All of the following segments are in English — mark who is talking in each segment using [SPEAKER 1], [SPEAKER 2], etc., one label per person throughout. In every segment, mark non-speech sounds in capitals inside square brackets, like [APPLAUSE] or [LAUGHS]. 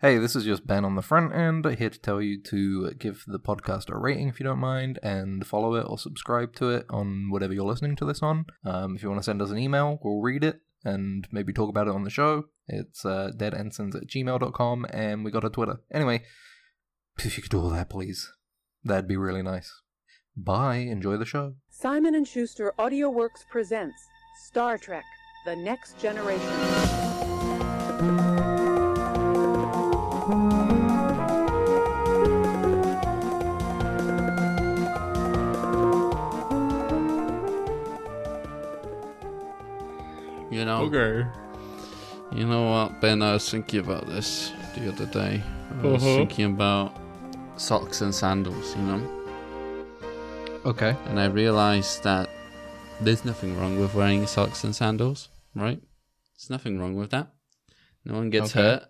[SPEAKER 1] Hey, this is just Ben on the front end, here to tell you to give the podcast a rating if you don't mind, and follow it or subscribe to it on whatever you're listening to this on. Um, if you want to send us an email, we'll read it and maybe talk about it on the show. It's uh, deadensigns at gmail.com, and we got a Twitter. Anyway, [LAUGHS] if you could do all that, please, that'd be really nice. Bye, enjoy the show.
[SPEAKER 2] Simon and Schuster AudioWorks presents Star Trek: The Next Generation.
[SPEAKER 3] You know,
[SPEAKER 4] Okay.
[SPEAKER 3] you know what, Ben? I was thinking about this the other day. I was
[SPEAKER 4] Uh-huh.
[SPEAKER 3] thinking about socks and sandals, you know,
[SPEAKER 1] Okay.
[SPEAKER 3] and I realized that there's nothing wrong with wearing socks and sandals, right? There's nothing wrong with that. No one gets
[SPEAKER 4] Okay.
[SPEAKER 3] hurt.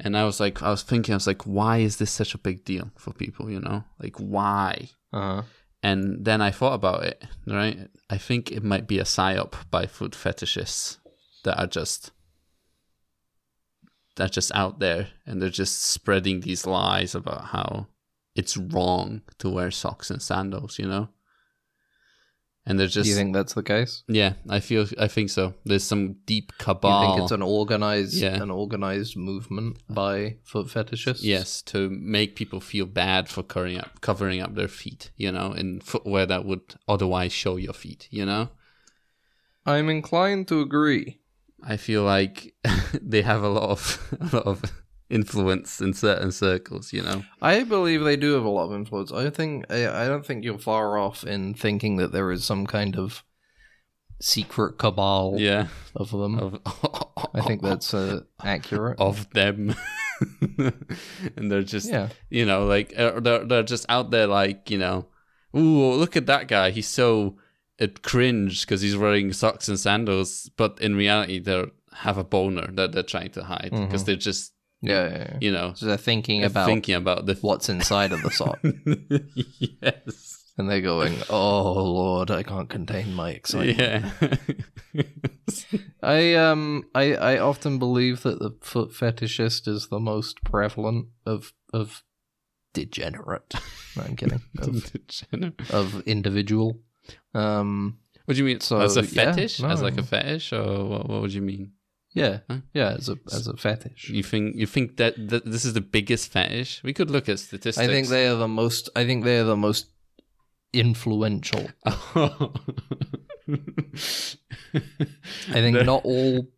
[SPEAKER 3] And I was like, I was thinking, I was like, why is this such a big deal for people? You know, like why?
[SPEAKER 1] Uh huh.
[SPEAKER 3] And then I thought about it, right? I think it might be a psyop by foot fetishists that are just that are just out there and they're just spreading these lies about how it's wrong to wear socks and sandals, you know? And they're
[SPEAKER 1] Do
[SPEAKER 3] just
[SPEAKER 1] you think that's the case?
[SPEAKER 3] Yeah, I feel I think so. There's some deep
[SPEAKER 1] Do
[SPEAKER 3] cabal
[SPEAKER 1] you think it's an organized,
[SPEAKER 3] Yeah.
[SPEAKER 1] an organized movement by foot fetishists?
[SPEAKER 3] Yes, to make people feel bad for covering up covering up their feet, you know, in footwear that would otherwise show your feet, you know?
[SPEAKER 1] I'm inclined to agree.
[SPEAKER 3] I feel like [LAUGHS] they have a lot of [LAUGHS] a lot of influence in certain circles, you know.
[SPEAKER 1] I believe they do have a lot of influence. I think I, I don't think you're far off in thinking that there is some kind of secret cabal
[SPEAKER 3] Yeah.
[SPEAKER 1] of them.
[SPEAKER 3] Of
[SPEAKER 1] I
[SPEAKER 3] [LAUGHS]
[SPEAKER 1] think that's uh, accurate.
[SPEAKER 3] of them. [LAUGHS] and they're just
[SPEAKER 1] yeah,
[SPEAKER 3] you know, like uh, they're they're just out there like, you know, ooh, look at that guy. He's so it cringe because he's wearing socks and sandals, but in reality they are have a boner that they're trying to hide because
[SPEAKER 1] Mhm.
[SPEAKER 3] they're just
[SPEAKER 1] yeah, yeah, yeah.
[SPEAKER 3] you know
[SPEAKER 1] So they're thinking about
[SPEAKER 3] thinking about the
[SPEAKER 1] what's inside of the
[SPEAKER 3] [LAUGHS]
[SPEAKER 1] sock,
[SPEAKER 3] yes.
[SPEAKER 1] and they're going, "Oh Lord, I can't contain my excitement." [LAUGHS]
[SPEAKER 3] Yeah.
[SPEAKER 1] I um, I I often believe that the foot fetishist is the most prevalent of of degenerate. No, I'm
[SPEAKER 3] [LAUGHS]
[SPEAKER 1] kidding. Of
[SPEAKER 3] what
[SPEAKER 1] of individual. Um,
[SPEAKER 3] do you mean?
[SPEAKER 1] So,
[SPEAKER 3] as a
[SPEAKER 1] yeah,
[SPEAKER 3] fetish?
[SPEAKER 1] no,
[SPEAKER 3] as like
[SPEAKER 1] no.
[SPEAKER 3] a fetish, or what, what would you mean?
[SPEAKER 1] yeah,
[SPEAKER 3] Huh?
[SPEAKER 1] yeah, as a as a fetish.
[SPEAKER 3] You think you think that, that this is the biggest fetish? We could look at statistics.
[SPEAKER 1] I think
[SPEAKER 3] [LAUGHS]
[SPEAKER 1] they are the most. I think they are the most influential. I think
[SPEAKER 3] [LAUGHS] No.
[SPEAKER 1] not all.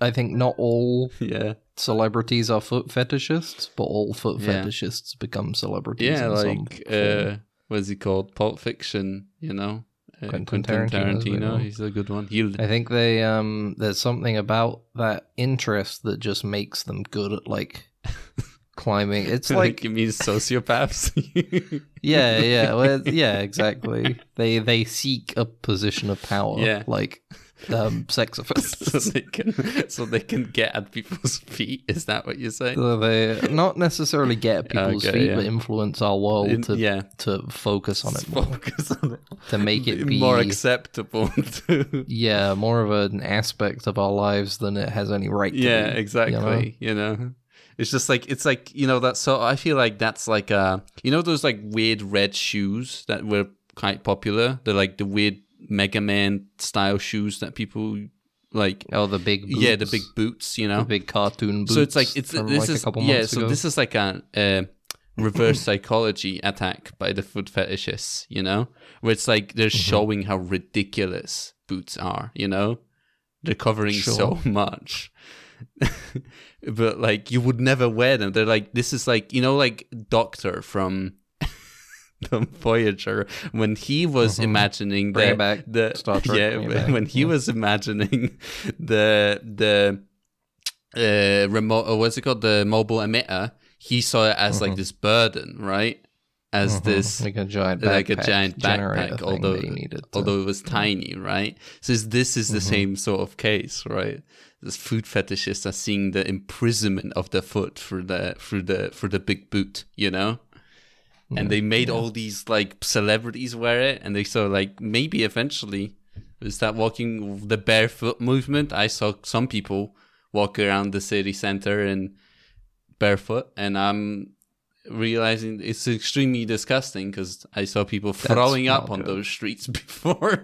[SPEAKER 1] I think not all
[SPEAKER 3] yeah,
[SPEAKER 1] celebrities are foot fetishists, but all foot
[SPEAKER 3] Yeah.
[SPEAKER 1] fetishists become celebrities.
[SPEAKER 3] yeah,
[SPEAKER 1] in some
[SPEAKER 3] like
[SPEAKER 1] form.
[SPEAKER 3] uh, what's he called? Pulp Fiction. You know, Uh,
[SPEAKER 1] Quentin Tarantino's a good
[SPEAKER 3] Tarantino.
[SPEAKER 1] one.
[SPEAKER 3] He's a good one. He'll
[SPEAKER 1] I think they um. There's something about that interest that just makes them good at
[SPEAKER 3] [LAUGHS]
[SPEAKER 1] like climbing. It's like
[SPEAKER 3] it means
[SPEAKER 1] [LAUGHS]
[SPEAKER 3] sociopaths. [LAUGHS]
[SPEAKER 1] Yeah, yeah, well, yeah, exactly. They they seek a position of power,
[SPEAKER 3] Yeah.
[SPEAKER 1] like um,
[SPEAKER 3] [LAUGHS]
[SPEAKER 1] sex offenses.
[SPEAKER 3] so they can so they can get at people's [LAUGHS] feet. Is that what you're saying?
[SPEAKER 1] So they not necessarily get at people's
[SPEAKER 3] Okay,
[SPEAKER 1] feet,
[SPEAKER 3] yeah.
[SPEAKER 1] but influence our world
[SPEAKER 3] In-
[SPEAKER 1] to
[SPEAKER 3] yeah,
[SPEAKER 1] to focus on it, more,
[SPEAKER 3] focus on it.
[SPEAKER 1] to make it be
[SPEAKER 3] [LAUGHS] more
[SPEAKER 1] [LAUGHS]
[SPEAKER 3] acceptable. [LAUGHS] to-
[SPEAKER 1] Yeah, more of an aspect of our lives than it has any right to.
[SPEAKER 3] yeah,
[SPEAKER 1] be,
[SPEAKER 3] exactly. You know? it's just like it's like you know that. So I feel like that's like uh, you know those like weird red shoes that were quite popular. They're like the weird Mega Man style shoes that people like.
[SPEAKER 1] Oh, the big boots,
[SPEAKER 3] Yeah, the big boots. You know,
[SPEAKER 1] the big cartoon boots.
[SPEAKER 3] so it's like it's
[SPEAKER 1] from,
[SPEAKER 3] this
[SPEAKER 1] like
[SPEAKER 3] is
[SPEAKER 1] a couple
[SPEAKER 3] yeah.
[SPEAKER 1] months
[SPEAKER 3] So
[SPEAKER 1] ago.
[SPEAKER 3] this is like a uh, reverse psychology attack by the foot fetishists, you know, where it's like they're
[SPEAKER 1] Mm-hmm.
[SPEAKER 3] showing how ridiculous boots are, you know, they're covering so
[SPEAKER 1] Sure.
[SPEAKER 3] [LAUGHS] much. but like you would never wear them. They're like this is like you know like Doctor from [LAUGHS] from Voyager when he was
[SPEAKER 1] Mm-hmm.
[SPEAKER 3] imagining
[SPEAKER 1] Bring
[SPEAKER 3] the,
[SPEAKER 1] it back,
[SPEAKER 3] the
[SPEAKER 1] Star Trek,
[SPEAKER 3] yeah
[SPEAKER 1] bring it
[SPEAKER 3] when-
[SPEAKER 1] back,
[SPEAKER 3] when he
[SPEAKER 1] yeah.
[SPEAKER 3] was imagining [LAUGHS] the the uh, remote or what's it called the mobile emitter he saw it as like this burden right as
[SPEAKER 1] Mhm,
[SPEAKER 3] this
[SPEAKER 1] like a giant backpack,
[SPEAKER 3] like a giant
[SPEAKER 1] generator
[SPEAKER 3] backpack
[SPEAKER 1] thing
[SPEAKER 3] although
[SPEAKER 1] that you needed to-
[SPEAKER 3] although it was tiny right so it's- this is
[SPEAKER 1] Mm-hmm.
[SPEAKER 3] the same sort of case right this food fetishists are seeing the imprisonment of the foot through the through the through the big boot you know and they made all these like celebrities wear it and they saw like maybe eventually is that walking with the barefoot movement i saw some people walk around the city center in barefoot, and I'm realizing it's extremely disgusting because I saw people throwing
[SPEAKER 1] not
[SPEAKER 3] up on
[SPEAKER 1] good.
[SPEAKER 3] those streets [LAUGHS] before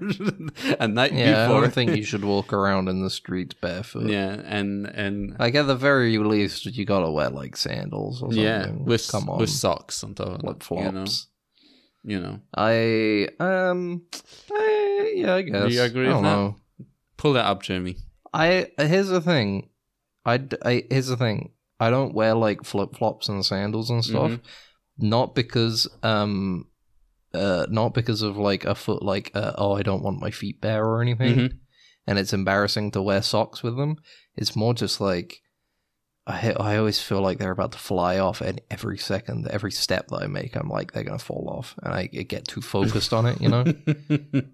[SPEAKER 3] a night
[SPEAKER 1] Yeah, I
[SPEAKER 3] before.
[SPEAKER 1] don't think you
[SPEAKER 3] [LAUGHS]
[SPEAKER 1] should walk around in the streets barefoot.
[SPEAKER 3] yeah, and and
[SPEAKER 1] Like at the very least, you gotta wear like sandals or something.
[SPEAKER 3] yeah, with
[SPEAKER 1] come on,
[SPEAKER 3] with socks on top of
[SPEAKER 1] flip
[SPEAKER 3] it,
[SPEAKER 1] flops.
[SPEAKER 3] you know, you know,
[SPEAKER 1] I um, I, yeah, I guess.
[SPEAKER 3] you agree
[SPEAKER 1] I don't
[SPEAKER 3] with that?
[SPEAKER 1] know.
[SPEAKER 3] pull that up, Jeremy.
[SPEAKER 1] I here's the thing. I, d- I- here's the thing. I don't wear like flip flops and sandals and stuff,
[SPEAKER 3] Mhm.
[SPEAKER 1] not because um, uh, not because of like a foot like uh, oh I don't want my feet bare or anything,
[SPEAKER 3] Mhm.
[SPEAKER 1] and it's embarrassing to wear socks with them. It's more just like. I, I always feel like they're about to fly off, and every second, every step that I make, I'm like they're gonna fall off, and I, I get too focused on it. You
[SPEAKER 3] [LAUGHS]
[SPEAKER 1] know,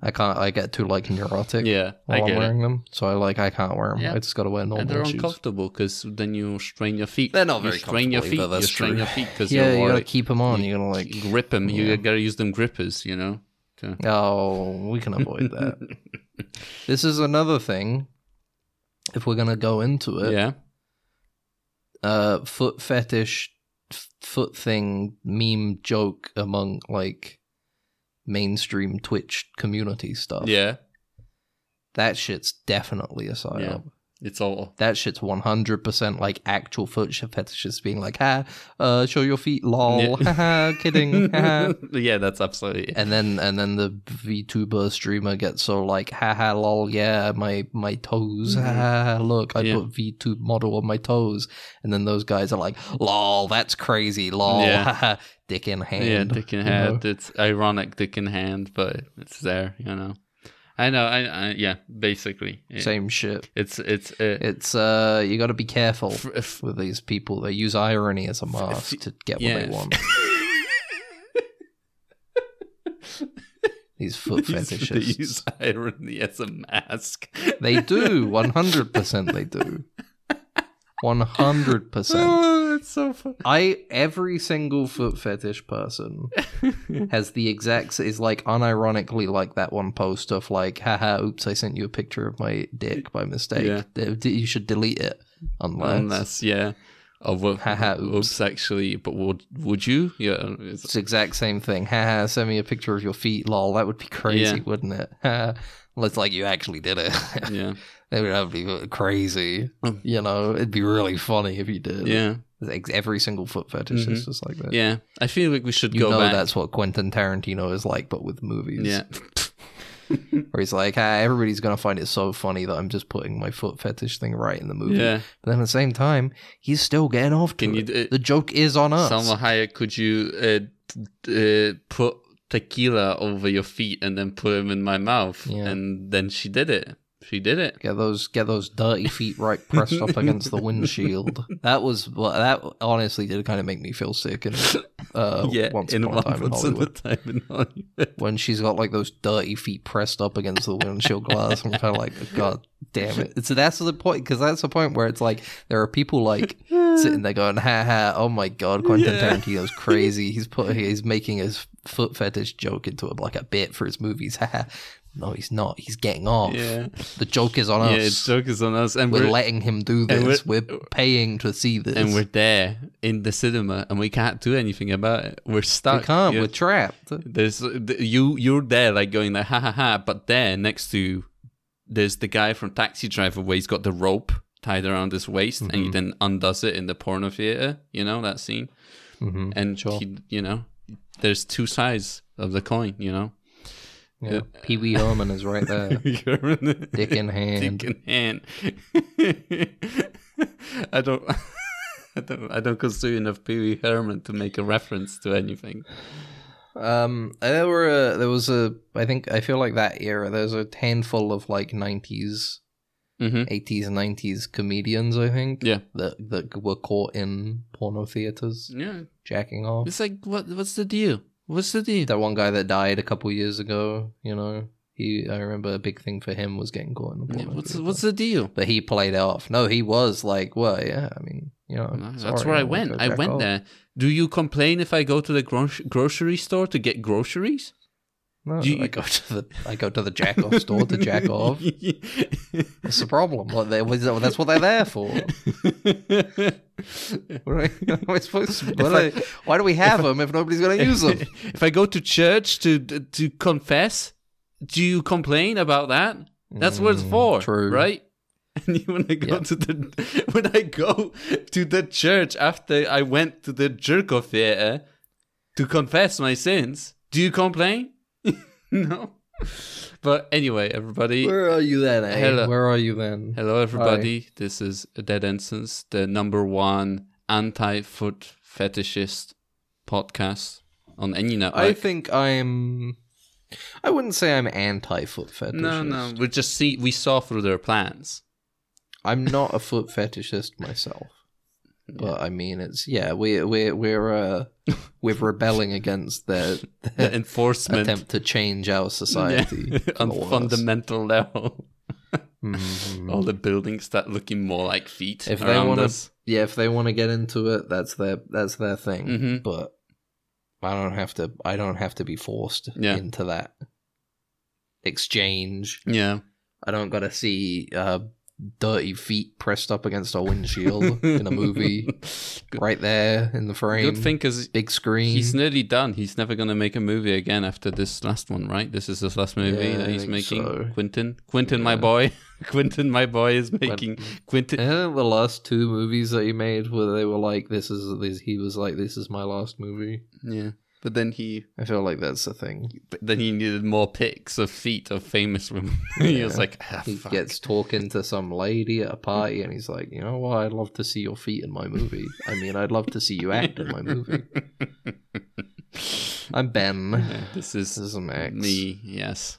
[SPEAKER 1] I can't. I get too like neurotic
[SPEAKER 3] yeah, I
[SPEAKER 1] while I'm
[SPEAKER 3] get it.
[SPEAKER 1] wearing them. So I like I can't wear them.
[SPEAKER 3] Yeah.
[SPEAKER 1] I just got to wear normal
[SPEAKER 3] And they're
[SPEAKER 1] shoes.
[SPEAKER 3] uncomfortable because then you strain your feet.
[SPEAKER 1] They're not
[SPEAKER 3] you
[SPEAKER 1] very
[SPEAKER 3] strain your
[SPEAKER 1] comfortable
[SPEAKER 3] feet.
[SPEAKER 1] either,
[SPEAKER 3] you
[SPEAKER 1] that's
[SPEAKER 3] strain
[SPEAKER 1] true.
[SPEAKER 3] your feet because
[SPEAKER 1] yeah,
[SPEAKER 3] you're
[SPEAKER 1] you gotta
[SPEAKER 3] worried.
[SPEAKER 1] keep them on. You gotta like.
[SPEAKER 3] grip them.
[SPEAKER 1] yeah.
[SPEAKER 3] You gotta use them grippers. You know. to-
[SPEAKER 1] Oh, we
[SPEAKER 3] [LAUGHS]
[SPEAKER 1] can avoid that. this is another thing. If we're gonna go into it,
[SPEAKER 3] yeah.
[SPEAKER 1] uh, foot fetish, f- foot thing, meme joke among like mainstream Twitch community stuff.
[SPEAKER 3] Yeah.
[SPEAKER 1] that shit's definitely a psyop.
[SPEAKER 3] Yeah. It's all.
[SPEAKER 1] That shit's 100% like actual foot sh- fetishes being like, ha, uh, show your feet, lol,
[SPEAKER 3] Yeah.
[SPEAKER 1] haha, kidding, [LAUGHS] haha.
[SPEAKER 3] [LAUGHS] yeah, that's absolutely. it.
[SPEAKER 1] And then and then the VTuber streamer gets so like, haha, lol, yeah, my my toes,
[SPEAKER 3] Mhm.
[SPEAKER 1] haha, look, I
[SPEAKER 3] Yeah.
[SPEAKER 1] put VTube model on my toes. And then those guys are like, lol, that's crazy, lol,
[SPEAKER 3] Yeah.
[SPEAKER 1] haha, dick in hand.
[SPEAKER 3] yeah, dick
[SPEAKER 1] [LAUGHS]
[SPEAKER 3] in
[SPEAKER 1] you know?
[SPEAKER 3] hand. It's ironic, dick in hand, but it's there. You know. I know. I, I yeah. Basically. It-
[SPEAKER 1] Same shit.
[SPEAKER 3] It's it's uh,
[SPEAKER 1] It's, uh, you gotta be careful
[SPEAKER 3] f- f-
[SPEAKER 1] with these people. They use irony as a mask to get what
[SPEAKER 3] yeah.
[SPEAKER 1] they
[SPEAKER 3] [LAUGHS]
[SPEAKER 1] want. These foot
[SPEAKER 3] These- They
[SPEAKER 1] fetishes.
[SPEAKER 3] use irony as a mask.
[SPEAKER 1] They do. 100% they
[SPEAKER 3] [LAUGHS]
[SPEAKER 1] do. 100%.
[SPEAKER 3] Oh, that's so fun.
[SPEAKER 1] I every single foot fetish person
[SPEAKER 3] [LAUGHS]
[SPEAKER 1] has the exact is like unironically like that one post of like haha oops I sent you a picture of my dick by mistake.
[SPEAKER 3] Yeah.
[SPEAKER 1] D- d- You should delete it unless,
[SPEAKER 3] Unless yeah. Oh, wo-
[SPEAKER 1] Haha,
[SPEAKER 3] oops. actually, but would would you? Yeah, uh,
[SPEAKER 1] [LAUGHS]
[SPEAKER 3] it's-
[SPEAKER 1] it's the exact same thing. Haha send me a picture of your feet lol that would be crazy
[SPEAKER 3] Yeah.
[SPEAKER 1] wouldn't it? [LAUGHS] Haha. Well, it's like you actually did it. [LAUGHS]
[SPEAKER 3] yeah,
[SPEAKER 1] That would have to be crazy.
[SPEAKER 3] Um.
[SPEAKER 1] You know, it'd be really funny if you did.
[SPEAKER 3] yeah, Mm-hmm.
[SPEAKER 1] Like, Every single foot fetish is just like that.
[SPEAKER 3] yeah. I feel like we should
[SPEAKER 1] You
[SPEAKER 3] go
[SPEAKER 1] know
[SPEAKER 3] back.
[SPEAKER 1] that's what Quentin Tarantino is like, but with movies.
[SPEAKER 3] yeah,
[SPEAKER 1] Where he's like, ah, everybody's going to find it so funny that I'm just putting my foot fetish thing right in the movie.
[SPEAKER 3] yeah.
[SPEAKER 1] But then at the same time, he's still getting off to
[SPEAKER 3] Can you
[SPEAKER 1] it.
[SPEAKER 3] do-
[SPEAKER 1] the joke is on us.
[SPEAKER 3] Salma Hayek, could you uh, t- uh, put tequila over your feet and then put them in my mouth?
[SPEAKER 1] Yeah.
[SPEAKER 3] And then she did it. She did it.
[SPEAKER 1] Get those get those dirty feet right pressed up against the [LAUGHS] windshield. That was well, that honestly did kind of make me feel sick. And uh, [LAUGHS] once upon a time in
[SPEAKER 3] once
[SPEAKER 1] [LAUGHS]
[SPEAKER 3] upon
[SPEAKER 1] Hollywood.
[SPEAKER 3] a time in Hollywood.
[SPEAKER 1] when she's got like those dirty feet pressed up against the windshield glass. I'm kind of like, God damn it. So that's the point, because that's the point where it's like there are people like sitting there going, ha ha, oh my God, Quentin
[SPEAKER 3] Yeah.
[SPEAKER 1] Tarantino's crazy. He's put he's making his foot fetish joke into a, like a bit for his movies. Ha ha. No, he's not. He's getting off.
[SPEAKER 3] Yeah,
[SPEAKER 1] The joke is on
[SPEAKER 3] yeah.
[SPEAKER 1] us.
[SPEAKER 3] It's joke is on us, and
[SPEAKER 1] we're,
[SPEAKER 3] we're,
[SPEAKER 1] letting him do
[SPEAKER 3] and
[SPEAKER 1] this. We're,
[SPEAKER 3] we're-
[SPEAKER 1] paying to see this.
[SPEAKER 3] and we're there in the cinema, and we can't do anything about it. We're stuck.
[SPEAKER 1] we can't.
[SPEAKER 3] Yeah.
[SPEAKER 1] We're trapped.
[SPEAKER 3] There's th- you you're there like going like ha ha ha, but there next to there's the guy from Taxi Driver where he's got the rope tied around his waist and he
[SPEAKER 1] Mhm.
[SPEAKER 3] then undoes it in the porno theater. You know that scene,
[SPEAKER 1] Mhm.
[SPEAKER 3] and
[SPEAKER 1] Sure.
[SPEAKER 3] he, you know there's two sides of the coin. You know,
[SPEAKER 1] Yeah. Pee Wee Herman is right
[SPEAKER 3] [LAUGHS]
[SPEAKER 1] there.
[SPEAKER 3] You're in the-
[SPEAKER 1] Uh, Dick in hand.
[SPEAKER 3] dick in hand. [LAUGHS] I don't. [LAUGHS] I don't, I don't consume enough Pee Wee Herman to make a reference to anything.
[SPEAKER 1] Um, there were a, there was a I think I feel like that era. There's a handful of like nineties,
[SPEAKER 3] hmm
[SPEAKER 1] eighties, nineties comedians. I think
[SPEAKER 3] Yeah.
[SPEAKER 1] that that were caught in porno theaters
[SPEAKER 3] Yeah,
[SPEAKER 1] jacking off.
[SPEAKER 3] it's like what? What's the deal? What's the deal?
[SPEAKER 1] That one guy that died a couple years ago. You know, he I remember a big thing for him was getting caught in a
[SPEAKER 3] Yeah,
[SPEAKER 1] porno
[SPEAKER 3] what's
[SPEAKER 1] theater.
[SPEAKER 3] what's the deal?
[SPEAKER 1] But he played it off. No, he was like, well, yeah. I mean, you know,
[SPEAKER 3] Uh, That's
[SPEAKER 1] sorry,
[SPEAKER 3] where I
[SPEAKER 1] wanna
[SPEAKER 3] went.
[SPEAKER 1] go
[SPEAKER 3] I
[SPEAKER 1] jack
[SPEAKER 3] went
[SPEAKER 1] off. [LAUGHS]
[SPEAKER 3] there. Do you complain if I go to the gro- grocery store to get groceries?
[SPEAKER 1] No,
[SPEAKER 3] You-
[SPEAKER 1] I go to the I go to the jack
[SPEAKER 3] [LAUGHS]
[SPEAKER 1] off store to jack off. What's the problem? Like, they- that's what they're there for.
[SPEAKER 3] [LAUGHS]
[SPEAKER 1] What are we, [LAUGHS] what are we supposed to- what
[SPEAKER 3] I-
[SPEAKER 1] are they- why do we have them if nobody's going to use
[SPEAKER 3] [LAUGHS]
[SPEAKER 1] them?
[SPEAKER 3] if I go to church to to confess, do you complain about that? That's what it's
[SPEAKER 1] Mm,
[SPEAKER 3] for,
[SPEAKER 1] true.
[SPEAKER 3] right? [LAUGHS] And when I go
[SPEAKER 1] Yeah.
[SPEAKER 3] to the [LAUGHS] when I go to the church after I went to the jerk off theater to confess my sins, do you complain? [LAUGHS] no. But anyway, everybody,
[SPEAKER 1] Where are you then? Eh?
[SPEAKER 3] Hello.
[SPEAKER 1] Where are you then?
[SPEAKER 3] Hello, everybody. This is Dead Ensigns, the number one anti foot fetishist podcast on any network.
[SPEAKER 1] I think I'm. I wouldn't say I'm anti foot fetishist.
[SPEAKER 3] no, no. We just see we saw through their plans.
[SPEAKER 1] I'm not a foot fetishist myself. But I mean, it's yeah, we we we're
[SPEAKER 3] [LAUGHS]
[SPEAKER 1] uh, we're rebelling against their,
[SPEAKER 3] The
[SPEAKER 1] their
[SPEAKER 3] enforcement
[SPEAKER 1] attempt to change our
[SPEAKER 3] Yeah. [LAUGHS]
[SPEAKER 1] society
[SPEAKER 3] on
[SPEAKER 1] towards-
[SPEAKER 3] fundamental level.
[SPEAKER 1] Mhm.
[SPEAKER 3] All the buildings start looking more like feet
[SPEAKER 1] If they
[SPEAKER 3] around
[SPEAKER 1] want to,
[SPEAKER 3] us.
[SPEAKER 1] yeah, if they want to get into it, that's their that's their thing.
[SPEAKER 3] Mhm.
[SPEAKER 1] But I don't have to. I don't have to be forced
[SPEAKER 3] Yeah.
[SPEAKER 1] into that exchange.
[SPEAKER 3] Yeah.
[SPEAKER 1] [LAUGHS] I don't got to see uh, dirty feet pressed up against a windshield in a movie,
[SPEAKER 3] [LAUGHS] Good,
[SPEAKER 1] right there in the frame.
[SPEAKER 3] good thing because
[SPEAKER 1] Big screen.
[SPEAKER 3] he's nearly done. He's never going to make a movie again after this last one, right? This is his last movie
[SPEAKER 1] Yeah,
[SPEAKER 3] that
[SPEAKER 1] I
[SPEAKER 3] he's
[SPEAKER 1] think
[SPEAKER 3] making.
[SPEAKER 1] so.
[SPEAKER 3] Quentin, Quentin, my
[SPEAKER 1] Yeah.
[SPEAKER 3] boy, [LAUGHS] Quentin, my boy is making Quentin.
[SPEAKER 1] Eh, the last two movies that he made, where they were like, "This is this," he was like, "This is my last movie."
[SPEAKER 3] Yeah, but then he,
[SPEAKER 1] I feel like that's the thing.
[SPEAKER 3] but then he needed more pics of feet of famous women. [LAUGHS] he was
[SPEAKER 1] Yeah.
[SPEAKER 3] like, ah,
[SPEAKER 1] He
[SPEAKER 3] fuck.
[SPEAKER 1] gets talking to some lady at a party, and he's like, "You know what? I'd love to see your feet in my movie. I mean, I'd love to see you act in my
[SPEAKER 3] [LAUGHS]
[SPEAKER 1] movie." I'm Ben.
[SPEAKER 3] Yeah, this is
[SPEAKER 1] This is Max.
[SPEAKER 3] Me, yes.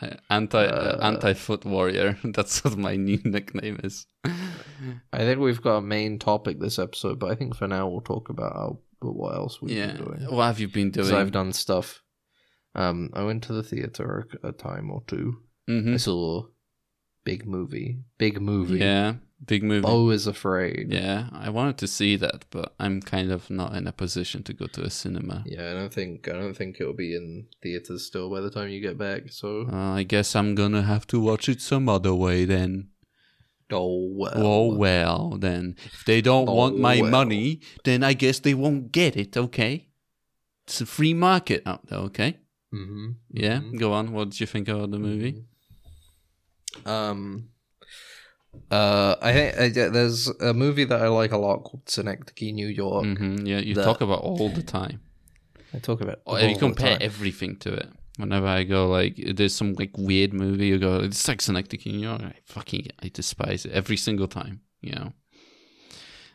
[SPEAKER 3] Uh, anti
[SPEAKER 1] Uh,
[SPEAKER 3] uh, anti foot warrior. [LAUGHS] That's what my new nickname is.
[SPEAKER 1] I think we've got a main topic this episode, but I think for now we'll talk about how, but what else we've
[SPEAKER 3] yeah.
[SPEAKER 1] been doing.
[SPEAKER 3] What have you been doing?
[SPEAKER 1] Because I've done stuff. Um, I went to the theater a a time or two.
[SPEAKER 3] Mhm.
[SPEAKER 1] I saw big movie, big movie. Oh,
[SPEAKER 3] Yeah. Big movie.
[SPEAKER 1] Bo is afraid.
[SPEAKER 3] Yeah. I wanted to see that, but I'm kind of not in a position to go to a cinema.
[SPEAKER 1] Yeah, I don't think I don't think it'll be in theaters still by the time you get back. So
[SPEAKER 3] Uh, I guess I'm gonna have to watch it some other way then.
[SPEAKER 1] oh well.
[SPEAKER 3] oh well, then if they don't
[SPEAKER 1] Oh,
[SPEAKER 3] want my
[SPEAKER 1] well.
[SPEAKER 3] money, then I guess they won't get it. Okay, it's a free market out there. Okay,
[SPEAKER 1] Mm-hmm.
[SPEAKER 3] yeah. Go on. What did you think about the movie?
[SPEAKER 1] Um. Uh, I think I, yeah, there's a movie that I like a lot called Synecdoche, New York.
[SPEAKER 3] hmm Yeah, you
[SPEAKER 1] that-
[SPEAKER 3] talk about all the time.
[SPEAKER 1] I talk about. it
[SPEAKER 3] Or
[SPEAKER 1] all
[SPEAKER 3] you
[SPEAKER 1] the time.
[SPEAKER 3] compare everything to it. Whenever I go, like, there's some like weird movie, you go, it's like Synecdoche in New York. I fucking, I despise it every single time. You know.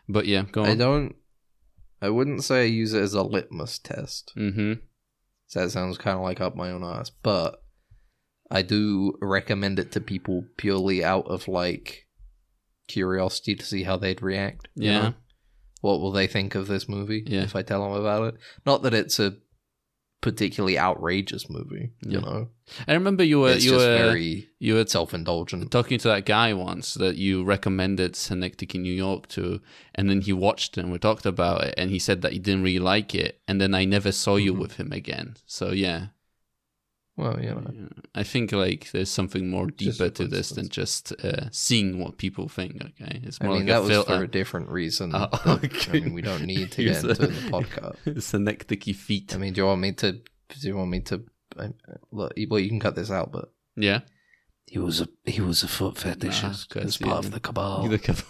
[SPEAKER 3] But yeah, go on.
[SPEAKER 1] I don't. I wouldn't say I use it as a litmus test.
[SPEAKER 3] Mm-hmm.
[SPEAKER 1] So that sounds kind of like up my own ass, but I do recommend it to people purely out of like curiosity to see how they'd react. you
[SPEAKER 3] Yeah.
[SPEAKER 1] know? What will they think of this movie
[SPEAKER 3] Yeah.
[SPEAKER 1] if I tell them about it? Not that it's a particularly outrageous movie,
[SPEAKER 3] Yeah.
[SPEAKER 1] you know.
[SPEAKER 3] I remember you were
[SPEAKER 1] it's
[SPEAKER 3] you
[SPEAKER 1] just
[SPEAKER 3] were
[SPEAKER 1] very
[SPEAKER 3] you were
[SPEAKER 1] self-indulgent.
[SPEAKER 3] talking to that guy once that you recommended Synecdoche in New York to, and then he watched it and we talked about it, and he said that he didn't really like it, and then I never saw you
[SPEAKER 1] Mhm.
[SPEAKER 3] with him again. So yeah,
[SPEAKER 1] Well, you know.
[SPEAKER 3] Yeah. I think like there's something more
[SPEAKER 1] Just
[SPEAKER 3] deeper
[SPEAKER 1] a
[SPEAKER 3] to this than just uh, seeing what people think. Okay, it's
[SPEAKER 1] I
[SPEAKER 3] more
[SPEAKER 1] mean,
[SPEAKER 3] like
[SPEAKER 1] that
[SPEAKER 3] a
[SPEAKER 1] was for a uh,
[SPEAKER 3] filter.
[SPEAKER 1] different reason.
[SPEAKER 3] Oh, [LAUGHS]
[SPEAKER 1] [LAUGHS] that-
[SPEAKER 3] okay.
[SPEAKER 1] I mean, we don't need to
[SPEAKER 3] [LAUGHS] You
[SPEAKER 1] get into
[SPEAKER 3] said-
[SPEAKER 1] the podcast.
[SPEAKER 3] [LAUGHS] Synecdoche feet.
[SPEAKER 1] I mean, do you want me to? Do you want me to? I, look, you- well, you can cut this out, but
[SPEAKER 3] yeah,
[SPEAKER 1] He was a he was a foot fetishist
[SPEAKER 3] Nah,
[SPEAKER 1] as
[SPEAKER 3] that's-
[SPEAKER 1] part
[SPEAKER 3] yeah.
[SPEAKER 1] of the cabal.
[SPEAKER 3] You look up-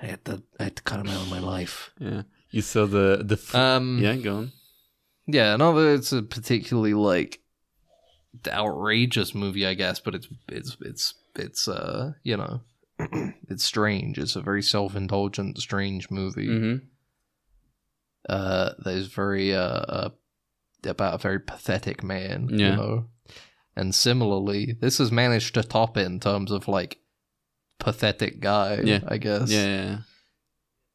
[SPEAKER 1] I had to I had to cut him out of my life.
[SPEAKER 3] [LAUGHS] yeah. You saw the the f-
[SPEAKER 1] Um,
[SPEAKER 3] yeah. Go on.
[SPEAKER 1] yeah. Not that it's a particularly like outrageous movie, I guess, but it's it's it's it's uh you know [CLEARS THROAT] it's strange. It's a very self indulgent, strange movie.
[SPEAKER 3] hmm
[SPEAKER 1] Uh, that is very uh, uh about a very pathetic man.
[SPEAKER 3] Yeah.
[SPEAKER 1] You know? And similarly, this has managed to top it in terms of like pathetic guy.
[SPEAKER 3] Yeah.
[SPEAKER 1] I guess.
[SPEAKER 3] Yeah, yeah,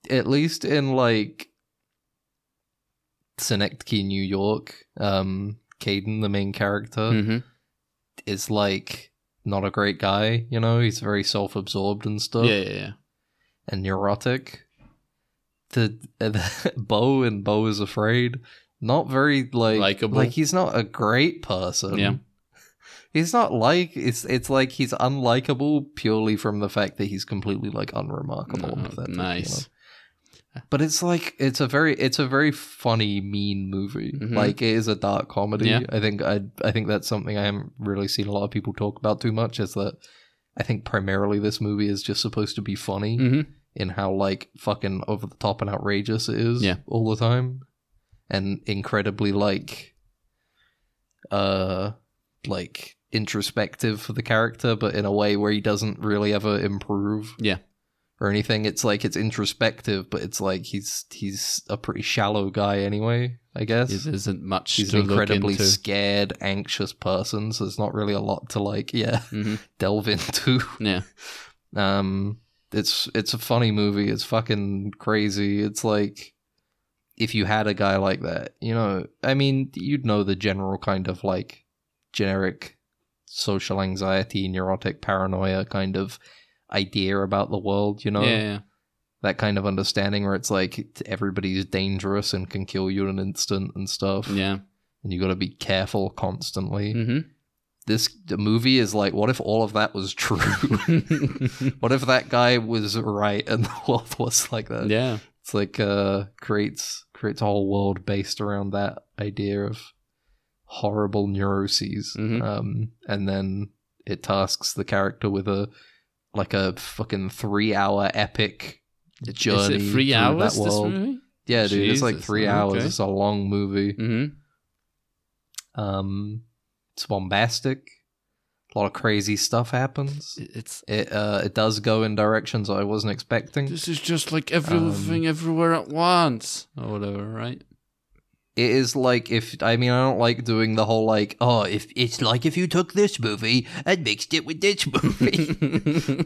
[SPEAKER 3] yeah.
[SPEAKER 1] at least in like Synecdoche, New York, um, Caden, the main character,
[SPEAKER 3] hmm
[SPEAKER 1] is like not a great guy, you know, he's very self absorbed and stuff
[SPEAKER 3] yeah, yeah, yeah.
[SPEAKER 1] [LAUGHS] and neurotic. The, uh, Bo and Bo is afraid. not very like
[SPEAKER 3] Likeable.
[SPEAKER 1] Like he's not a great person.
[SPEAKER 3] Yeah.
[SPEAKER 1] [LAUGHS] He's not like it's it's like he's unlikable purely from the fact that he's completely like unremarkable.
[SPEAKER 3] No,
[SPEAKER 1] if that's what you
[SPEAKER 3] Oh, nice.
[SPEAKER 1] want. But it's like it's a very it's a very funny mean movie.
[SPEAKER 3] Mhm.
[SPEAKER 1] Like it is a dark comedy.
[SPEAKER 3] Yeah.
[SPEAKER 1] I think I I think that's something I haven't really seen a lot of people talk about too much is that I think primarily this movie is just supposed to be funny
[SPEAKER 3] hmm
[SPEAKER 1] in how like fucking over the top and outrageous it is
[SPEAKER 3] Yeah.
[SPEAKER 1] all the time and incredibly like uh like introspective for the character but in a way where he doesn't really ever improve
[SPEAKER 3] Yeah.
[SPEAKER 1] or anything it's like it's introspective but it's like he's he's a pretty shallow guy anyway i guess
[SPEAKER 3] It isn't much
[SPEAKER 1] he's
[SPEAKER 3] to
[SPEAKER 1] an incredibly
[SPEAKER 3] look into.
[SPEAKER 1] scared anxious person so there's not really a lot to like [LAUGHS] yeah
[SPEAKER 3] Mhm.
[SPEAKER 1] delve into
[SPEAKER 3] Yeah,
[SPEAKER 1] [LAUGHS] um, it's it's a funny movie. It's fucking crazy. It's like if you had a guy like that, you know. I mean, you'd know the general kind of like generic social anxiety, neurotic paranoia kind of idea about the world. You know
[SPEAKER 3] yeah, yeah.
[SPEAKER 1] that kind of understanding where it's like everybody's dangerous and can kill you in an instant and stuff.
[SPEAKER 3] yeah.
[SPEAKER 1] and you got to be careful constantly.
[SPEAKER 3] Mhm.
[SPEAKER 1] This the movie is like, what if all of that was true? [LAUGHS]
[SPEAKER 3] Mm-hmm.
[SPEAKER 1] What if that guy was right and [LAUGHS] the world was like that?
[SPEAKER 3] [LAUGHS] yeah,
[SPEAKER 1] It's like uh creates creates a whole world based around that idea of horrible neuroses.
[SPEAKER 3] Mhm.
[SPEAKER 1] Um and then it tasks the character with a like a fucking three hour epic journey.
[SPEAKER 3] Is it three
[SPEAKER 1] through
[SPEAKER 3] hours?
[SPEAKER 1] That
[SPEAKER 3] This
[SPEAKER 1] world.
[SPEAKER 3] movie?
[SPEAKER 1] Yeah, dude, it's like
[SPEAKER 3] Jesus,
[SPEAKER 1] three hours.
[SPEAKER 3] okay. Mm.
[SPEAKER 1] It's a long movie.
[SPEAKER 3] hmm
[SPEAKER 1] Um it's bombastic. A lot of crazy stuff happens.
[SPEAKER 3] It's
[SPEAKER 1] it uh, it does go in directions I wasn't expecting.
[SPEAKER 3] this is just like
[SPEAKER 1] Um,
[SPEAKER 3] everything everywhere at once or whatever, right?
[SPEAKER 1] It is like if I mean I don't like doing the whole like oh if it's like if you took this movie and mixed it with this
[SPEAKER 3] [LAUGHS]
[SPEAKER 1] movie.
[SPEAKER 3] but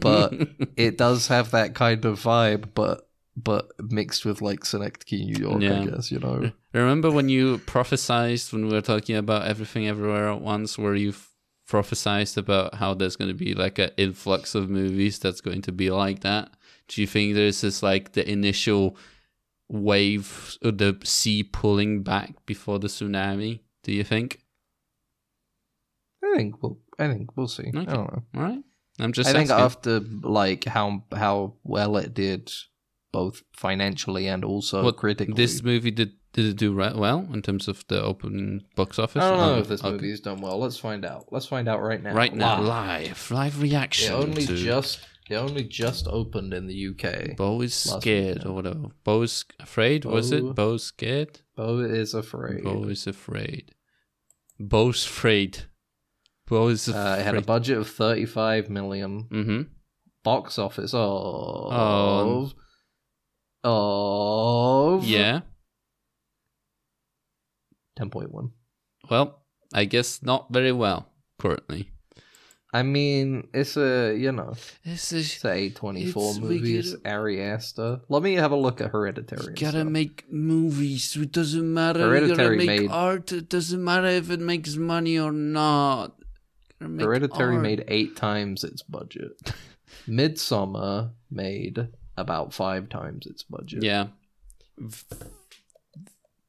[SPEAKER 1] [LAUGHS] But-
[SPEAKER 3] [LAUGHS]
[SPEAKER 1] it does have that kind of vibe, but but mixed with like Synecdoche, New York.
[SPEAKER 3] Yeah.
[SPEAKER 1] I guess you know.
[SPEAKER 3] remember when you prophesized when we were talking about everything everywhere at once, where you f- prophesized about how there's going to be like an influx of movies that's going to be like that? Do you think there's this like the initial wave or the sea pulling back before the tsunami? Do you think?
[SPEAKER 1] I think we'll I think we'll see. I
[SPEAKER 3] Okay.
[SPEAKER 1] don't know.
[SPEAKER 3] All right, I'm just.
[SPEAKER 1] I think
[SPEAKER 3] asking.
[SPEAKER 1] after like how how well it did, both financially and also
[SPEAKER 3] What,
[SPEAKER 1] critically.
[SPEAKER 3] This movie did did it do right well in terms of the opening box office?
[SPEAKER 1] I don't know
[SPEAKER 3] Oh,
[SPEAKER 1] if this
[SPEAKER 3] okay.
[SPEAKER 1] movie's done well. Let's find out. Let's find out right now.
[SPEAKER 3] right now
[SPEAKER 1] Live.
[SPEAKER 3] live live
[SPEAKER 1] It
[SPEAKER 3] reaction.
[SPEAKER 1] only
[SPEAKER 3] to
[SPEAKER 1] just it only just opened in the UK. Bo,
[SPEAKER 3] Bo is
[SPEAKER 1] last
[SPEAKER 3] scared
[SPEAKER 1] weekend.
[SPEAKER 3] or whatever. Bo is afraid. was
[SPEAKER 1] Bo-
[SPEAKER 3] it Bo scared?
[SPEAKER 1] is afraid.
[SPEAKER 3] Bo is afraid. Bo's afraid. Bo is afraid.
[SPEAKER 1] uh, it had a budget of 35 million.
[SPEAKER 3] mm-hmm.
[SPEAKER 1] Box office of of
[SPEAKER 3] Um, Yeah.
[SPEAKER 1] 10.1.
[SPEAKER 3] Well, I guess not very well currently.
[SPEAKER 1] I mean, it's a you know,
[SPEAKER 3] This is
[SPEAKER 1] it's a A24
[SPEAKER 3] It's- we
[SPEAKER 1] movie. It's
[SPEAKER 3] gotta-
[SPEAKER 1] Ari Aster. Let me have a look at Hereditary.
[SPEAKER 3] You
[SPEAKER 1] and
[SPEAKER 3] gotta
[SPEAKER 1] stuff.
[SPEAKER 3] make movies. It doesn't matter.
[SPEAKER 1] Hereditary
[SPEAKER 3] you gotta make
[SPEAKER 1] made-
[SPEAKER 3] art. It doesn't matter if it makes money or not. Gotta make
[SPEAKER 1] Hereditary
[SPEAKER 3] art.
[SPEAKER 1] made eight times its budget.
[SPEAKER 3] [LAUGHS]
[SPEAKER 1] Midsummer made about five times its budget.
[SPEAKER 3] Yeah.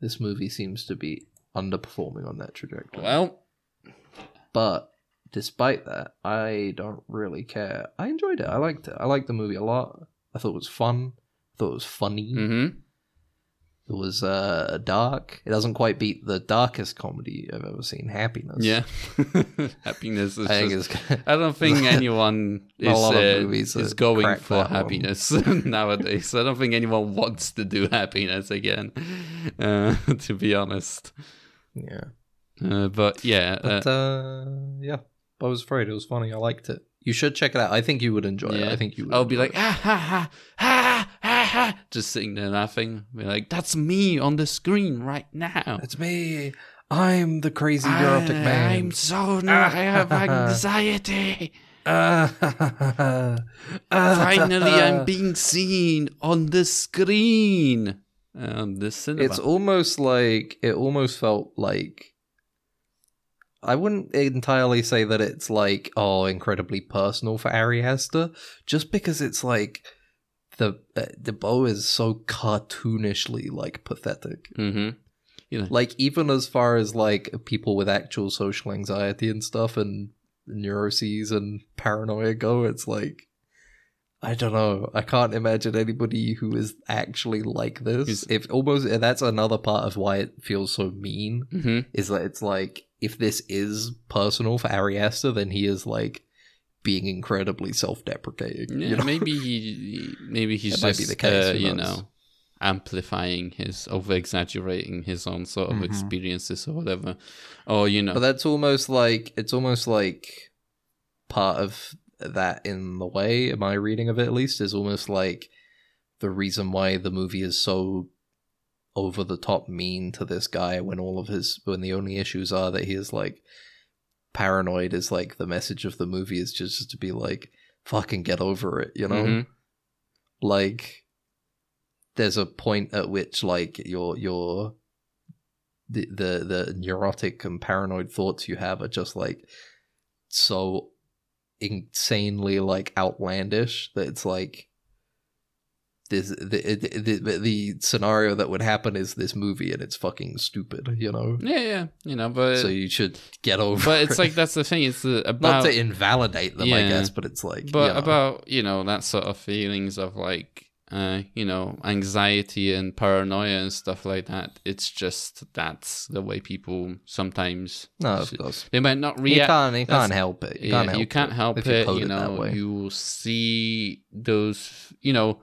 [SPEAKER 1] this movie seems to be underperforming on that trajectory.
[SPEAKER 3] Well,
[SPEAKER 1] but despite that, I don't really care. I enjoyed it. I liked it. I liked the movie a lot. I thought it was fun. I thought it was funny.
[SPEAKER 3] mm-hmm.
[SPEAKER 1] It was uh, dark. It doesn't quite beat the darkest comedy I've ever seen, Happiness.
[SPEAKER 3] yeah. [LAUGHS] happiness is.
[SPEAKER 1] I think
[SPEAKER 3] just- [LAUGHS]
[SPEAKER 1] it's. [LAUGHS]
[SPEAKER 3] I don't think anyone
[SPEAKER 1] Not a
[SPEAKER 3] is,
[SPEAKER 1] lot of
[SPEAKER 3] uh,
[SPEAKER 1] movies
[SPEAKER 3] is
[SPEAKER 1] that
[SPEAKER 3] going
[SPEAKER 1] crack
[SPEAKER 3] for
[SPEAKER 1] that one.
[SPEAKER 3] happiness [LAUGHS] nowadays. I don't think anyone wants to do happiness again, [LAUGHS] uh, to be honest.
[SPEAKER 1] yeah.
[SPEAKER 3] Uh, but yeah,
[SPEAKER 1] But
[SPEAKER 3] uh,
[SPEAKER 1] uh, yeah, I was afraid it was funny. I liked it. You should check it out. I think you would enjoy it.
[SPEAKER 3] Yeah.
[SPEAKER 1] I think you would.
[SPEAKER 3] I'll be
[SPEAKER 1] enjoy
[SPEAKER 3] like, ah, ha, ha, ha, ha, ha, just sitting there laughing. Be like, that's me on the screen right now.
[SPEAKER 1] it. it's me. I'm the crazy neurotic
[SPEAKER 3] I,
[SPEAKER 1] man.
[SPEAKER 3] I'm so
[SPEAKER 1] Ah,
[SPEAKER 3] I
[SPEAKER 1] [LAUGHS]
[SPEAKER 3] have
[SPEAKER 1] ha, ha, ha.
[SPEAKER 3] anxiety. Finally,
[SPEAKER 1] [LAUGHS] Finally,
[SPEAKER 3] I'm being seen on the screen. Um, the cinema.
[SPEAKER 1] It's almost like it almost felt like I wouldn't entirely say that it's like oh incredibly personal for Ari Aster, just because it's like the uh, the bow is so cartoonishly like pathetic.
[SPEAKER 3] Mm-hmm. you know,
[SPEAKER 1] Like even as far as like people with actual social anxiety and stuff and neuroses and paranoia go, it's like I don't know. I can't imagine anybody who is actually like this.
[SPEAKER 3] Is-
[SPEAKER 1] If almost and that's another part of why it feels so mean
[SPEAKER 3] mhm.
[SPEAKER 1] is that it's like if this is personal for Ari Aster, then he is like being incredibly self-deprecating.
[SPEAKER 3] yeah,
[SPEAKER 1] you know?
[SPEAKER 3] maybe he, maybe he's
[SPEAKER 1] That might be
[SPEAKER 3] just
[SPEAKER 1] the case,
[SPEAKER 3] uh,
[SPEAKER 1] who
[SPEAKER 3] you
[SPEAKER 1] knows?
[SPEAKER 3] know amplifying his over exaggerating his own sort of
[SPEAKER 1] Mhm.
[SPEAKER 3] experiences or whatever, or you know,
[SPEAKER 1] But that's almost like it's almost like part of that in the way my reading of it at least is almost like the reason why the movie is so over the top mean to this guy when all of his when the only issues are that he is like paranoid is like the message of the movie is just to be like fucking get over it you know
[SPEAKER 3] Mhm.
[SPEAKER 1] like there's a point at which like your your the, the the neurotic and paranoid thoughts you have are just like so insanely like outlandish that it's like this the the, the the scenario that would happen is this movie and it's fucking stupid you know
[SPEAKER 3] yeah, yeah, you know, but
[SPEAKER 1] so you should get over
[SPEAKER 3] [LAUGHS]
[SPEAKER 1] [LAUGHS]
[SPEAKER 3] but it's
[SPEAKER 1] it.
[SPEAKER 3] like that's the thing. It's uh,
[SPEAKER 1] not
[SPEAKER 3] about
[SPEAKER 1] to invalidate them i
[SPEAKER 3] Yeah.
[SPEAKER 1] guess but it's like
[SPEAKER 3] but
[SPEAKER 1] you know.
[SPEAKER 3] about you know that sort of feelings of like uh you know anxiety and paranoia and stuff like that it's just that's the way people sometimes
[SPEAKER 1] no of course
[SPEAKER 3] they might not
[SPEAKER 1] you
[SPEAKER 3] react
[SPEAKER 1] can't you
[SPEAKER 3] that's-
[SPEAKER 1] can't help it you
[SPEAKER 3] yeah,
[SPEAKER 1] can't help
[SPEAKER 3] you can't
[SPEAKER 1] it
[SPEAKER 3] help
[SPEAKER 1] if
[SPEAKER 3] it,
[SPEAKER 1] code
[SPEAKER 3] you
[SPEAKER 1] that
[SPEAKER 3] know
[SPEAKER 1] way.
[SPEAKER 3] you will see those you know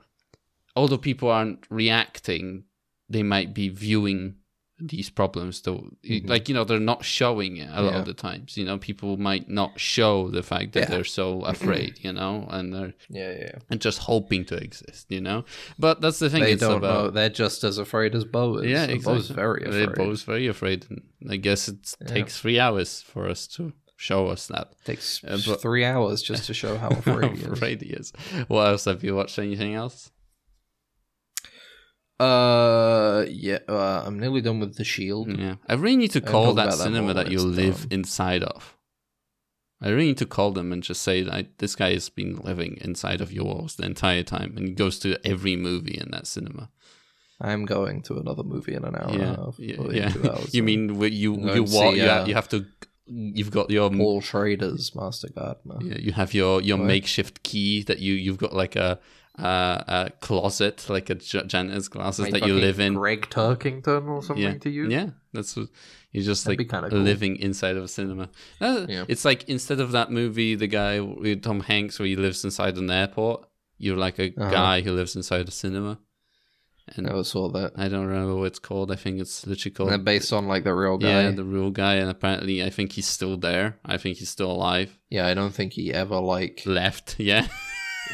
[SPEAKER 3] although people aren't reacting they might be viewing these problems though
[SPEAKER 1] Mhm.
[SPEAKER 3] like you know they're not showing it a lot
[SPEAKER 1] Yeah.
[SPEAKER 3] of the times you know people might not show the fact that
[SPEAKER 1] Yeah.
[SPEAKER 3] they're
[SPEAKER 1] [CLEARS THROAT]
[SPEAKER 3] so afraid you know and they're
[SPEAKER 1] yeah yeah
[SPEAKER 3] and just hoping to exist, you know. But that's the thing.
[SPEAKER 1] they
[SPEAKER 3] it's
[SPEAKER 1] don't know.
[SPEAKER 3] about,
[SPEAKER 1] They're just as afraid as Bo is.
[SPEAKER 3] Yeah,
[SPEAKER 1] And Bo's
[SPEAKER 3] exactly.
[SPEAKER 1] very afraid.
[SPEAKER 3] They're both very afraid. And I guess it
[SPEAKER 1] Yeah.
[SPEAKER 3] takes three hours for us to show us that.
[SPEAKER 1] takes
[SPEAKER 3] Uh, but-
[SPEAKER 1] three hours just to show
[SPEAKER 3] [LAUGHS]
[SPEAKER 1] [LAUGHS] how afraid he is.
[SPEAKER 3] Afraid he is. What else have you watched? Anything else?
[SPEAKER 1] Uh, yeah. Uh, I'm nearly done with the Shield.
[SPEAKER 3] Yeah, I really need to
[SPEAKER 1] I'll
[SPEAKER 3] call
[SPEAKER 1] talk
[SPEAKER 3] that
[SPEAKER 1] about that
[SPEAKER 3] cinema
[SPEAKER 1] more
[SPEAKER 3] that
[SPEAKER 1] when
[SPEAKER 3] you
[SPEAKER 1] it's
[SPEAKER 3] live
[SPEAKER 1] done.
[SPEAKER 3] inside of. I really need to call them and just say, like, this guy has been living inside of yours the entire time, and he goes to every movie in that cinema.
[SPEAKER 1] I'm going to another movie in an hour and a half.
[SPEAKER 3] yeah,
[SPEAKER 1] or in
[SPEAKER 3] yeah.
[SPEAKER 1] two hours,
[SPEAKER 3] [LAUGHS] you
[SPEAKER 1] so.
[SPEAKER 3] mean wh- you
[SPEAKER 1] Go
[SPEAKER 3] you
[SPEAKER 1] and
[SPEAKER 3] walk,
[SPEAKER 1] see,
[SPEAKER 3] you, ha-
[SPEAKER 1] uh,
[SPEAKER 3] you have to, you've got your
[SPEAKER 1] Paul Schrader's Master Gardener?
[SPEAKER 3] Yeah, you have your your
[SPEAKER 1] Right.
[SPEAKER 3] makeshift key that you you've got like a uh, a closet, like a j- janitor's closet
[SPEAKER 1] Like
[SPEAKER 3] that you
[SPEAKER 1] fucking
[SPEAKER 3] live in.
[SPEAKER 1] Greg Turkington or something
[SPEAKER 3] yeah,
[SPEAKER 1] to you?
[SPEAKER 3] yeah, that's what, you're just
[SPEAKER 1] That'd
[SPEAKER 3] like
[SPEAKER 1] be kinda cool.
[SPEAKER 3] living inside of a cinema. Uh,
[SPEAKER 1] Yeah.
[SPEAKER 3] It's like instead of that movie, the guy with Tom Hanks where he lives inside an airport, you're like a
[SPEAKER 1] Uh-huh.
[SPEAKER 3] guy who lives inside a cinema. And
[SPEAKER 1] Never saw that.
[SPEAKER 3] I don't remember what it's called. I think it's literally
[SPEAKER 1] And
[SPEAKER 3] called
[SPEAKER 1] they're based on like the real guy.
[SPEAKER 3] yeah, the real guy. And apparently, I think he's still there. I think he's still alive.
[SPEAKER 1] yeah, I don't think he ever like.
[SPEAKER 3] Left, [LAUGHS] yeah.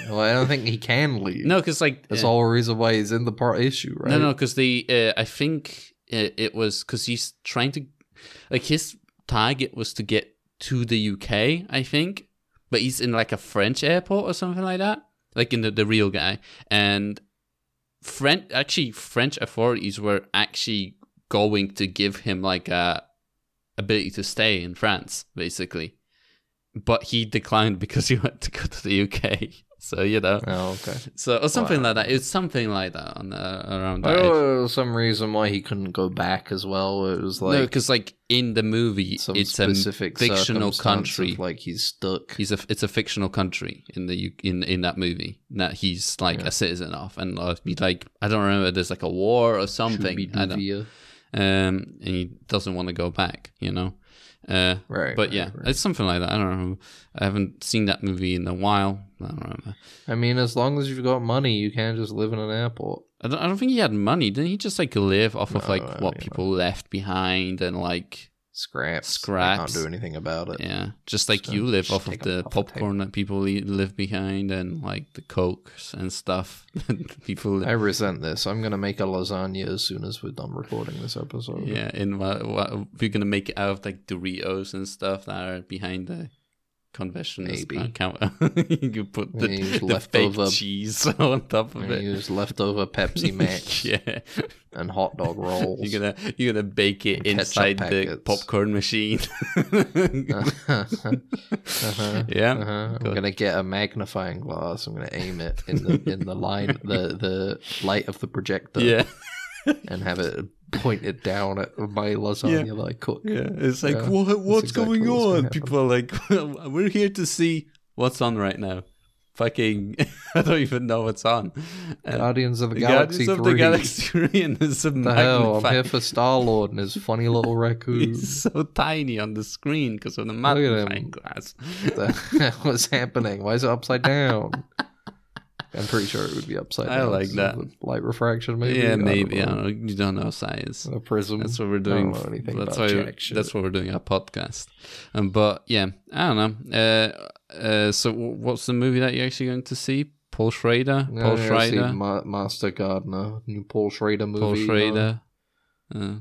[SPEAKER 1] well, I don't think he can leave.
[SPEAKER 3] no, because like
[SPEAKER 1] that's
[SPEAKER 3] uh,
[SPEAKER 1] the whole reason why he's in the part issue, right?
[SPEAKER 3] No, no, because the uh, I think uh, it was because he's trying to, like his target was to get to the UK, I think, but he's in like a French airport or something like that, like in the the real guy. And French, actually, French authorities were actually going to give him like a ability to stay in France, basically, but he declined [LAUGHS] because he had to go to the UK. [LAUGHS] So you know.
[SPEAKER 1] Oh, okay.
[SPEAKER 3] So or something
[SPEAKER 1] Wow.
[SPEAKER 3] like that. It's something like that on uh, around that. age.
[SPEAKER 1] Oh, some reason why he couldn't go back as well. It was
[SPEAKER 3] no,
[SPEAKER 1] like
[SPEAKER 3] because like in the movie,
[SPEAKER 1] some
[SPEAKER 3] it's a
[SPEAKER 1] specific
[SPEAKER 3] fictional
[SPEAKER 1] circumstance
[SPEAKER 3] country.
[SPEAKER 1] of, like he's stuck.
[SPEAKER 3] he's a it's a fictional country in the U- in in that movie that he's like
[SPEAKER 1] Yeah.
[SPEAKER 3] a citizen of, and uh, he, like I don't remember. There's like a war or something. I don't,
[SPEAKER 1] Shubiduvia.
[SPEAKER 3] um, and he doesn't want to go back. You know. Uh,
[SPEAKER 1] Right.
[SPEAKER 3] but
[SPEAKER 1] right,
[SPEAKER 3] yeah,
[SPEAKER 1] right.
[SPEAKER 3] it's something like that. I don't remember. I haven't seen that movie in a while. I don't remember.
[SPEAKER 1] I mean, as long as you've got money, you can't just live in an airport.
[SPEAKER 3] I don't, I don't think he had money. Didn't he just like live off of
[SPEAKER 1] No,
[SPEAKER 3] like
[SPEAKER 1] I
[SPEAKER 3] what
[SPEAKER 1] mean,
[SPEAKER 3] people left behind and like
[SPEAKER 1] Scraps.
[SPEAKER 3] Scraps.
[SPEAKER 1] They can't do anything about it.
[SPEAKER 3] Yeah, just like
[SPEAKER 1] So
[SPEAKER 3] you live
[SPEAKER 1] just
[SPEAKER 3] off of
[SPEAKER 1] take a
[SPEAKER 3] the
[SPEAKER 1] puff of tape.
[SPEAKER 3] popcorn that people le- live behind and like the cokes and stuff. [LAUGHS] that people,
[SPEAKER 1] I resent this. I'm gonna make a lasagna as soon as we're done recording this episode.
[SPEAKER 3] yeah, and what, we're gonna make it out of like Doritos and stuff that are behind the convention
[SPEAKER 1] Maybe.
[SPEAKER 3] counter. [LAUGHS] you put the,
[SPEAKER 1] Maybe use
[SPEAKER 3] the fake
[SPEAKER 1] leftover-
[SPEAKER 3] cheese [LAUGHS] on top
[SPEAKER 1] I'm
[SPEAKER 3] of
[SPEAKER 1] gonna
[SPEAKER 3] it.
[SPEAKER 1] use leftover
[SPEAKER 3] [LAUGHS]
[SPEAKER 1] Pepsi Max
[SPEAKER 3] yeah,
[SPEAKER 1] and hot dog rolls.
[SPEAKER 3] [LAUGHS] you're gonna you're gonna bake it
[SPEAKER 1] And ketchup
[SPEAKER 3] inside the
[SPEAKER 1] packets.
[SPEAKER 3] popcorn machine. [LAUGHS]
[SPEAKER 1] Uh-huh. Uh-huh.
[SPEAKER 3] Yeah,
[SPEAKER 1] Uh-huh.
[SPEAKER 3] go-
[SPEAKER 1] I'm gonna get a magnifying glass. I'm gonna aim it in the in the line the the light of the projector
[SPEAKER 3] yeah.
[SPEAKER 1] and have it pointed down at my lasagna that I cook.
[SPEAKER 3] [LAUGHS] Yeah, it's like
[SPEAKER 1] Yeah,
[SPEAKER 3] what what's
[SPEAKER 1] exactly
[SPEAKER 3] going
[SPEAKER 1] what's gonna
[SPEAKER 3] on? People are like, [LAUGHS] we're here to see what's on right now. Fucking, [LAUGHS] I don't even know what's on. Uh,
[SPEAKER 1] Guardians of the Galaxy
[SPEAKER 3] Guardians of the
[SPEAKER 1] 3.
[SPEAKER 3] Galaxy [LAUGHS] 3 and there's a
[SPEAKER 1] the hell, I'm here
[SPEAKER 3] [LAUGHS] magnifying.
[SPEAKER 1] for Star Lord and his funny little raccoon.
[SPEAKER 3] He's so tiny on the screen because of the
[SPEAKER 1] at him.
[SPEAKER 3] magnifying glass.
[SPEAKER 1] What the hell is happening? Why is it upside down? I'm pretty sure it would be upside
[SPEAKER 3] I
[SPEAKER 1] down.
[SPEAKER 3] like
[SPEAKER 1] 'cause of
[SPEAKER 3] that.
[SPEAKER 1] the Light refraction, maybe. I
[SPEAKER 3] yeah,
[SPEAKER 1] don't
[SPEAKER 3] maybe. I
[SPEAKER 1] know.
[SPEAKER 3] don't know. You don't know science.
[SPEAKER 1] A prism.
[SPEAKER 3] That's what we're
[SPEAKER 1] I don't
[SPEAKER 3] doing.
[SPEAKER 1] know anything
[SPEAKER 3] that's
[SPEAKER 1] about
[SPEAKER 3] why.
[SPEAKER 1] jack shit.
[SPEAKER 3] That's what we're doing our podcast. Um, but yeah, I don't know. Uh, uh, so w- what's the movie that you're actually going to see? Paul Schrader.
[SPEAKER 1] No,
[SPEAKER 3] Paul
[SPEAKER 1] I gotta see
[SPEAKER 3] Schrader.
[SPEAKER 1] Ma- Master Gardener, new Paul Schrader movie.
[SPEAKER 3] Paul
[SPEAKER 1] you
[SPEAKER 3] Schrader. Uh,
[SPEAKER 1] know,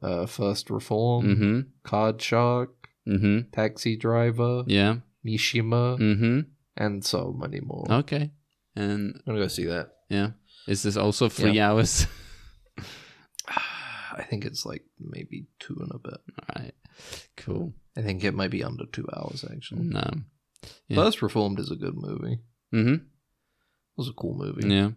[SPEAKER 1] Uh, uh, First Reform,
[SPEAKER 3] mm-hmm.
[SPEAKER 1] Card Shark,
[SPEAKER 3] Mm-hmm.
[SPEAKER 1] Taxi Driver,
[SPEAKER 3] Yeah.
[SPEAKER 1] Mishima,
[SPEAKER 3] Mm-hmm.
[SPEAKER 1] and so many more.
[SPEAKER 3] Okay. And
[SPEAKER 1] I'm gonna go see that. [SIGHS]
[SPEAKER 3] yeah, is this also three hours? [LAUGHS]
[SPEAKER 1] I think it's like maybe two and a bit.
[SPEAKER 3] All right. Cool.
[SPEAKER 1] I think it might be under two hours actually.
[SPEAKER 3] No. Mm. Yeah.
[SPEAKER 1] First Reformed is a good movie.
[SPEAKER 3] Mm-hmm.
[SPEAKER 1] It was a cool movie.
[SPEAKER 3] Yeah.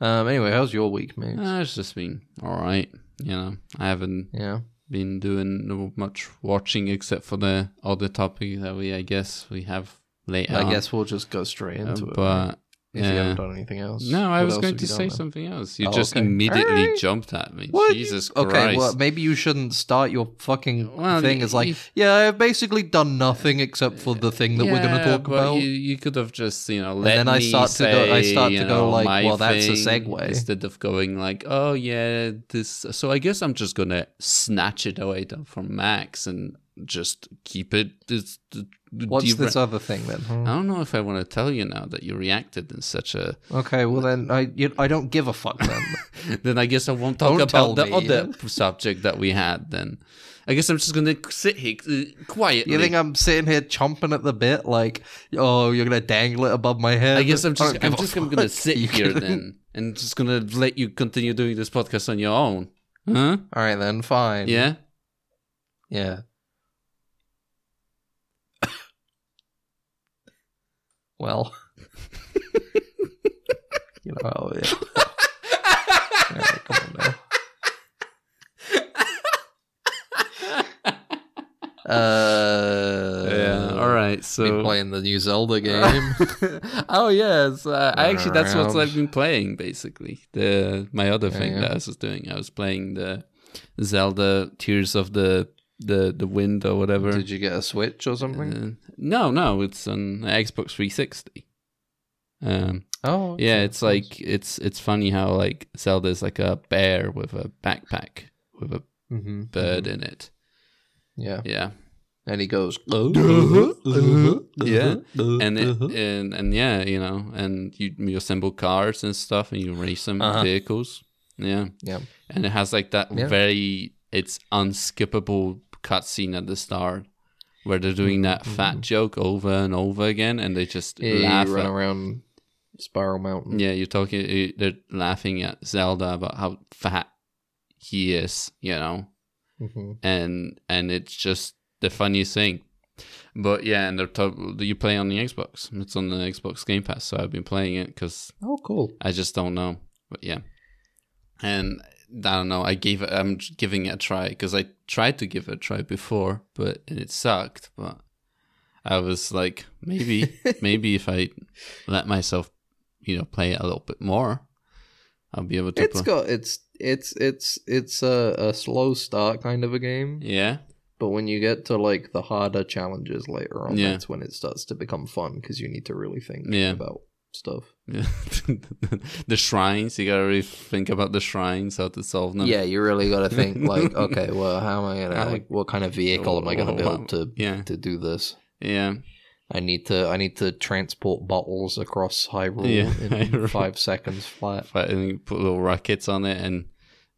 [SPEAKER 1] Um. Anyway, how's your week, mate?
[SPEAKER 3] Uh, it's just been all right. You know, I haven't
[SPEAKER 1] yeah.
[SPEAKER 3] been doing no much watching except for the other topic that we I guess we have later.
[SPEAKER 1] I
[SPEAKER 3] on.
[SPEAKER 1] guess we'll just go straight
[SPEAKER 3] Uh,
[SPEAKER 1] into it. right?
[SPEAKER 3] but
[SPEAKER 1] if you
[SPEAKER 3] yeah.
[SPEAKER 1] haven't done anything else.
[SPEAKER 3] no, I
[SPEAKER 1] What
[SPEAKER 3] was
[SPEAKER 1] else
[SPEAKER 3] going
[SPEAKER 1] have
[SPEAKER 3] to
[SPEAKER 1] you done
[SPEAKER 3] say
[SPEAKER 1] then?
[SPEAKER 3] something else. You
[SPEAKER 1] Oh,
[SPEAKER 3] just
[SPEAKER 1] okay.
[SPEAKER 3] immediately
[SPEAKER 1] Alright.
[SPEAKER 3] jumped at me.
[SPEAKER 1] What?
[SPEAKER 3] Jesus Christ.
[SPEAKER 1] okay, well, maybe you shouldn't start your fucking
[SPEAKER 3] Well,
[SPEAKER 1] thing as like,
[SPEAKER 3] you-
[SPEAKER 1] yeah, I've basically done nothing except for the thing that we're going to
[SPEAKER 3] Yeah,
[SPEAKER 1] talk
[SPEAKER 3] but
[SPEAKER 1] about.
[SPEAKER 3] You, you could have just you know
[SPEAKER 1] And
[SPEAKER 3] let
[SPEAKER 1] then I
[SPEAKER 3] me
[SPEAKER 1] start to go- I
[SPEAKER 3] say,
[SPEAKER 1] start to
[SPEAKER 3] you
[SPEAKER 1] go
[SPEAKER 3] know,
[SPEAKER 1] like,
[SPEAKER 3] my
[SPEAKER 1] well, that's a
[SPEAKER 3] thing,
[SPEAKER 1] segue.
[SPEAKER 3] instead of going like oh yeah this. So I guess I'm just gonna snatch it away th- from Max and just keep it. It's,
[SPEAKER 1] What's
[SPEAKER 3] dera-
[SPEAKER 1] this other thing then? Hmm.
[SPEAKER 3] I don't know if I want to tell you now that you reacted in such a.
[SPEAKER 1] Okay, well then I you, I don't give a fuck
[SPEAKER 3] [LAUGHS]
[SPEAKER 1] then.
[SPEAKER 3] Then I guess I won't talk
[SPEAKER 1] Don't tell
[SPEAKER 3] about the
[SPEAKER 1] me.
[SPEAKER 3] other subject that we had. Then I guess I'm just gonna sit here uh, quietly.
[SPEAKER 1] you think I'm sitting here chomping at the bit like, oh, you're gonna dangle it above my head?
[SPEAKER 3] I guess I'm
[SPEAKER 1] I don't
[SPEAKER 3] just
[SPEAKER 1] give
[SPEAKER 3] I'm
[SPEAKER 1] a
[SPEAKER 3] just
[SPEAKER 1] fuck.
[SPEAKER 3] [LAUGHS] gonna sit
[SPEAKER 1] [LAUGHS] You
[SPEAKER 3] here
[SPEAKER 1] kidding?
[SPEAKER 3] then and just gonna let you continue doing this podcast on your own. Huh?
[SPEAKER 1] All right then, fine.
[SPEAKER 3] Yeah?
[SPEAKER 1] yeah. [COUGHS] well, [LAUGHS] you know how it is. All right, come on now. Uh,
[SPEAKER 3] [LAUGHS] yeah. All right.
[SPEAKER 1] Been
[SPEAKER 3] So.
[SPEAKER 1] playing the new
[SPEAKER 3] [LAUGHS]
[SPEAKER 1] Zelda game.
[SPEAKER 3] oh yes. Uh, I
[SPEAKER 1] Run
[SPEAKER 3] actually, that's what
[SPEAKER 1] around.
[SPEAKER 3] I've been playing. Basically, the my other
[SPEAKER 1] Yeah,
[SPEAKER 3] thing
[SPEAKER 1] yeah.
[SPEAKER 3] that I was doing, I was playing the Zelda Tears of the the the Wind or whatever.
[SPEAKER 1] Did you get a Switch or something?
[SPEAKER 3] Uh, no, no, it's an Xbox 360. Um,
[SPEAKER 1] oh, okay,
[SPEAKER 3] yeah it's
[SPEAKER 1] nice.
[SPEAKER 3] like it's it's funny how like zelda's like a bear with a backpack with a
[SPEAKER 1] Mhm,
[SPEAKER 3] bird
[SPEAKER 1] mhm.
[SPEAKER 3] in it
[SPEAKER 1] Yeah,
[SPEAKER 3] yeah
[SPEAKER 1] and he
[SPEAKER 3] [LAUGHS]
[SPEAKER 1] goes.
[SPEAKER 3] Uh-huh,
[SPEAKER 1] [LAUGHS] Uh-huh.
[SPEAKER 3] Yeah. uh-huh, and it, and and yeah you know and you, you assemble cars and stuff and you race them
[SPEAKER 1] Uh-huh.
[SPEAKER 3] vehicles yeah
[SPEAKER 1] Yeah.
[SPEAKER 3] and it has like that
[SPEAKER 1] Yeah.
[SPEAKER 3] very it's unskippable cutscene at the start where they're doing that fat joke over and over again and they just
[SPEAKER 1] Mm-hmm. Yeah, you
[SPEAKER 3] laugh
[SPEAKER 1] run
[SPEAKER 3] at
[SPEAKER 1] around Spiral Mountain.
[SPEAKER 3] Yeah, you're talking. you- They're laughing at Zelda about how fat he is, you know,
[SPEAKER 1] hmm
[SPEAKER 3] and and it's just the funniest thing. But yeah, and they're talk- you play on the Xbox. It's on the Xbox Game Pass, so I've been playing it because
[SPEAKER 1] Oh, [LAUGHS] cool.
[SPEAKER 3] I just don't know. But yeah, and I don't know. I gave it. I'm j- giving it a try because I tried to give it a try before, but and it sucked. But I was like,
[SPEAKER 1] [LAUGHS]
[SPEAKER 3] maybe, maybe if I let myself, you know, play it a little bit more, I'll be able to.
[SPEAKER 1] It's
[SPEAKER 3] play.
[SPEAKER 1] got it's it's it's it's a, a slow start kind of a game,
[SPEAKER 3] Yeah.
[SPEAKER 1] but when you get to like the harder challenges later on,
[SPEAKER 3] Yeah.
[SPEAKER 1] that's when it starts to become fun because you need to really think
[SPEAKER 3] Yeah.
[SPEAKER 1] about stuff.
[SPEAKER 3] [LAUGHS] Yeah. the shrines. You gotta really think about the shrines, how to solve them.
[SPEAKER 1] Yeah, you really got to think
[SPEAKER 3] [LAUGHS]
[SPEAKER 1] like, okay, well, how am I gonna
[SPEAKER 3] How-
[SPEAKER 1] like, what kind of vehicle am I gonna
[SPEAKER 3] Wha-
[SPEAKER 1] build to
[SPEAKER 3] Oh, Yeah.
[SPEAKER 1] to do this?
[SPEAKER 3] Yeah.
[SPEAKER 1] I need to I need to transport bottles across Hyrule
[SPEAKER 3] Yeah, [LAUGHS]
[SPEAKER 1] in
[SPEAKER 3] Hyrule.
[SPEAKER 1] five seconds flat.
[SPEAKER 3] Fi- and you put little rockets on it and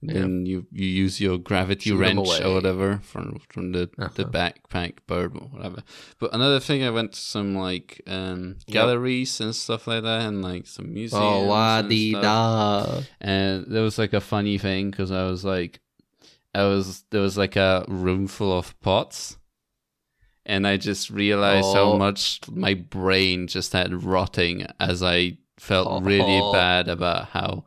[SPEAKER 1] Yeah.
[SPEAKER 3] then you, you use your gravity
[SPEAKER 1] Shoot 'em
[SPEAKER 3] wrench
[SPEAKER 1] away.
[SPEAKER 3] or whatever from from the, the
[SPEAKER 1] Uh-huh.
[SPEAKER 3] backpack bird or whatever. But another thing I went to some like um,
[SPEAKER 1] Yep.
[SPEAKER 3] galleries and stuff like that and like some museums.
[SPEAKER 1] Oh, la
[SPEAKER 3] and
[SPEAKER 1] di
[SPEAKER 3] stuff
[SPEAKER 1] da.
[SPEAKER 3] and there was like a funny thing because I was like, I was there was like a room full of pots, and I just realized
[SPEAKER 1] Oh.
[SPEAKER 3] how much my brain just had rotting as I felt really
[SPEAKER 1] Oh.
[SPEAKER 3] bad about how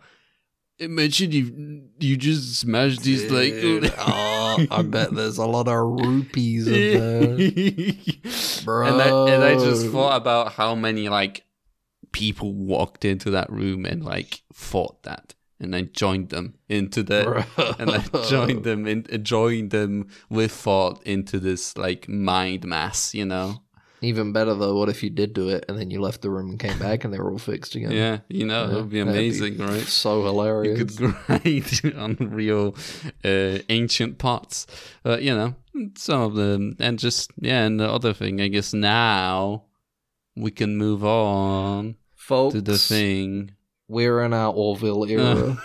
[SPEAKER 3] Imagine you you just smash these like
[SPEAKER 1] [LAUGHS] Dude,
[SPEAKER 3] [LAUGHS]
[SPEAKER 1] oh, I bet there's a lot of rupees in there.
[SPEAKER 3] [LAUGHS] and
[SPEAKER 1] Bro.
[SPEAKER 3] I and I just thought about how many like people walked into that room and like fought that. And I joined them into [LAUGHS] the
[SPEAKER 1] Bro. [LAUGHS]
[SPEAKER 3] and I joined them in uh, joined them with thought into this like mind mass, you know?
[SPEAKER 1] Even better though, what if you did do it and then you left the room and came back and they were all fixed again?
[SPEAKER 3] Yeah, you know, it would be
[SPEAKER 1] that'd
[SPEAKER 3] amazing, right?
[SPEAKER 1] So
[SPEAKER 3] you
[SPEAKER 1] hilarious.
[SPEAKER 3] could grind [LAUGHS] on real uh, ancient pots. But you know, some of them, and just yeah, and the other thing, I guess now we can move on
[SPEAKER 1] Folks,
[SPEAKER 3] to the thing.
[SPEAKER 1] we're in our Orville
[SPEAKER 3] Uh,
[SPEAKER 1] era.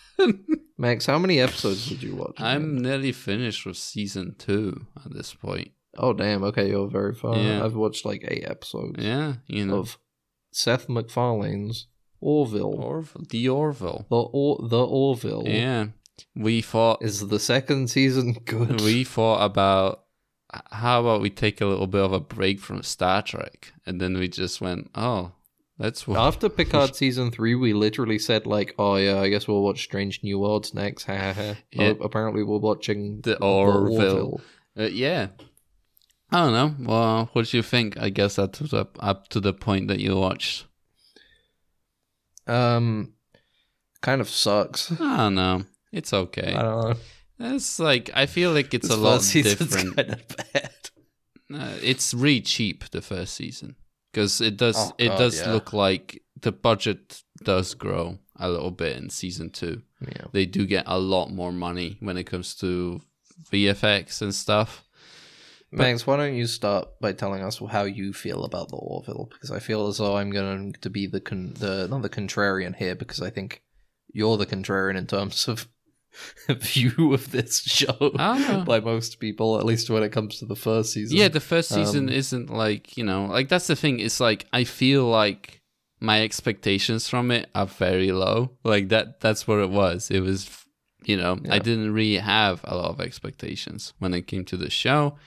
[SPEAKER 1] [LAUGHS] Max, how many episodes did you watch?
[SPEAKER 3] I'm nearly finished with season two at this point.
[SPEAKER 1] Oh damn. Okay, you're very far.
[SPEAKER 3] Yeah.
[SPEAKER 1] I've watched like eight episodes
[SPEAKER 3] Yeah, you know,
[SPEAKER 1] of Seth MacFarlane's Orville.
[SPEAKER 3] Orville, the Orville.
[SPEAKER 1] the or- the Orville.
[SPEAKER 3] Yeah, we thought
[SPEAKER 1] Is the second season [LAUGHS] good?
[SPEAKER 3] we thought about h- how about we take a little bit of a break from Star Trek, and then we just went, oh, let's watch. [LAUGHS]
[SPEAKER 1] After Picard season three, we literally said like, "Oh yeah, I guess we'll watch Strange New Worlds next." [LAUGHS] Ha ha ha.
[SPEAKER 3] Yeah.
[SPEAKER 1] Oh, apparently, we're watching
[SPEAKER 3] The Orville. Uh, yeah. I don't know. Well, what do you think? I guess up to the up to the point that you watched.
[SPEAKER 1] Um, kind of sucks.
[SPEAKER 3] I don't know. It's
[SPEAKER 1] I
[SPEAKER 3] okay.
[SPEAKER 1] don't know.
[SPEAKER 3] It's like I feel like it's a
[SPEAKER 1] This
[SPEAKER 3] lot
[SPEAKER 1] first season's [LAUGHS]
[SPEAKER 3] different.
[SPEAKER 1] Kind of bad.
[SPEAKER 3] Uh, it's really cheap the first season because it does
[SPEAKER 1] Oh,
[SPEAKER 3] it
[SPEAKER 1] God,
[SPEAKER 3] does
[SPEAKER 1] yeah.
[SPEAKER 3] look like the budget does grow a little bit in season two.
[SPEAKER 1] Yeah.
[SPEAKER 3] They do get a lot more money when it comes to VFX and stuff.
[SPEAKER 1] Max, why don't you start by telling us how you feel about the Orville? Because I feel as though I'm going to be the con- the not the contrarian here, because I think you're the contrarian in terms of [LAUGHS] view of this show
[SPEAKER 3] Ah.
[SPEAKER 1] by most people, at least when it comes to the first season.
[SPEAKER 3] Yeah, the first season
[SPEAKER 1] Um,
[SPEAKER 3] isn't like, you know, like that's the thing. It's like I feel like my expectations from it are very low. Like that that's what it was. It was you know, I
[SPEAKER 1] Yeah.
[SPEAKER 3] didn't really have a lot of expectations when it came to the show.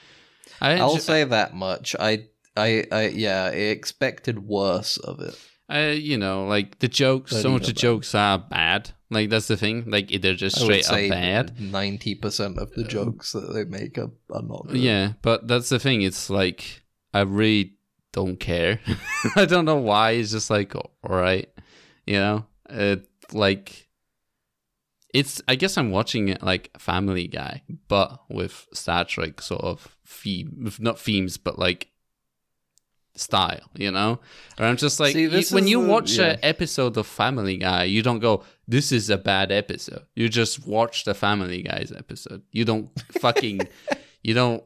[SPEAKER 3] I
[SPEAKER 1] I'll
[SPEAKER 3] enjo-
[SPEAKER 1] say that much. I, I, I, yeah, I expected worse of it.
[SPEAKER 3] I, you know, like the jokes,
[SPEAKER 1] But
[SPEAKER 3] so much
[SPEAKER 1] even
[SPEAKER 3] of
[SPEAKER 1] better.
[SPEAKER 3] jokes are bad. Like that's the thing. Like they're just
[SPEAKER 1] I would
[SPEAKER 3] straight
[SPEAKER 1] say
[SPEAKER 3] up bad.
[SPEAKER 1] ninety percent of the jokes that they make are, are not. Good.
[SPEAKER 3] Yeah, but that's the thing. It's like I really don't care. [LAUGHS] I don't know why. It's just like all right, you know. It like it's. I guess I'm watching it like Family Guy, but with Star Trek sort of theme, with not themes, but like style, you know. And I'm just like
[SPEAKER 1] See,
[SPEAKER 3] you-
[SPEAKER 1] this
[SPEAKER 3] when
[SPEAKER 1] is
[SPEAKER 3] you
[SPEAKER 1] the-
[SPEAKER 3] watch
[SPEAKER 1] yeah.
[SPEAKER 3] an episode of Family Guy, you don't go, "This is a bad episode." You just watch the Family Guy's episode. You don't fucking you don't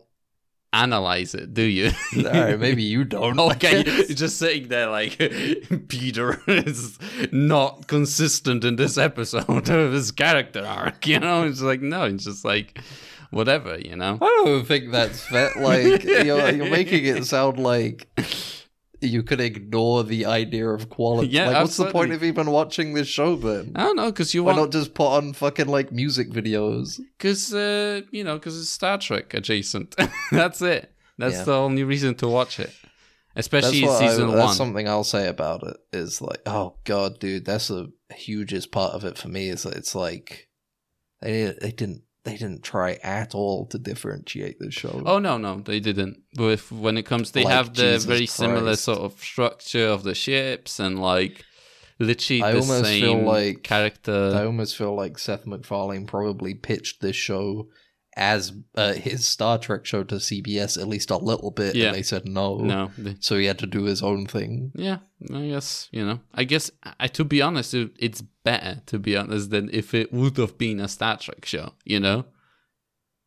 [SPEAKER 3] analyze it, do you?
[SPEAKER 1] [LAUGHS] All right, maybe you don't. [LAUGHS]
[SPEAKER 3] [LAUGHS] okay, you're just sitting there like [LAUGHS] Peter is not consistent in this episode [LAUGHS] of his character arc. You know, it's like no, it's just like whatever. You know,
[SPEAKER 1] I don't think that's fair.
[SPEAKER 3] [LAUGHS]
[SPEAKER 1] Like you're, you're making it sound like you could ignore the idea of quality.
[SPEAKER 3] Yeah,
[SPEAKER 1] like, what's the
[SPEAKER 3] absolutely.
[SPEAKER 1] point of even watching this show then?
[SPEAKER 3] I don't know because you
[SPEAKER 1] Why
[SPEAKER 3] want
[SPEAKER 1] not just put on fucking like music videos?
[SPEAKER 3] because uh, you know because it's Star Trek adjacent. [LAUGHS] that's it. That's
[SPEAKER 1] Yeah.
[SPEAKER 3] the only reason to watch it,
[SPEAKER 1] That's,
[SPEAKER 3] especially
[SPEAKER 1] what I-
[SPEAKER 3] season
[SPEAKER 1] that's
[SPEAKER 3] one.
[SPEAKER 1] something I'll say about it. Is like, oh god, dude, that's the hugest part of it for me. Is that it's like they they didn't they didn't try at all to differentiate this show.
[SPEAKER 3] Oh no, no, they didn't. With when it comes, they
[SPEAKER 1] Like
[SPEAKER 3] have the
[SPEAKER 1] Jesus
[SPEAKER 3] very similar
[SPEAKER 1] Christ.
[SPEAKER 3] sort of structure of the ships and like literally
[SPEAKER 1] I
[SPEAKER 3] the
[SPEAKER 1] almost
[SPEAKER 3] same
[SPEAKER 1] feel like- I
[SPEAKER 3] character.
[SPEAKER 1] almost feel like Seth MacFarlane probably pitched this show as uh, his Star Trek show to CBS at least a little bit,
[SPEAKER 3] Yeah.
[SPEAKER 1] and they said no.
[SPEAKER 3] No, they-
[SPEAKER 1] So he had to do his own thing.
[SPEAKER 3] yeah, I guess you know. I guess I to be honest, it, it's better to be honest than if it would have been a Star Trek show. You know,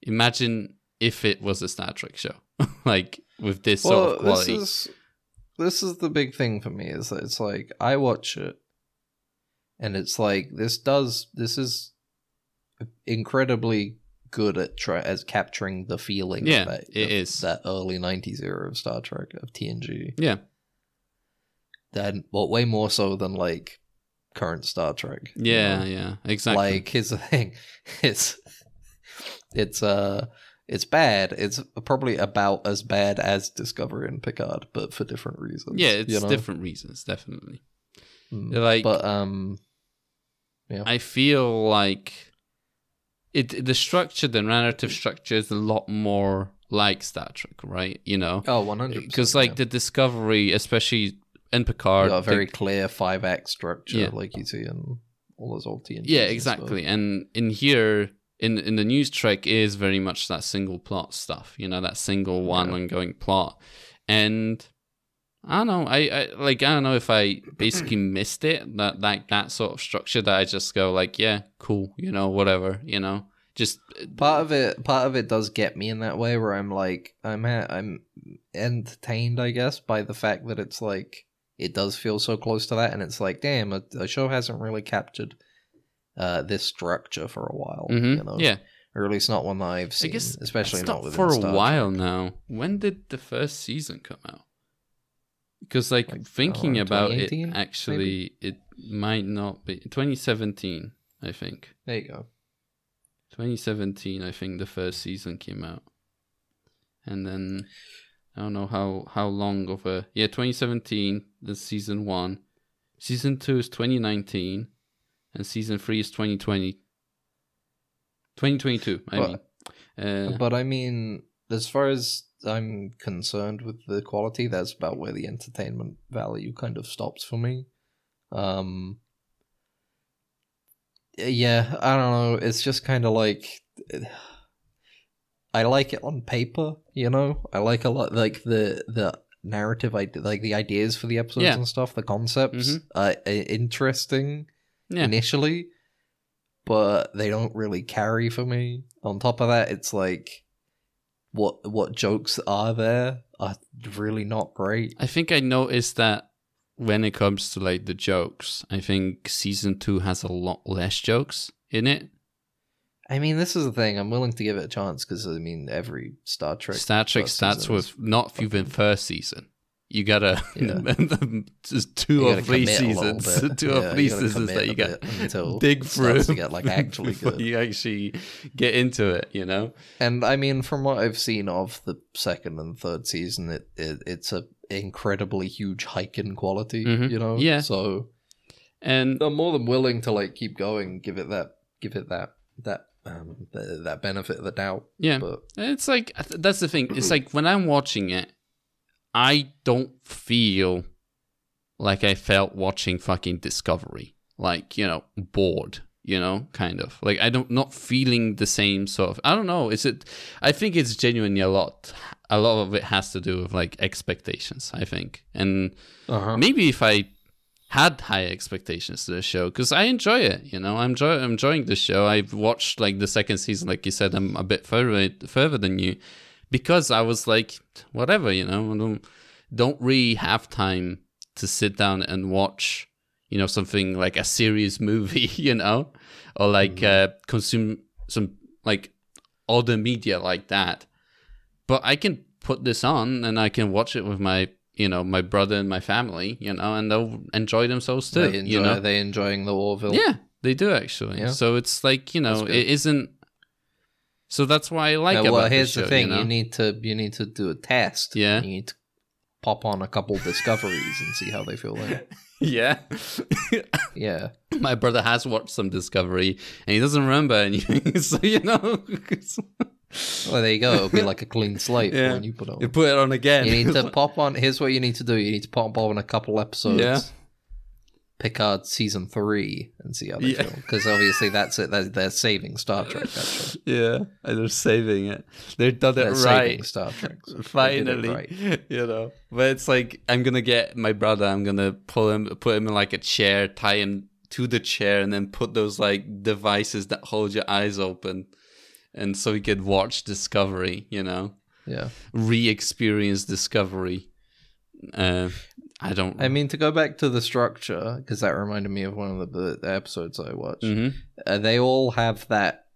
[SPEAKER 3] imagine if it was a Star Trek show, [LAUGHS] like with this sort
[SPEAKER 1] this
[SPEAKER 3] of quality.
[SPEAKER 1] is this is the big thing for me is that it's like I watch it, and it's like this does this is incredibly good at try as capturing the feeling.
[SPEAKER 3] Yeah,
[SPEAKER 1] of that,
[SPEAKER 3] it
[SPEAKER 1] of
[SPEAKER 3] is.
[SPEAKER 1] that early '90s era of Star Trek of TNG.
[SPEAKER 3] Yeah,
[SPEAKER 1] then well, way more so than like current Star Trek. you
[SPEAKER 3] yeah,
[SPEAKER 1] know?
[SPEAKER 3] yeah, exactly.
[SPEAKER 1] Like here's the thing, [LAUGHS] it's it's uh it's bad. It's probably about as bad as Discovery and Picard, but for different reasons. Mm.
[SPEAKER 3] yeah, it's
[SPEAKER 1] you know?
[SPEAKER 3] different reasons, definitely.
[SPEAKER 1] Mm.
[SPEAKER 3] Like,
[SPEAKER 1] But um, Yeah.
[SPEAKER 3] I feel like it the structure, the narrative structure is a lot more like Star Trek, right? You know,
[SPEAKER 1] Oh, 100.
[SPEAKER 3] because like the Discovery, especially in Picard,
[SPEAKER 1] got a
[SPEAKER 3] the-
[SPEAKER 1] very clear five act structure,
[SPEAKER 3] Yeah.
[SPEAKER 1] like you see in all those old TNG.
[SPEAKER 3] yeah,
[SPEAKER 1] and stuff.
[SPEAKER 3] exactly. And in here, in in the news track, is very much that single plot stuff. You know, that single one
[SPEAKER 1] Yeah.
[SPEAKER 3] ongoing plot, and. I don't know. I, I like. I don't know if I
[SPEAKER 1] [CLEARS THROAT]
[SPEAKER 3] basically missed it. That like that sort of structure that I just go like, yeah, cool. You know, whatever. You know, just
[SPEAKER 1] Part of it, part of it does get me in that way where I'm like, I'm ha- I'm entertained, I guess, by the fact that it's like it does feel so close to that, and it's like, damn, a, a show hasn't really captured uh, this structure for a while,
[SPEAKER 3] Mhm.
[SPEAKER 1] you know?
[SPEAKER 3] yeah.
[SPEAKER 1] or at least not one that I've seen,
[SPEAKER 3] guess
[SPEAKER 1] especially
[SPEAKER 3] It's
[SPEAKER 1] not
[SPEAKER 3] not
[SPEAKER 1] within
[SPEAKER 3] for a
[SPEAKER 1] Star
[SPEAKER 3] while now. When did the first season come out? Because like,
[SPEAKER 1] Like, uh,
[SPEAKER 3] thinking
[SPEAKER 1] around
[SPEAKER 3] about it,
[SPEAKER 1] 2018,
[SPEAKER 3] actually, it might not be 2017. I think
[SPEAKER 1] Trek. There you go.
[SPEAKER 3] 2017. I think the first season came out, and then I don't know how how long of a yeah 2017. The season one, season two is 2019, and season three is 2020. 2022. I
[SPEAKER 1] But-
[SPEAKER 3] mean. Uh,
[SPEAKER 1] But I mean, as far as I'm concerned with the quality, that's about where the entertainment value kind of stops for me. Um, yeah, I don't know. It's just kind of like I like it on paper, you know. I like a lot, like the the narrative, I like the ideas for the episodes
[SPEAKER 3] Yeah.
[SPEAKER 1] and stuff. The concepts
[SPEAKER 3] Mhm.
[SPEAKER 1] are uh, interesting
[SPEAKER 3] yeah.
[SPEAKER 1] initially, but they don't really carry for me. On top of that, it's like what what jokes are there are really not great.
[SPEAKER 3] I think I noticed that when it comes to like the jokes, I think season two has a lot less jokes in it.
[SPEAKER 1] I mean, this is the thing. I'm willing to give it a chance because I mean, every Star Trek
[SPEAKER 3] Star Trek
[SPEAKER 1] first
[SPEAKER 3] starts
[SPEAKER 1] season is-
[SPEAKER 3] with not if you've been first season. You gotta [LAUGHS] just two
[SPEAKER 1] you
[SPEAKER 3] or
[SPEAKER 1] gotta
[SPEAKER 3] three
[SPEAKER 1] commit a little
[SPEAKER 3] seasons,
[SPEAKER 1] bit.
[SPEAKER 3] [LAUGHS] two
[SPEAKER 1] Yeah,
[SPEAKER 3] or
[SPEAKER 1] you
[SPEAKER 3] three
[SPEAKER 1] gotta
[SPEAKER 3] seasons
[SPEAKER 1] commit
[SPEAKER 3] that you
[SPEAKER 1] a
[SPEAKER 3] got
[SPEAKER 1] bit until
[SPEAKER 3] [LAUGHS] dig
[SPEAKER 1] it
[SPEAKER 3] through
[SPEAKER 1] starts to get like actually
[SPEAKER 3] [LAUGHS] before
[SPEAKER 1] good.
[SPEAKER 3] you actually get into it. You know,
[SPEAKER 1] And I mean, from what I've seen of the second and third season, it, it it's a incredibly huge hike in quality.
[SPEAKER 3] Mhm.
[SPEAKER 1] You know,
[SPEAKER 3] Yeah.
[SPEAKER 1] So
[SPEAKER 3] and
[SPEAKER 1] I'm more than willing to like keep going, give it that, give it that, that, um, th- that benefit of the doubt.
[SPEAKER 3] yeah,
[SPEAKER 1] But
[SPEAKER 3] And It's like I th- that's the thing. It's like when I'm watching it, I don't feel like I felt watching fucking Discovery. Like you know, bored. You know, kind of like I don't not feeling the same sort of. I don't know. Is it? I think it's genuinely a lot. A lot of it has to do with like expectations. I think, and
[SPEAKER 1] uh-huh.
[SPEAKER 3] maybe if I had high expectations to the show because I enjoy it. You know, I'm, enjoy- I'm enjoying the show. I've watched like the second season, like you said, I'm a bit further further than you because I was like, whatever. You know, I don't don't really have time to sit down and watch. You know, something like a serious [LAUGHS] movie. You know, or like
[SPEAKER 1] Mm.
[SPEAKER 3] uh, consume some like other media like that. But I can put this on and I can watch it with my you know my brother and my family. You know, and they'll enjoy themselves too.
[SPEAKER 1] they enjoy,
[SPEAKER 3] you know,
[SPEAKER 1] are they enjoying the Orville?
[SPEAKER 3] yeah, they do actually.
[SPEAKER 1] Yeah.
[SPEAKER 3] So it's like you know,
[SPEAKER 1] That's good.
[SPEAKER 3] it isn't. So that's why I like
[SPEAKER 1] Now,
[SPEAKER 3] about
[SPEAKER 1] well,
[SPEAKER 3] this
[SPEAKER 1] here's
[SPEAKER 3] show,
[SPEAKER 1] the thing:
[SPEAKER 3] You,
[SPEAKER 1] you,
[SPEAKER 3] know?
[SPEAKER 1] need to you need to do a test.
[SPEAKER 3] Yeah.
[SPEAKER 1] you need to pop on a couple discoveries and see how they feel.
[SPEAKER 3] [LAUGHS]
[SPEAKER 1] Like.
[SPEAKER 3] [LAUGHS] yeah.
[SPEAKER 1] Yeah,
[SPEAKER 3] my brother has watched some Discovery and he doesn't remember anything. [LAUGHS] so you know,
[SPEAKER 1] well, there you go. It'll be like a clean slate
[SPEAKER 3] Yeah.
[SPEAKER 1] when you put it
[SPEAKER 3] you
[SPEAKER 1] on.
[SPEAKER 3] put it on again.
[SPEAKER 1] You need
[SPEAKER 3] [LAUGHS]
[SPEAKER 1] to pop on. Here's what you need to do: you need to pop on a couple episodes.
[SPEAKER 3] Yeah.
[SPEAKER 1] Picard season three and see how they
[SPEAKER 3] Yeah.
[SPEAKER 1] feel because obviously that's it. They're, they're saving Star Trek. That's right.
[SPEAKER 3] yeah, and they're saving it. They've done it [LAUGHS]
[SPEAKER 1] They're
[SPEAKER 3] right.
[SPEAKER 1] saving Star
[SPEAKER 3] [LAUGHS]
[SPEAKER 1] Trek. so they did it
[SPEAKER 3] finally
[SPEAKER 1] right.
[SPEAKER 3] [LAUGHS] you know but it's like i'm gonna get my brother i'm gonna pull him put him in like a chair tie him to the chair and then put those like devices that hold your eyes open and so he could watch discovery you know
[SPEAKER 1] Yeah.
[SPEAKER 3] re-experience discovery uh, i don't
[SPEAKER 1] I mean, to go back to the structure, because that reminded me of one of the, the episodes I watched.
[SPEAKER 3] Mhm.
[SPEAKER 1] Uh, they all have that.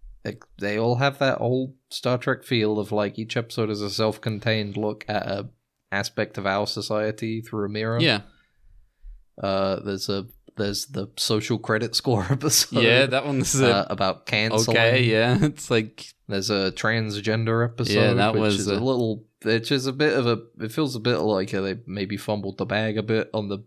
[SPEAKER 1] They all have that old Star Trek feel of like each episode is a self-contained look at a aspect of our society through a mirror.
[SPEAKER 3] yeah
[SPEAKER 1] Uh, there's a there's the social credit score [LAUGHS] episode.
[SPEAKER 3] yeah that one's a,
[SPEAKER 1] uh, about canceling.
[SPEAKER 3] [LAUGHS] okay yeah [LAUGHS] it's like
[SPEAKER 1] There's a transgender episode.
[SPEAKER 3] Yeah, that
[SPEAKER 1] which
[SPEAKER 3] was
[SPEAKER 1] is
[SPEAKER 3] a-
[SPEAKER 1] a, uh, little. It's just a bit of a. It feels a bit like they maybe fumbled the bag a bit on the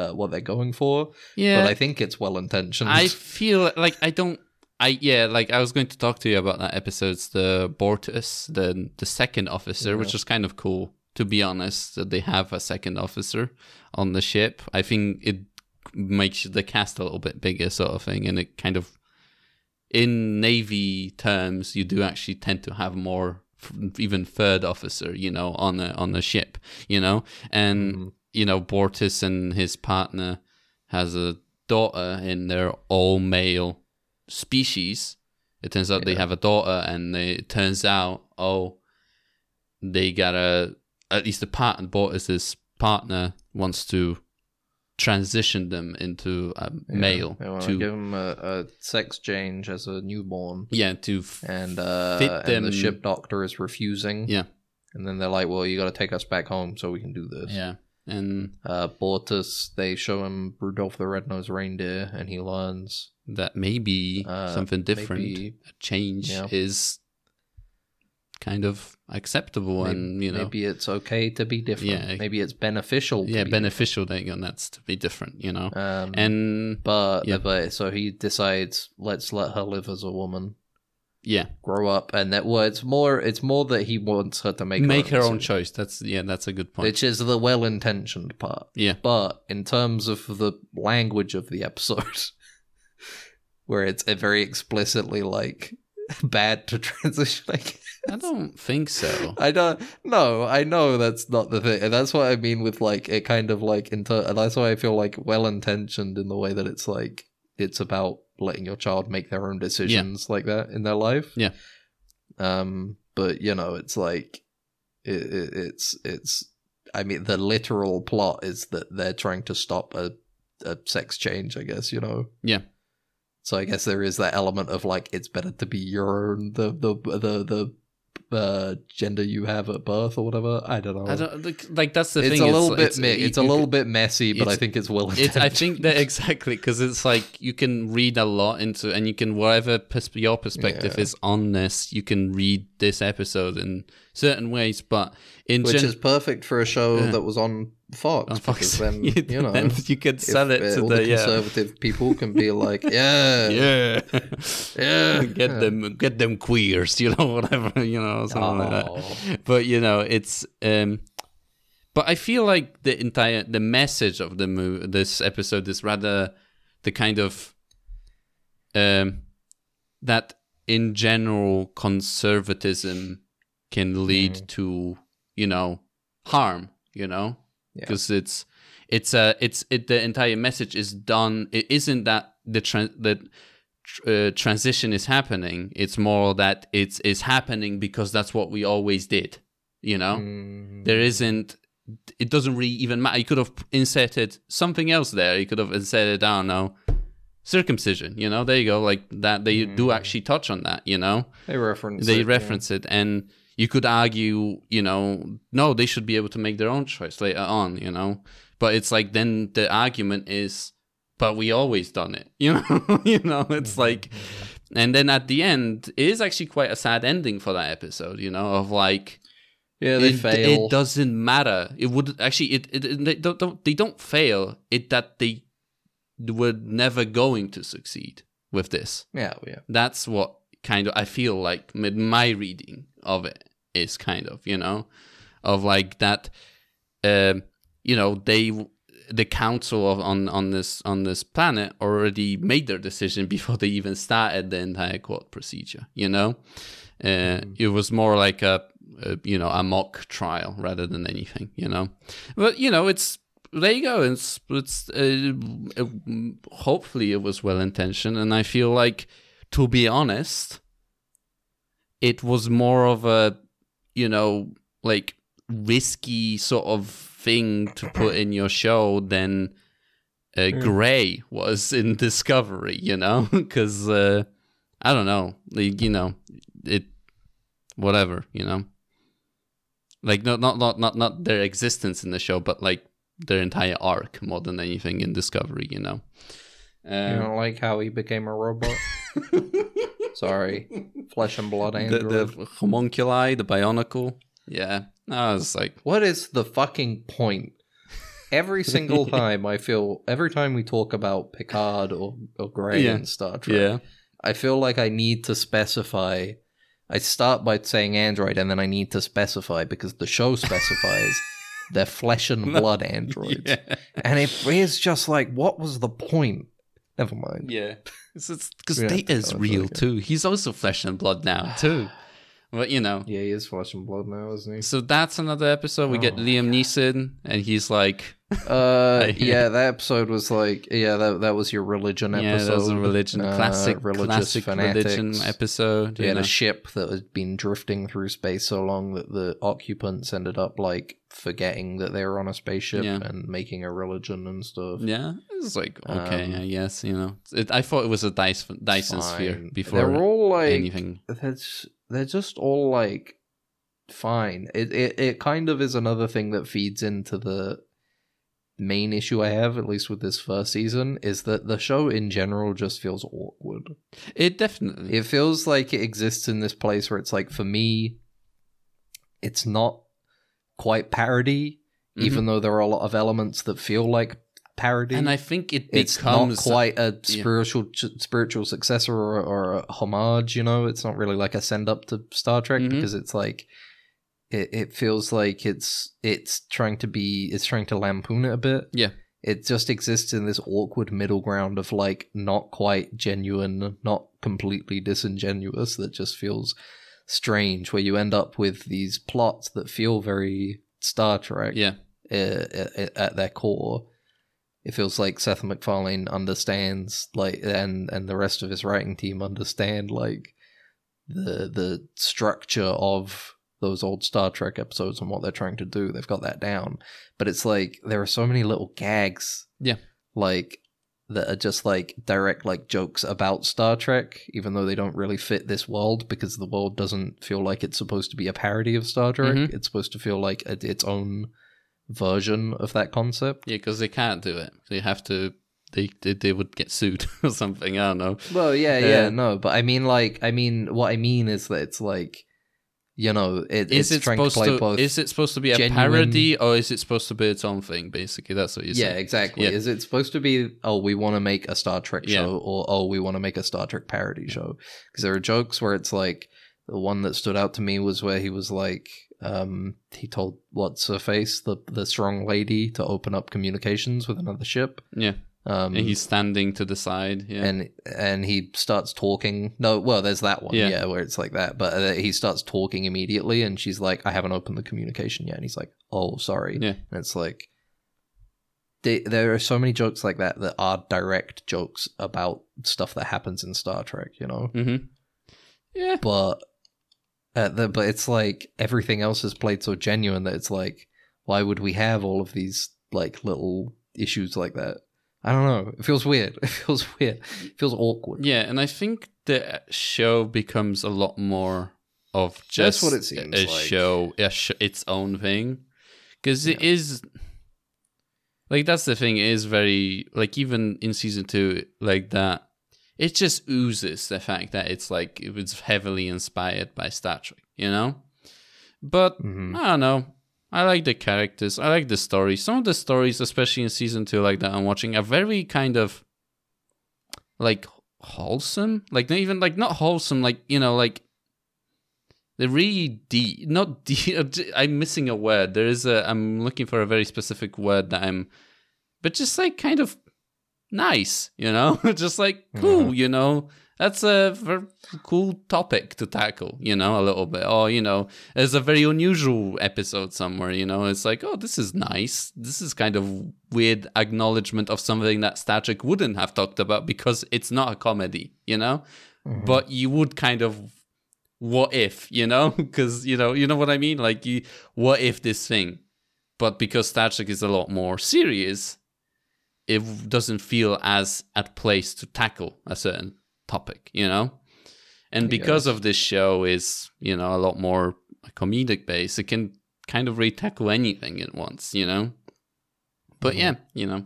[SPEAKER 1] uh, what they're going for.
[SPEAKER 3] Yeah.
[SPEAKER 1] But I think it's well intentioned. [LAUGHS]
[SPEAKER 3] I feel like I don't. I yeah, like I was going to talk to you about that episode's the Bortus, the the second officer, which is kind of cool to be honest. That they have a second officer on the ship. I think it makes the cast a little bit bigger, sort of thing, and it kind of in navy terms, you do actually tend to have more f- even third officer, you know, on a on a ship, you know, and you know Bortus and his partner has a daughter in their all male species. It turns out they have a daughter, and they, it turns out oh, they gotta at least the partner Bortus's partner wants to transition them into a male
[SPEAKER 1] They wanna
[SPEAKER 3] to
[SPEAKER 1] give them a, a sex change as a newborn,
[SPEAKER 3] yeah to f-
[SPEAKER 1] and uh,
[SPEAKER 3] Fit
[SPEAKER 1] and
[SPEAKER 3] them-
[SPEAKER 1] the ship doctor is refusing.
[SPEAKER 3] yeah
[SPEAKER 1] And then they're like, "Well, you got to take us back home so we can do this."
[SPEAKER 3] yeah and
[SPEAKER 1] Uh, Bortus, they show him Rudolph the Red-Nosed Reindeer, and he learns
[SPEAKER 3] that maybe
[SPEAKER 1] Uh,
[SPEAKER 3] something different
[SPEAKER 1] maybe-
[SPEAKER 3] a change
[SPEAKER 1] Yeah.
[SPEAKER 3] is kind of acceptable
[SPEAKER 1] maybe,
[SPEAKER 3] and you know
[SPEAKER 1] maybe it's okay to be different.
[SPEAKER 3] Yeah.
[SPEAKER 1] maybe it's beneficial. To
[SPEAKER 3] yeah
[SPEAKER 1] be
[SPEAKER 3] beneficial thing and that's to be different you know
[SPEAKER 1] Um,
[SPEAKER 3] and
[SPEAKER 1] but
[SPEAKER 3] yeah.
[SPEAKER 1] but so he decides, let's let her live as a woman,
[SPEAKER 3] yeah
[SPEAKER 1] grow up, and that well, it's more it's more that he wants her to make
[SPEAKER 3] make her own
[SPEAKER 1] decision,
[SPEAKER 3] choice that's yeah that's a good point
[SPEAKER 1] which is the well-intentioned part.
[SPEAKER 3] yeah
[SPEAKER 1] But in terms of the language of the episode, [LAUGHS] where it's a very explicitly like [LAUGHS] bad to transition, I guess.
[SPEAKER 3] i don't think so
[SPEAKER 1] [LAUGHS] I don't. No, I know that's not the thing, and that's what I mean with like it kind of like inter. And that's why I feel like well intentioned in the way that it's like it's about letting your child make their own decisions like that in their life.
[SPEAKER 3] Yeah.
[SPEAKER 1] Um, but you know, it's like it, it, it's it's. I mean, the literal plot is that they're trying to stop a a sex change. I guess you know.
[SPEAKER 3] Yeah.
[SPEAKER 1] So I guess there is that element of like it's better to be your own the the the the uh, gender you have at birth or whatever. I don't know.
[SPEAKER 3] i don't like, like that's the
[SPEAKER 1] it's
[SPEAKER 3] thing
[SPEAKER 1] a little bit it's,
[SPEAKER 3] mi-
[SPEAKER 1] it's a little bit messy, but I
[SPEAKER 3] it's-
[SPEAKER 1] think it's well
[SPEAKER 3] It,
[SPEAKER 1] intentioned.
[SPEAKER 3] I
[SPEAKER 1] [LAUGHS]
[SPEAKER 3] think that exactly because it's like you can read a lot into, and you can whatever pers- your perspective
[SPEAKER 1] Yeah.
[SPEAKER 3] is on this, you can read this episode in certain ways. But in
[SPEAKER 1] which
[SPEAKER 3] gen-
[SPEAKER 1] is perfect for a show that was on Fox.
[SPEAKER 3] on Fox, [LAUGHS]
[SPEAKER 1] because then, you know,
[SPEAKER 3] then you can sell
[SPEAKER 1] if,
[SPEAKER 3] it
[SPEAKER 1] uh,
[SPEAKER 3] to
[SPEAKER 1] all
[SPEAKER 3] the,
[SPEAKER 1] the
[SPEAKER 3] yeah,
[SPEAKER 1] conservative people can be
[SPEAKER 3] [LAUGHS]
[SPEAKER 1] like, yeah,
[SPEAKER 3] yeah, [LAUGHS]
[SPEAKER 1] yeah, [LAUGHS]
[SPEAKER 3] get them, get them queers, you know, [LAUGHS] whatever, you know, something like
[SPEAKER 1] Oh.
[SPEAKER 3] that. But you know, it's. um but I feel like the entire the message of the movie, this episode is rather the kind of um, that in general conservatism can lead to you know harm you know
[SPEAKER 1] Yeah.
[SPEAKER 3] because it's it's a it's it the entire message is done it isn't that the tran the tr- uh, transition is happening it's more that it's is happening because that's what we always did you know
[SPEAKER 1] Mm,
[SPEAKER 3] there isn't it doesn't really even matter you could have inserted something else there you could have inserted i don't know circumcision you know there you go like that they do actually touch on that you know
[SPEAKER 1] they reference
[SPEAKER 3] they
[SPEAKER 1] it, yeah.
[SPEAKER 3] reference it and you could argue you know no they should be able to make their own choice later on you know but it's like then the argument is but we always done it [LAUGHS] you know you know it's like and then at the end it is actually quite a sad ending for that episode you know of like
[SPEAKER 1] Yeah, they
[SPEAKER 3] it,
[SPEAKER 1] fail.
[SPEAKER 3] it doesn't matter. It would actually. It, it, it- they don't, don't. They don't fail. It that they were never going to succeed with this.
[SPEAKER 1] Yeah, yeah.
[SPEAKER 3] That's what kind of I feel like with my reading of it is kind of you know, of like that. Um, you know they the council of, on on this on this planet already made their decision [LAUGHS] before they even started the entire court procedure. You know, uh, it was more like a, a you know a mock trial rather than anything. You know, but you know it's there you go. It's it's uh, uh, hopefully it was well intentioned, and I feel like to be honest, it was more of a you know like risky sort of thing to put in your show than uh, Gray was [LAUGHS] in Discovery, you know, [LAUGHS] because uh, I don't know, like, you know, it whatever, you know, like not not not not not their existence in the show, but like their entire arc more than anything in Discovery, you know. Um,
[SPEAKER 1] You don't like how he became a robot?
[SPEAKER 3] [LAUGHS]
[SPEAKER 1] [LAUGHS] Sorry, flesh and blood
[SPEAKER 3] the,
[SPEAKER 1] android.
[SPEAKER 3] the homunculi, the bionicle. Yeah. I was like,
[SPEAKER 1] What is the fucking point [LAUGHS] every single time I feel every time we talk about Picard or, or Grey
[SPEAKER 3] Yeah.
[SPEAKER 1] in Star Trek,
[SPEAKER 3] yeah.
[SPEAKER 1] I feel like I need to specify. I start by saying android, and then I need to specify because the show [LAUGHS] specifies they're flesh and
[SPEAKER 3] No.
[SPEAKER 1] blood androids,
[SPEAKER 3] [LAUGHS] Yeah.
[SPEAKER 1] and it is just like, what was the point? Never mind.
[SPEAKER 3] Yeah. Because
[SPEAKER 1] Yeah,
[SPEAKER 3] Data is
[SPEAKER 1] that was
[SPEAKER 3] real
[SPEAKER 1] really good.
[SPEAKER 3] too. He's also flesh and blood now
[SPEAKER 1] [SIGHS]
[SPEAKER 3] too. But you know.
[SPEAKER 1] Yeah, he is flesh and blood now, isn't he?
[SPEAKER 3] So that's another episode. We get
[SPEAKER 1] Oh.
[SPEAKER 3] Liam Neeson, and he's like,
[SPEAKER 1] Uh,
[SPEAKER 3] [LAUGHS] I-
[SPEAKER 1] yeah, that episode was like, yeah, that that was your religion
[SPEAKER 3] "Yeah,
[SPEAKER 1] episode.
[SPEAKER 3] that was a religion,
[SPEAKER 1] Uh,
[SPEAKER 3] classic, classic religion
[SPEAKER 1] fanatics.
[SPEAKER 3] episode."
[SPEAKER 1] They
[SPEAKER 3] You
[SPEAKER 1] had
[SPEAKER 3] know.
[SPEAKER 1] a ship that had been drifting through space so long that the occupants ended up like forgetting that they were on a spaceship
[SPEAKER 3] Yeah.
[SPEAKER 1] and making a religion and stuff.
[SPEAKER 3] yeah, it's like okay,
[SPEAKER 1] Um,
[SPEAKER 3] I guess you know. It, I thought it was a Dyson Dyson sphere
[SPEAKER 1] Fine.
[SPEAKER 3] before
[SPEAKER 1] they're all like
[SPEAKER 3] anything.
[SPEAKER 1] that's they're just all like fine. It, it it kind of is another thing that feeds into the main issue I have, at least with this first season, is that the show in general just feels awkward.
[SPEAKER 3] It definitely.
[SPEAKER 1] It feels like it exists in this place where it's like for me, it's not quite parody,
[SPEAKER 3] Mhm.
[SPEAKER 1] even though there are a lot of elements that feel like parody.
[SPEAKER 3] and I think it
[SPEAKER 1] it's
[SPEAKER 3] becomes
[SPEAKER 1] not quite a
[SPEAKER 3] yeah.
[SPEAKER 1] spiritual ch- spiritual successor or, or a homage. You know, it's not really like a send up to Star Trek
[SPEAKER 3] Mhm.
[SPEAKER 1] because it's like. It, it feels like it's it's trying to be it's trying to lampoon it a bit.
[SPEAKER 3] Yeah.
[SPEAKER 1] It just exists in this awkward middle ground of like not quite genuine, not completely disingenuous that just feels strange where you end up with these plots that feel very Star Trek
[SPEAKER 3] yeah.
[SPEAKER 1] uh, at at their core. It feels like Seth MacFarlane understands, like, and and the rest of his writing team understand, like, the the structure of those old Star Trek episodes and what they're trying to do. They've got that down, but it's like there are so many little gags,
[SPEAKER 3] Yeah.
[SPEAKER 1] like that are just like direct like jokes about Star Trek, even though they don't really fit this world because the world doesn't feel like it's supposed to be a parody of Star Trek.
[SPEAKER 3] Mhm.
[SPEAKER 1] It's supposed to feel like it- its own version of that concept.
[SPEAKER 3] Yeah, because they can't do it. They have to. They they, they would get sued [LAUGHS] or something. I don't know.
[SPEAKER 1] Well, yeah, yeah,
[SPEAKER 3] Uh,
[SPEAKER 1] no, but I mean, like, I mean, what I mean is that it's like, you know, it,
[SPEAKER 3] Is
[SPEAKER 1] it's
[SPEAKER 3] it
[SPEAKER 1] trying to
[SPEAKER 3] supposed
[SPEAKER 1] play
[SPEAKER 3] to?
[SPEAKER 1] both.
[SPEAKER 3] Is it supposed to be a
[SPEAKER 1] genuine-
[SPEAKER 3] parody or is it supposed to be its own thing? Basically, that's what you're
[SPEAKER 1] yeah,
[SPEAKER 3] saying.
[SPEAKER 1] exactly.
[SPEAKER 3] Yeah.
[SPEAKER 1] Is it supposed to be, oh, we want to make a Star Trek
[SPEAKER 3] Yeah.
[SPEAKER 1] show, or oh, we want to make a Star Trek parody show? Because there are jokes where it's like, the one that stood out to me was where he was like, um, he told what's her face, the the strong lady, to open up communications with another ship.
[SPEAKER 3] Yeah.
[SPEAKER 1] Um,
[SPEAKER 3] and he's standing to the side. Yeah.
[SPEAKER 1] and and he starts talking. No, well, there's that one,
[SPEAKER 3] Yeah.
[SPEAKER 1] yeah, where it's like that. But uh, he starts talking immediately, and she's like, "I haven't opened the communication yet," and he's like, "Oh, sorry."
[SPEAKER 3] Yeah.
[SPEAKER 1] and it's like they, there are so many jokes like that that are direct jokes about stuff that happens in Star Trek, you know.
[SPEAKER 3] mm-hmm. Yeah.
[SPEAKER 1] But uh, the, but it's like everything else is played so genuine that it's like, why would we have all of these like little issues like that? I don't know. It feels weird. [LAUGHS] It feels weird. It feels awkward.
[SPEAKER 3] Yeah, and I think the show becomes a lot more of just
[SPEAKER 1] what it seems
[SPEAKER 3] a
[SPEAKER 1] like.
[SPEAKER 3] show, a sh- its own thing, because it
[SPEAKER 1] Yeah.
[SPEAKER 3] is like that's the thing. It is very like even in season two, like that. It just oozes the fact that it's like it was heavily inspired by Star Trek, you know. But
[SPEAKER 1] Mhm.
[SPEAKER 3] I don't know. I like the characters. I like the stories. Some of the stories, especially in season two, like that I'm watching, are very kind of like wholesome. Like not even like not wholesome. Like you know, like they're really deep. Not deep. [LAUGHS] I'm missing a word. There is a. I'm looking for a very specific word that I'm. But just like kind of nice, you know, [LAUGHS] just like cool, you know. That's a very cool topic to tackle, you know, a little bit. Or, you know, there's a very unusual episode somewhere, you know. It's like, oh, this is nice. This is kind of weird acknowledgement of something that Star Trek wouldn't have talked about because it's not a comedy, you know?
[SPEAKER 1] Mm-hmm.
[SPEAKER 3] But you would kind of what if, you know? [LAUGHS] Because, you know, you know what I mean? Like you what if this thing? But because Star Trek is a lot more serious, it doesn't feel as at place to tackle a certain topic, you know? And
[SPEAKER 1] I
[SPEAKER 3] because of this show is, you know, a lot more comedic based, it can kind of really tackle anything at once, you know? But
[SPEAKER 1] Mhm.
[SPEAKER 3] yeah, you know,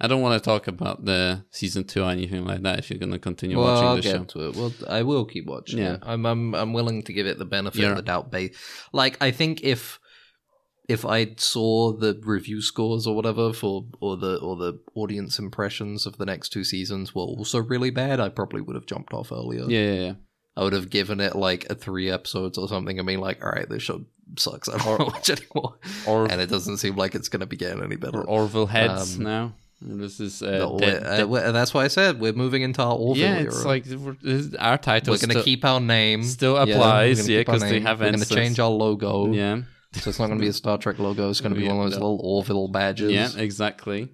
[SPEAKER 3] I don't want to talk about the season two or anything like that if you're going to continue
[SPEAKER 1] well,
[SPEAKER 3] watching
[SPEAKER 1] I'll
[SPEAKER 3] the
[SPEAKER 1] get
[SPEAKER 3] show.
[SPEAKER 1] to it. Well, I will keep watching.
[SPEAKER 3] Yeah.
[SPEAKER 1] it. I'm, I'm I'm willing to give it the benefit
[SPEAKER 3] Yeah.
[SPEAKER 1] of the doubt. Ba- like I think if if I saw the review scores or whatever for or the or the audience impressions of the next two seasons were also really bad, I probably would have jumped off earlier.
[SPEAKER 3] Yeah, yeah, yeah.
[SPEAKER 1] I would have given it like a three episodes or something and been like, all right, this show sucks. I don't want to watch anymore.
[SPEAKER 3] Or,
[SPEAKER 1] And it doesn't seem like it's going to be getting any better.
[SPEAKER 3] or Orville heads
[SPEAKER 1] Um,
[SPEAKER 3] now. This is uh,
[SPEAKER 1] No,
[SPEAKER 3] dead-
[SPEAKER 1] we're- uh,
[SPEAKER 3] dead-
[SPEAKER 1] we're- and that's why I said we're moving into our Orville
[SPEAKER 3] yeah. It's
[SPEAKER 1] era.
[SPEAKER 3] like we're- this- our title.
[SPEAKER 1] we're going to
[SPEAKER 3] still-
[SPEAKER 1] keep our name.
[SPEAKER 3] still
[SPEAKER 1] Yeah, we're
[SPEAKER 3] applies,
[SPEAKER 1] gonna
[SPEAKER 3] yeah,
[SPEAKER 1] keep our
[SPEAKER 3] 'cause they
[SPEAKER 1] name.
[SPEAKER 3] have
[SPEAKER 1] We're going to
[SPEAKER 3] instance.
[SPEAKER 1] change our logo.
[SPEAKER 3] Yeah,
[SPEAKER 1] So it's not going to be a Star Trek logo. It's going to be
[SPEAKER 3] Yeah,
[SPEAKER 1] one of those
[SPEAKER 3] no.
[SPEAKER 1] little Orville badges.
[SPEAKER 3] yeah, exactly.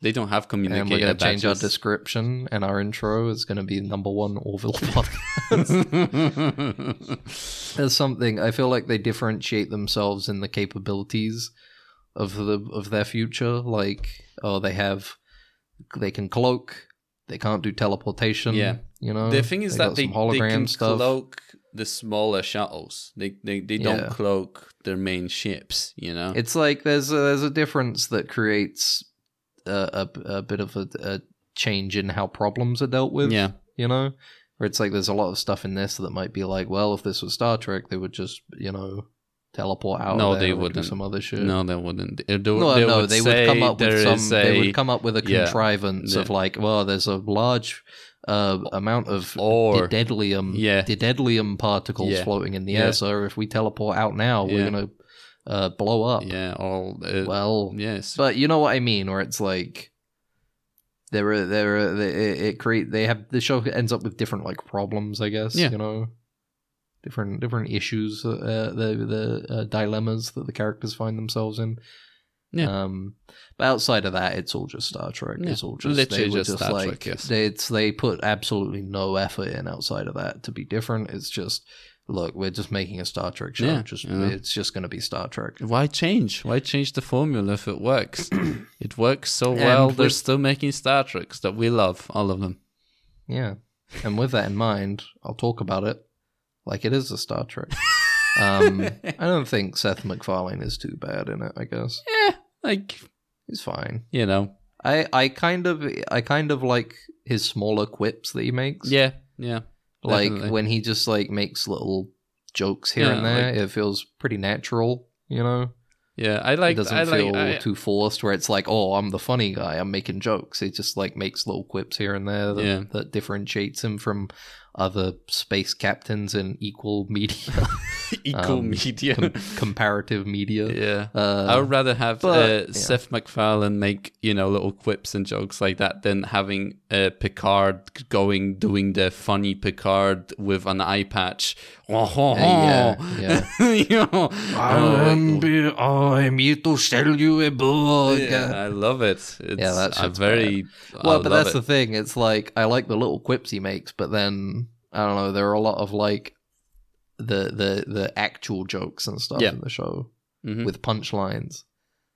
[SPEAKER 3] They don't have
[SPEAKER 1] and we're
[SPEAKER 3] communicator
[SPEAKER 1] going to change our
[SPEAKER 3] badges.
[SPEAKER 1] description and our intro is going to be number one Orville [LAUGHS] podcast.
[SPEAKER 3] yeah,
[SPEAKER 1] There's something I feel like they differentiate themselves in the capabilities of the of their future. Like, oh, they have they can cloak. They can't do teleportation.
[SPEAKER 3] Yeah.
[SPEAKER 1] you know.
[SPEAKER 3] [LAUGHS] the thing is
[SPEAKER 1] got
[SPEAKER 3] that they,
[SPEAKER 1] some
[SPEAKER 3] they can
[SPEAKER 1] stuff.
[SPEAKER 3] cloak the smaller shuttles. They they, they don't
[SPEAKER 1] Yeah.
[SPEAKER 3] cloak their main ships. You know.
[SPEAKER 1] It's like there's a, there's a difference that creates a, a, a bit of a, a change in how problems are dealt with.
[SPEAKER 3] yeah.
[SPEAKER 1] you know where it's like there's a lot of stuff in this that might be like well if this was star trek they would just you know teleport out
[SPEAKER 3] No,
[SPEAKER 1] of there
[SPEAKER 3] they
[SPEAKER 1] or do
[SPEAKER 3] wouldn't.
[SPEAKER 1] some other shit
[SPEAKER 3] No, they wouldn't. They, they,
[SPEAKER 1] no,
[SPEAKER 3] they
[SPEAKER 1] no,
[SPEAKER 3] would
[SPEAKER 1] they
[SPEAKER 3] say
[SPEAKER 1] would come up with
[SPEAKER 3] there
[SPEAKER 1] some.
[SPEAKER 3] is
[SPEAKER 1] they
[SPEAKER 3] a-
[SPEAKER 1] would come up with a
[SPEAKER 3] yeah.
[SPEAKER 1] contrivance of
[SPEAKER 3] Yeah.
[SPEAKER 1] like, well, there's a large uh, amount of
[SPEAKER 3] Or-
[SPEAKER 1] didedlium,
[SPEAKER 3] yeah.
[SPEAKER 1] didedlium particles
[SPEAKER 3] Yeah.
[SPEAKER 1] floating in the
[SPEAKER 3] Yeah.
[SPEAKER 1] air. So if we teleport out now,
[SPEAKER 3] Yeah.
[SPEAKER 1] we're gonna uh, blow up.
[SPEAKER 3] Yeah, all. Uh,
[SPEAKER 1] Well,
[SPEAKER 3] yes.
[SPEAKER 1] but you know what I mean, where it's like there are there are they, it, it create they have the show ends up with different like problems, I guess.
[SPEAKER 3] Yeah.
[SPEAKER 1] You know, different different issues, uh, the the uh, dilemmas that the characters find themselves in.
[SPEAKER 3] Yeah.
[SPEAKER 1] Um, but outside of that, it's all just Star Trek.
[SPEAKER 3] Yeah.
[SPEAKER 1] It's all just
[SPEAKER 3] Literally
[SPEAKER 1] they were
[SPEAKER 3] just
[SPEAKER 1] just,
[SPEAKER 3] Star
[SPEAKER 1] like
[SPEAKER 3] Trek, yes.
[SPEAKER 1] they, it's they put absolutely no effort in outside of that to be different. It's just look, we're just making a Star Trek show.
[SPEAKER 3] Yeah,
[SPEAKER 1] just
[SPEAKER 3] you know.
[SPEAKER 1] it's just going to be Star Trek.
[SPEAKER 3] why change? Why change the formula if it
[SPEAKER 1] [CLEARS THROAT]
[SPEAKER 3] works? it works so well.
[SPEAKER 1] And
[SPEAKER 3] They're
[SPEAKER 1] with-
[SPEAKER 3] still making Star Treks that we love, all of them.
[SPEAKER 1] Yeah. And with that in mind, I'll talk about it like it is a Star
[SPEAKER 3] [LAUGHS]
[SPEAKER 1] Trek. Um, I don't think Seth MacFarlane is too bad in it. I guess
[SPEAKER 3] Like
[SPEAKER 1] he's fine.
[SPEAKER 3] you know,
[SPEAKER 1] I, I kind of I kind of like his smaller quips that he makes.
[SPEAKER 3] yeah, yeah.
[SPEAKER 1] like
[SPEAKER 3] definitely.
[SPEAKER 1] when he just like makes little jokes here
[SPEAKER 3] Yeah,
[SPEAKER 1] and there, it feels pretty natural. You know,
[SPEAKER 3] Yeah, I
[SPEAKER 1] it
[SPEAKER 3] like.
[SPEAKER 1] doesn't
[SPEAKER 3] I
[SPEAKER 1] feel
[SPEAKER 3] like. I, [LAUGHS]
[SPEAKER 1] too forced. Where it's like, oh, I'm the funny guy. I'm making jokes. He just like makes little quips here and there that,
[SPEAKER 3] Yeah.
[SPEAKER 1] that differentiates him from other space captains in equal [LAUGHS]
[SPEAKER 3] [LAUGHS]
[SPEAKER 1] media,
[SPEAKER 3] equal
[SPEAKER 1] um,
[SPEAKER 3] media.
[SPEAKER 1] com- comparative media.
[SPEAKER 3] [LAUGHS] yeah. I
[SPEAKER 1] Uh,
[SPEAKER 3] would rather have
[SPEAKER 1] but-
[SPEAKER 3] uh,
[SPEAKER 1] yeah.
[SPEAKER 3] Seth MacFarlane make you know little quips and jokes like that than having uh, Picard going doing the funny Picard with an eye patch. Oh, ho,
[SPEAKER 1] Uh, Yeah,
[SPEAKER 3] [LAUGHS] ho.
[SPEAKER 1] yeah.
[SPEAKER 3] You know, uh,
[SPEAKER 1] I'm here oh, to sell you a book.
[SPEAKER 3] yeah, I love it. It's
[SPEAKER 1] that
[SPEAKER 3] a
[SPEAKER 1] shit's
[SPEAKER 3] very
[SPEAKER 1] Well,
[SPEAKER 3] I
[SPEAKER 1] but
[SPEAKER 3] love
[SPEAKER 1] that's
[SPEAKER 3] it.
[SPEAKER 1] the thing. It's like I like the little quips he makes, but then I don't know. There are a lot of like the the the actual jokes and stuff
[SPEAKER 3] Yeah.
[SPEAKER 1] in the show
[SPEAKER 3] Mhm.
[SPEAKER 1] with punchlines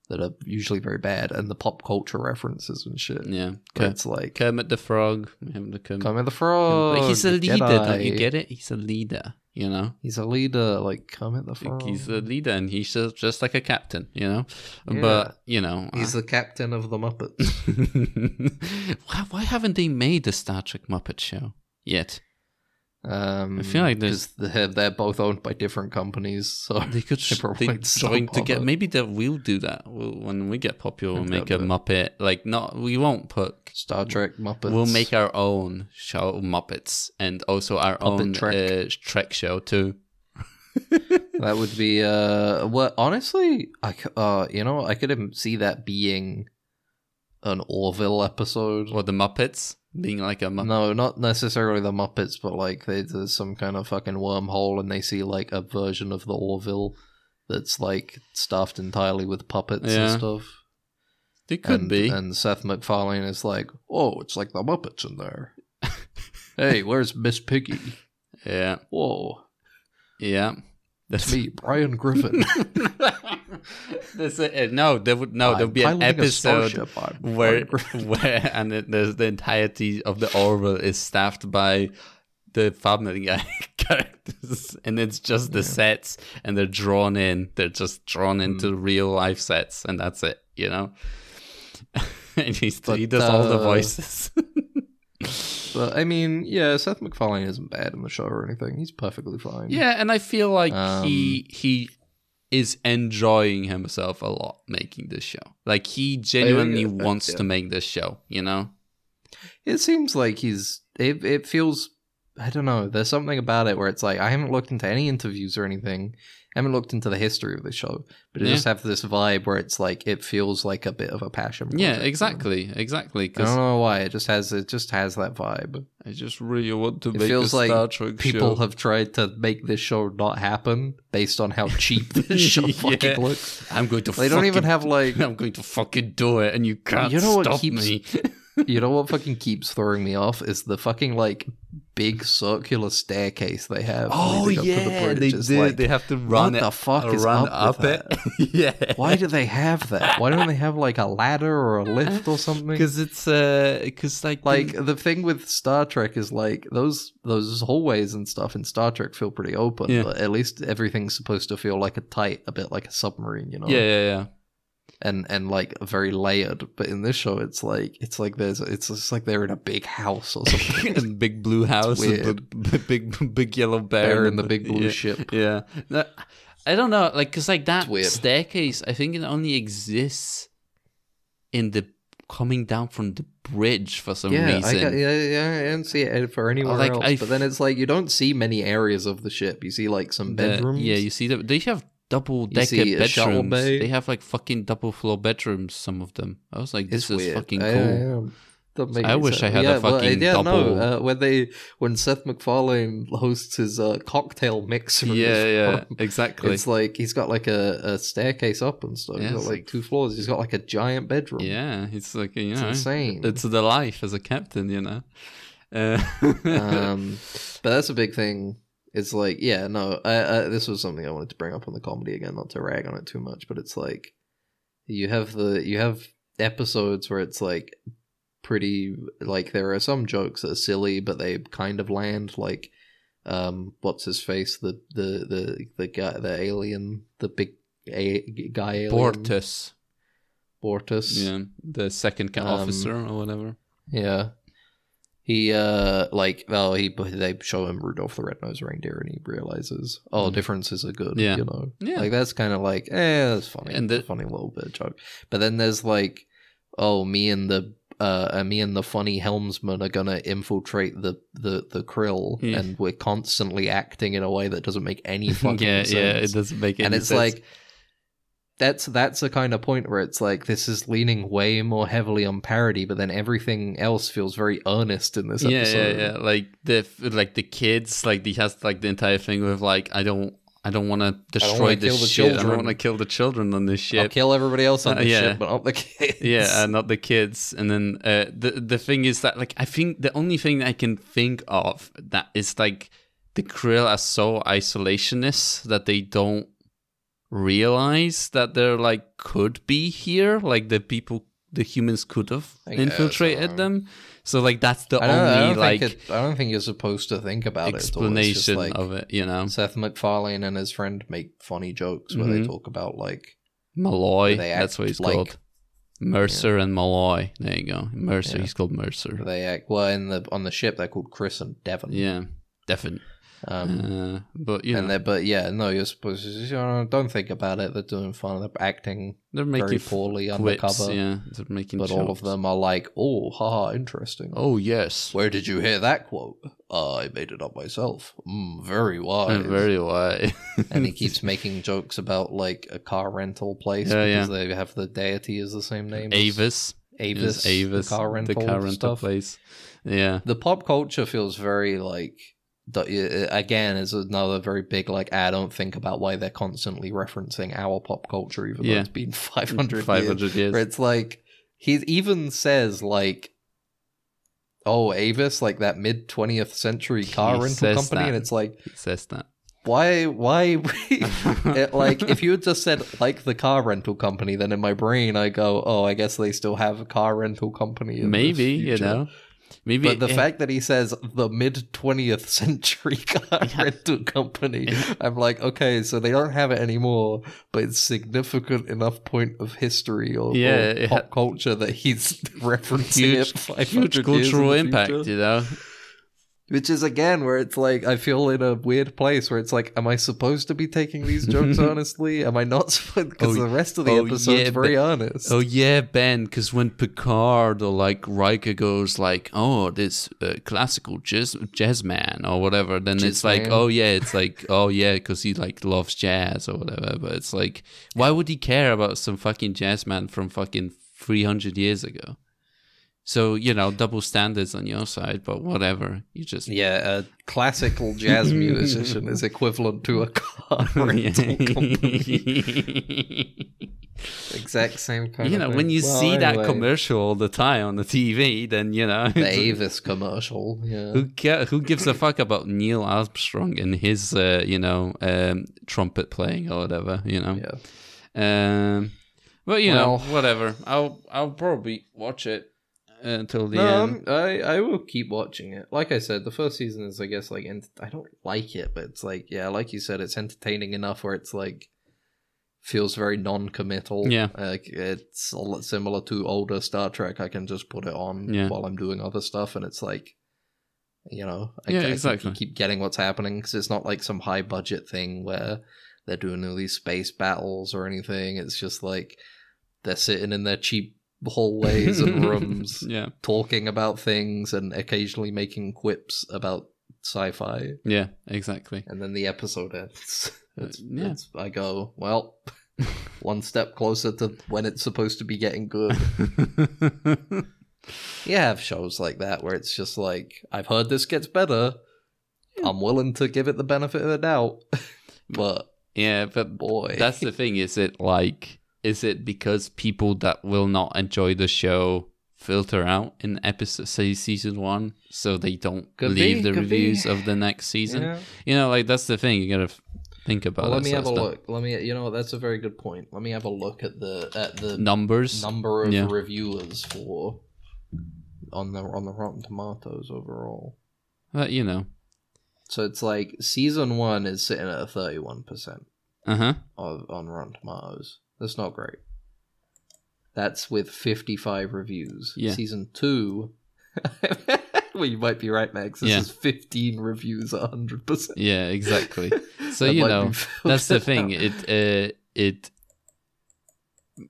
[SPEAKER 1] that are usually very bad, and the pop culture references and shit.
[SPEAKER 3] yeah.
[SPEAKER 1] But
[SPEAKER 3] Ker-
[SPEAKER 1] It's like
[SPEAKER 3] Kermit the Frog. We have the Kermit.
[SPEAKER 1] Kermit the
[SPEAKER 3] Kermit-
[SPEAKER 1] Frog.
[SPEAKER 3] but he's a
[SPEAKER 1] Oh, the
[SPEAKER 3] leader. Don't you
[SPEAKER 1] Jedi.
[SPEAKER 3] get it? He's a leader. You know.
[SPEAKER 1] He's a leader, like Kermit the Frog.
[SPEAKER 3] He's a leader and he's just, just like a captain, you know?
[SPEAKER 1] Oh. Yeah.
[SPEAKER 3] But, you know.
[SPEAKER 1] He's the captain of the Muppets.
[SPEAKER 3] [LAUGHS] why, why haven't they made a Star Trek Muppet show yet?
[SPEAKER 1] Um,
[SPEAKER 3] [LAUGHS] I feel like there's-
[SPEAKER 1] 'cause they're, they're both owned by different companies,
[SPEAKER 3] [LAUGHS]
[SPEAKER 1] so
[SPEAKER 3] They
[SPEAKER 1] [LAUGHS]
[SPEAKER 3] could
[SPEAKER 1] They
[SPEAKER 3] sh-
[SPEAKER 1] probably
[SPEAKER 3] they
[SPEAKER 1] don't
[SPEAKER 3] join
[SPEAKER 1] bother.
[SPEAKER 3] together. Maybe that we'll do that we'll, when we get popular. We'll
[SPEAKER 1] Think
[SPEAKER 3] make a
[SPEAKER 1] they'll
[SPEAKER 3] Muppet. Like not, we won't put.
[SPEAKER 1] Star Trek Muppets.
[SPEAKER 3] We'll make our own show Muppets and also our own
[SPEAKER 1] Trek.
[SPEAKER 3] Uh, Trek
[SPEAKER 1] [LAUGHS]
[SPEAKER 3] show too.
[SPEAKER 1] That would be uh well honestly I c- uh you know I could im- see that being an Orville episode.
[SPEAKER 3] Or the Muppets being like a Muppet.
[SPEAKER 1] No, not necessarily the Muppets, but like they, there's some kind of fucking wormhole and they see like a version of the Orville that's like stuffed entirely with puppets
[SPEAKER 3] Yeah.
[SPEAKER 1] and stuff.
[SPEAKER 3] They could
[SPEAKER 1] and,
[SPEAKER 3] be.
[SPEAKER 1] And Seth MacFarlane is like, oh, it's like the Muppets in there. [LAUGHS] hey, where's Miss Piggy?
[SPEAKER 3] yeah,
[SPEAKER 1] Whoa,
[SPEAKER 3] yeah.
[SPEAKER 1] it's me, Brian Griffin.
[SPEAKER 3] [LAUGHS] That's it. No, there would no. There
[SPEAKER 1] I'm
[SPEAKER 3] would be an
[SPEAKER 1] piloting a
[SPEAKER 3] episode
[SPEAKER 1] starship. I'm
[SPEAKER 3] where
[SPEAKER 1] Brian Griffin."
[SPEAKER 3] [LAUGHS] where and it, there's the entirety of the Orville is staffed by the Family Guy [LAUGHS] characters, and it's just the sets, and they're drawn in. They're just drawn into
[SPEAKER 1] Mm.
[SPEAKER 3] real life sets, and that's it. You know. [LAUGHS] and he's, he
[SPEAKER 1] But,
[SPEAKER 3] does all the
[SPEAKER 1] uh,
[SPEAKER 3] voices. [LAUGHS]
[SPEAKER 1] But I mean, yeah, Seth MacFarlane isn't bad in the show or anything. He's perfectly fine.
[SPEAKER 3] Yeah, and I feel like
[SPEAKER 1] Um,
[SPEAKER 3] he he is enjoying himself a lot making this show. Like he genuinely
[SPEAKER 1] Uh,
[SPEAKER 4] with that,
[SPEAKER 3] wants
[SPEAKER 4] yeah.
[SPEAKER 3] to make this show, you know?
[SPEAKER 1] Oh, It seems like he's. It, it feels. I don't know. There's something about it where it's like I haven't looked into any interviews or anything. I haven't looked into the history of the show, but it
[SPEAKER 3] Yeah.
[SPEAKER 1] just have this vibe where it's like it feels like a bit of a passion.
[SPEAKER 3] Yeah,
[SPEAKER 1] project to him.
[SPEAKER 3] exactly, exactly.
[SPEAKER 1] I don't
[SPEAKER 3] Because
[SPEAKER 1] know why. It just has. It just has that vibe.
[SPEAKER 3] I just really want to
[SPEAKER 1] It
[SPEAKER 3] make
[SPEAKER 1] feels
[SPEAKER 3] a
[SPEAKER 1] like
[SPEAKER 3] Star Trek
[SPEAKER 1] People
[SPEAKER 3] show.
[SPEAKER 1] have tried to make this show not happen based on how
[SPEAKER 3] [LAUGHS]
[SPEAKER 1] cheap [LAUGHS] this show
[SPEAKER 3] Yeah.
[SPEAKER 1] fucking looks.
[SPEAKER 3] I'm going to.
[SPEAKER 1] They don't even
[SPEAKER 3] fucking-
[SPEAKER 1] have like
[SPEAKER 3] I'm going to fucking do it, and you can't
[SPEAKER 1] know what
[SPEAKER 3] stop
[SPEAKER 1] keeps- [LAUGHS]
[SPEAKER 3] me.
[SPEAKER 1] you know what fucking keeps throwing me off is the fucking like big circular staircase they have.
[SPEAKER 3] oh
[SPEAKER 1] leading up to the
[SPEAKER 3] yeah,
[SPEAKER 1] bridge.
[SPEAKER 3] they
[SPEAKER 1] It's
[SPEAKER 3] did.
[SPEAKER 1] like,
[SPEAKER 3] they have to run
[SPEAKER 1] what
[SPEAKER 3] it.
[SPEAKER 1] the fuck is
[SPEAKER 3] run
[SPEAKER 1] up, with that? [LAUGHS]
[SPEAKER 3] it. [LAUGHS] yeah.
[SPEAKER 1] Why do they have that? Why don't they have like a ladder or a lift or something?
[SPEAKER 3] Because it's uh, because like the-
[SPEAKER 1] Like the thing with Star Trek is like those those hallways and stuff in Star Trek feel pretty open,
[SPEAKER 3] Yeah.
[SPEAKER 1] but at least everything's supposed to feel like a tight, a bit like a submarine, you know?
[SPEAKER 3] yeah, yeah,
[SPEAKER 1] [LAUGHS]
[SPEAKER 3] yeah.
[SPEAKER 1] and and like very layered. But in this show, it's like it's like there's it's just like they're in a big house or something.
[SPEAKER 3] and [LAUGHS] big blue house, and
[SPEAKER 1] weird.
[SPEAKER 3] b- b- big [LAUGHS] big yellow bear,
[SPEAKER 1] Bear in
[SPEAKER 3] and
[SPEAKER 1] the big blue
[SPEAKER 3] yeah,
[SPEAKER 1] ship.
[SPEAKER 3] Yeah, No, I don't know, like because like that
[SPEAKER 1] It's weird.
[SPEAKER 3] staircase, I think it only exists in the coming down from the bridge for some
[SPEAKER 1] Yeah, I,
[SPEAKER 3] reason.
[SPEAKER 1] got, yeah, yeah, I don't see it for anywhere
[SPEAKER 3] Like,
[SPEAKER 1] else.
[SPEAKER 3] I-
[SPEAKER 1] but then it's like you don't see many areas of the ship. You see like some
[SPEAKER 3] The-
[SPEAKER 1] bedrooms.
[SPEAKER 3] yeah, you see that they have double decker
[SPEAKER 1] see a shuttle
[SPEAKER 3] bedrooms.
[SPEAKER 1] bay.
[SPEAKER 3] They have like fucking double floor bedrooms. Some of them. I was like,
[SPEAKER 1] it's
[SPEAKER 3] this is
[SPEAKER 1] weird.
[SPEAKER 3] fucking
[SPEAKER 1] I-
[SPEAKER 3] cool.
[SPEAKER 1] I, don't make
[SPEAKER 3] I
[SPEAKER 1] any
[SPEAKER 3] wish I
[SPEAKER 1] sense.
[SPEAKER 3] had a
[SPEAKER 1] yeah, well,
[SPEAKER 3] fucking
[SPEAKER 1] yeah,
[SPEAKER 3] double-
[SPEAKER 1] No, uh, when they when Seth MacFarlane hosts his uh, cocktail mixer, in his [LAUGHS]
[SPEAKER 3] yeah, yeah,
[SPEAKER 1] farm,
[SPEAKER 3] exactly.
[SPEAKER 1] It's like he's got like a, a staircase up and stuff.
[SPEAKER 3] Yeah,
[SPEAKER 1] he's got
[SPEAKER 3] it's
[SPEAKER 1] like,
[SPEAKER 3] like-
[SPEAKER 1] two floors. He's got like a giant bedroom.
[SPEAKER 3] yeah, it's like you
[SPEAKER 1] it's
[SPEAKER 3] know,
[SPEAKER 1] insane.
[SPEAKER 3] it's the life as a captain, you know. [LAUGHS] Uh,
[SPEAKER 1] um, but that's a big thing. It's like, yeah, no, I, I, this was something I wanted to bring up on the comedy again, not to rag on it too much, but it's like you have the you have episodes where it's like pretty like there are some jokes that are silly, but they kind of land like um, what's his face, the the the the guy, the alien, the big a, guy alien,
[SPEAKER 3] [LAUGHS] Portus,
[SPEAKER 1] Bortus,
[SPEAKER 3] yeah, the second ca-
[SPEAKER 1] Um,
[SPEAKER 3] officer or whatever.
[SPEAKER 1] Yeah. He uh like well he they show him Rudolph the Red-Nosed Reindeer and he realizes oh
[SPEAKER 3] Mhm.
[SPEAKER 1] differences are good
[SPEAKER 3] Yeah.
[SPEAKER 1] you know
[SPEAKER 3] Yeah.
[SPEAKER 1] like that's kind of like eh that's funny
[SPEAKER 3] And
[SPEAKER 1] and
[SPEAKER 3] the-
[SPEAKER 1] a funny little bit of joke but then there's like oh me and the uh uh, me and the funny helmsman are gonna infiltrate the the the krill
[SPEAKER 3] Yeah.
[SPEAKER 1] and we're constantly acting in a way that doesn't make any fucking
[SPEAKER 3] [LAUGHS] yeah,
[SPEAKER 1] sense
[SPEAKER 3] yeah, it doesn't make any
[SPEAKER 1] and it's
[SPEAKER 3] sense.
[SPEAKER 1] like that's that's the kind of point where it's like this is leaning way more heavily on parody, but then everything else feels very earnest in this
[SPEAKER 3] yeah,
[SPEAKER 1] episode.
[SPEAKER 3] yeah, yeah. Like the f- like the kids, like he has like the entire thing with like I don't I don't want to destroy
[SPEAKER 1] wanna
[SPEAKER 3] this
[SPEAKER 1] kill the
[SPEAKER 3] shit. I don't
[SPEAKER 1] children.
[SPEAKER 3] want to kill the children on this
[SPEAKER 1] I'll
[SPEAKER 3] ship.
[SPEAKER 1] kill everybody else on
[SPEAKER 3] Uh,
[SPEAKER 1] this
[SPEAKER 3] yeah.
[SPEAKER 1] ship, but not the kids.
[SPEAKER 3] yeah,
[SPEAKER 1] [LAUGHS]
[SPEAKER 3] uh, not the kids. And then uh, the the thing is that like I think the only thing that I can think of that is like the krill are so isolationist that they don't realize that they're like could be here, like the people, the humans could have
[SPEAKER 1] I guess,
[SPEAKER 3] infiltrated
[SPEAKER 1] uh,
[SPEAKER 3] them. So like that's the
[SPEAKER 1] I don't, I
[SPEAKER 3] only
[SPEAKER 1] don't
[SPEAKER 3] like
[SPEAKER 1] think it, I don't think you're supposed to think about it. It's all-
[SPEAKER 3] explanation
[SPEAKER 1] it's just like
[SPEAKER 3] of it, you know.
[SPEAKER 1] Seth MacFarlane and his friend make funny jokes where
[SPEAKER 3] Mhm.
[SPEAKER 1] they talk about like
[SPEAKER 3] Malloy,
[SPEAKER 1] they
[SPEAKER 3] that's what
[SPEAKER 1] act
[SPEAKER 3] he's
[SPEAKER 1] like-
[SPEAKER 3] called. Mercer and Malloy. There you go. Mercer,
[SPEAKER 1] Yeah.
[SPEAKER 3] he's called Mercer.
[SPEAKER 1] they act well in the on the ship they're called Chris and Devon.
[SPEAKER 3] Yeah, definitely.
[SPEAKER 1] Um,
[SPEAKER 3] uh, but you know,
[SPEAKER 1] and they
[SPEAKER 3] they're,
[SPEAKER 1] but yeah, no, you're supposed to you know, don't think about it. They're doing fun. They're acting
[SPEAKER 3] making
[SPEAKER 1] very
[SPEAKER 3] f-
[SPEAKER 1] poorly
[SPEAKER 3] quips,
[SPEAKER 1] undercover.
[SPEAKER 3] Yeah, they're making.
[SPEAKER 1] but all of
[SPEAKER 3] jokes.
[SPEAKER 1] them are like, oh, haha, interesting.
[SPEAKER 3] Oh yes,
[SPEAKER 1] Where did you hear that quote? Uh, I made it up myself. Mm, very wise.
[SPEAKER 3] Uh, very wide.
[SPEAKER 1] [LAUGHS] and
[SPEAKER 3] [LAUGHS]
[SPEAKER 1] he keeps making jokes about like a car rental place
[SPEAKER 3] Yeah,
[SPEAKER 1] because they have the deity is the same name. as
[SPEAKER 3] Avis.
[SPEAKER 1] Avis.
[SPEAKER 3] Yes, Avis.
[SPEAKER 1] The car rental, stuff.
[SPEAKER 3] place. Yeah.
[SPEAKER 1] The pop culture feels very like. the- uh, Again, is another very big like. I don't think about why they're constantly referencing our pop culture, even
[SPEAKER 3] Yeah.
[SPEAKER 1] though it's been five hundred
[SPEAKER 3] 500 years.
[SPEAKER 1] where it's like he even says like oh avis like that mid 20th century car
[SPEAKER 3] He
[SPEAKER 1] rental
[SPEAKER 3] says
[SPEAKER 1] company
[SPEAKER 3] that.
[SPEAKER 1] and it's like
[SPEAKER 3] It says that.
[SPEAKER 1] why why [LAUGHS] it, like if you had just said like the car rental company then in my brain i go oh i guess they still have a car rental company in the
[SPEAKER 3] [LAUGHS] maybe you
[SPEAKER 1] future."
[SPEAKER 3] know, maybe
[SPEAKER 1] but the
[SPEAKER 3] eh,
[SPEAKER 1] fact that he says the mid 20th [LAUGHS] century car
[SPEAKER 3] Yeah.
[SPEAKER 1] rental company, I'm like, okay, so they don't have it anymore, but it's significant enough point of history or, or
[SPEAKER 3] Yeah, it ha-
[SPEAKER 1] pop culture that he's [LAUGHS] referencing
[SPEAKER 3] huge,
[SPEAKER 1] it. 500
[SPEAKER 3] huge
[SPEAKER 1] years in
[SPEAKER 3] cultural
[SPEAKER 1] the
[SPEAKER 3] impact.
[SPEAKER 1] future.
[SPEAKER 3] You know,
[SPEAKER 1] Which is again where it's like I feel in a weird place where it's like, am I supposed to be taking these
[SPEAKER 3] [LAUGHS]
[SPEAKER 1] jokes honestly? Am I not? Because
[SPEAKER 3] Oh,
[SPEAKER 1] the rest of the
[SPEAKER 3] oh,
[SPEAKER 1] episode's
[SPEAKER 3] yeah,
[SPEAKER 1] very
[SPEAKER 3] but-
[SPEAKER 1] honest.
[SPEAKER 3] Oh yeah, Ben. Because when Picard or like Riker goes like, "Oh, this uh, classical jazz jazz man or whatever," then
[SPEAKER 1] Jazz
[SPEAKER 3] it's like,
[SPEAKER 1] man.
[SPEAKER 3] "Oh yeah, it's like, oh yeah," because he like loves jazz or whatever. But it's like, why would he care about some fucking jazz man from fucking three hundred years ago? So you know, double standards on your side, but whatever. You just [LAUGHS]
[SPEAKER 1] Yeah, a classical jazz musician is equivalent to a car rental company. Exact same kind
[SPEAKER 3] you
[SPEAKER 1] of [LAUGHS]
[SPEAKER 3] know,
[SPEAKER 1] thing.
[SPEAKER 3] when you
[SPEAKER 1] Well,
[SPEAKER 3] see that
[SPEAKER 1] anyway,
[SPEAKER 3] commercial all the time on the TV, then you know [LAUGHS]
[SPEAKER 1] The Avis commercial. Yeah.
[SPEAKER 3] Who care, Who gives a fuck about Neil Armstrong and his, uh, you know, um, trumpet playing or whatever, you know?
[SPEAKER 1] yeah.
[SPEAKER 3] Um, but you
[SPEAKER 1] Well-
[SPEAKER 3] know, whatever. I'll I'll probably watch it until the
[SPEAKER 1] No, I'm-
[SPEAKER 3] end.
[SPEAKER 1] I I will keep watching it. Like I said, the first season is, I guess, like ent- I don't like it, but it's like, yeah, like you said, it's entertaining enough where it's like feels very non-committal.
[SPEAKER 3] Yeah.
[SPEAKER 1] like it's a lot similar to older Star Trek. I can just put it on
[SPEAKER 3] Yeah.
[SPEAKER 1] while I'm doing other stuff, and it's like, you know, I,
[SPEAKER 3] Yeah,
[SPEAKER 1] I can
[SPEAKER 3] exactly.
[SPEAKER 1] keep getting what's happening because it's not like some high budget thing where they're doing all these space battles or anything. It's just like they're sitting in their cheap hallways and
[SPEAKER 3] [LAUGHS]
[SPEAKER 1] rooms
[SPEAKER 3] yeah,
[SPEAKER 1] talking about things and occasionally making quips about sci-fi
[SPEAKER 3] yeah, exactly. [LAUGHS]
[SPEAKER 1] and then the episode ends [LAUGHS] it's,
[SPEAKER 3] Uh, yeah.
[SPEAKER 1] it's- i go well [LAUGHS] one step closer to when it's supposed to be getting
[SPEAKER 3] [LAUGHS]
[SPEAKER 1] good you have shows like that where it's just like i've heard this gets better i'm willing to give it the benefit of the doubt [LAUGHS] but
[SPEAKER 3] yeah, but
[SPEAKER 1] boy [LAUGHS]
[SPEAKER 3] That's the thing. Is it like, is it because people that will not enjoy the show filter out in episode, say, season one, so they don't
[SPEAKER 1] Could
[SPEAKER 3] leave
[SPEAKER 1] be,
[SPEAKER 3] the
[SPEAKER 1] could
[SPEAKER 3] reviews
[SPEAKER 1] be.
[SPEAKER 3] of the next season?
[SPEAKER 1] Yeah.
[SPEAKER 3] You know, like that's the thing. You gotta f- think about.
[SPEAKER 1] Well, let
[SPEAKER 3] that
[SPEAKER 1] me
[SPEAKER 3] sort
[SPEAKER 1] have a
[SPEAKER 3] of stuff.
[SPEAKER 1] look let me you know what, that's a very good point let me have a look at the at the
[SPEAKER 3] Numbers.
[SPEAKER 1] number of
[SPEAKER 3] Yeah.
[SPEAKER 1] reviewers for on the on the Rotten Tomatoes overall.
[SPEAKER 3] But, you know.
[SPEAKER 1] So it's like season one is sitting at thirty one percent
[SPEAKER 3] Uh huh.
[SPEAKER 1] of on Rotten Tomatoes. That's not great. That's with fifty five reviews.
[SPEAKER 3] Yeah.
[SPEAKER 1] Season two. [LAUGHS] well, you might be right, Max. This
[SPEAKER 3] Yeah.
[SPEAKER 1] is fifteen reviews, hundred percent.
[SPEAKER 3] Yeah.
[SPEAKER 1] [LAUGHS]
[SPEAKER 3] Exactly. So, you know, that's the thing. It. Uh, it.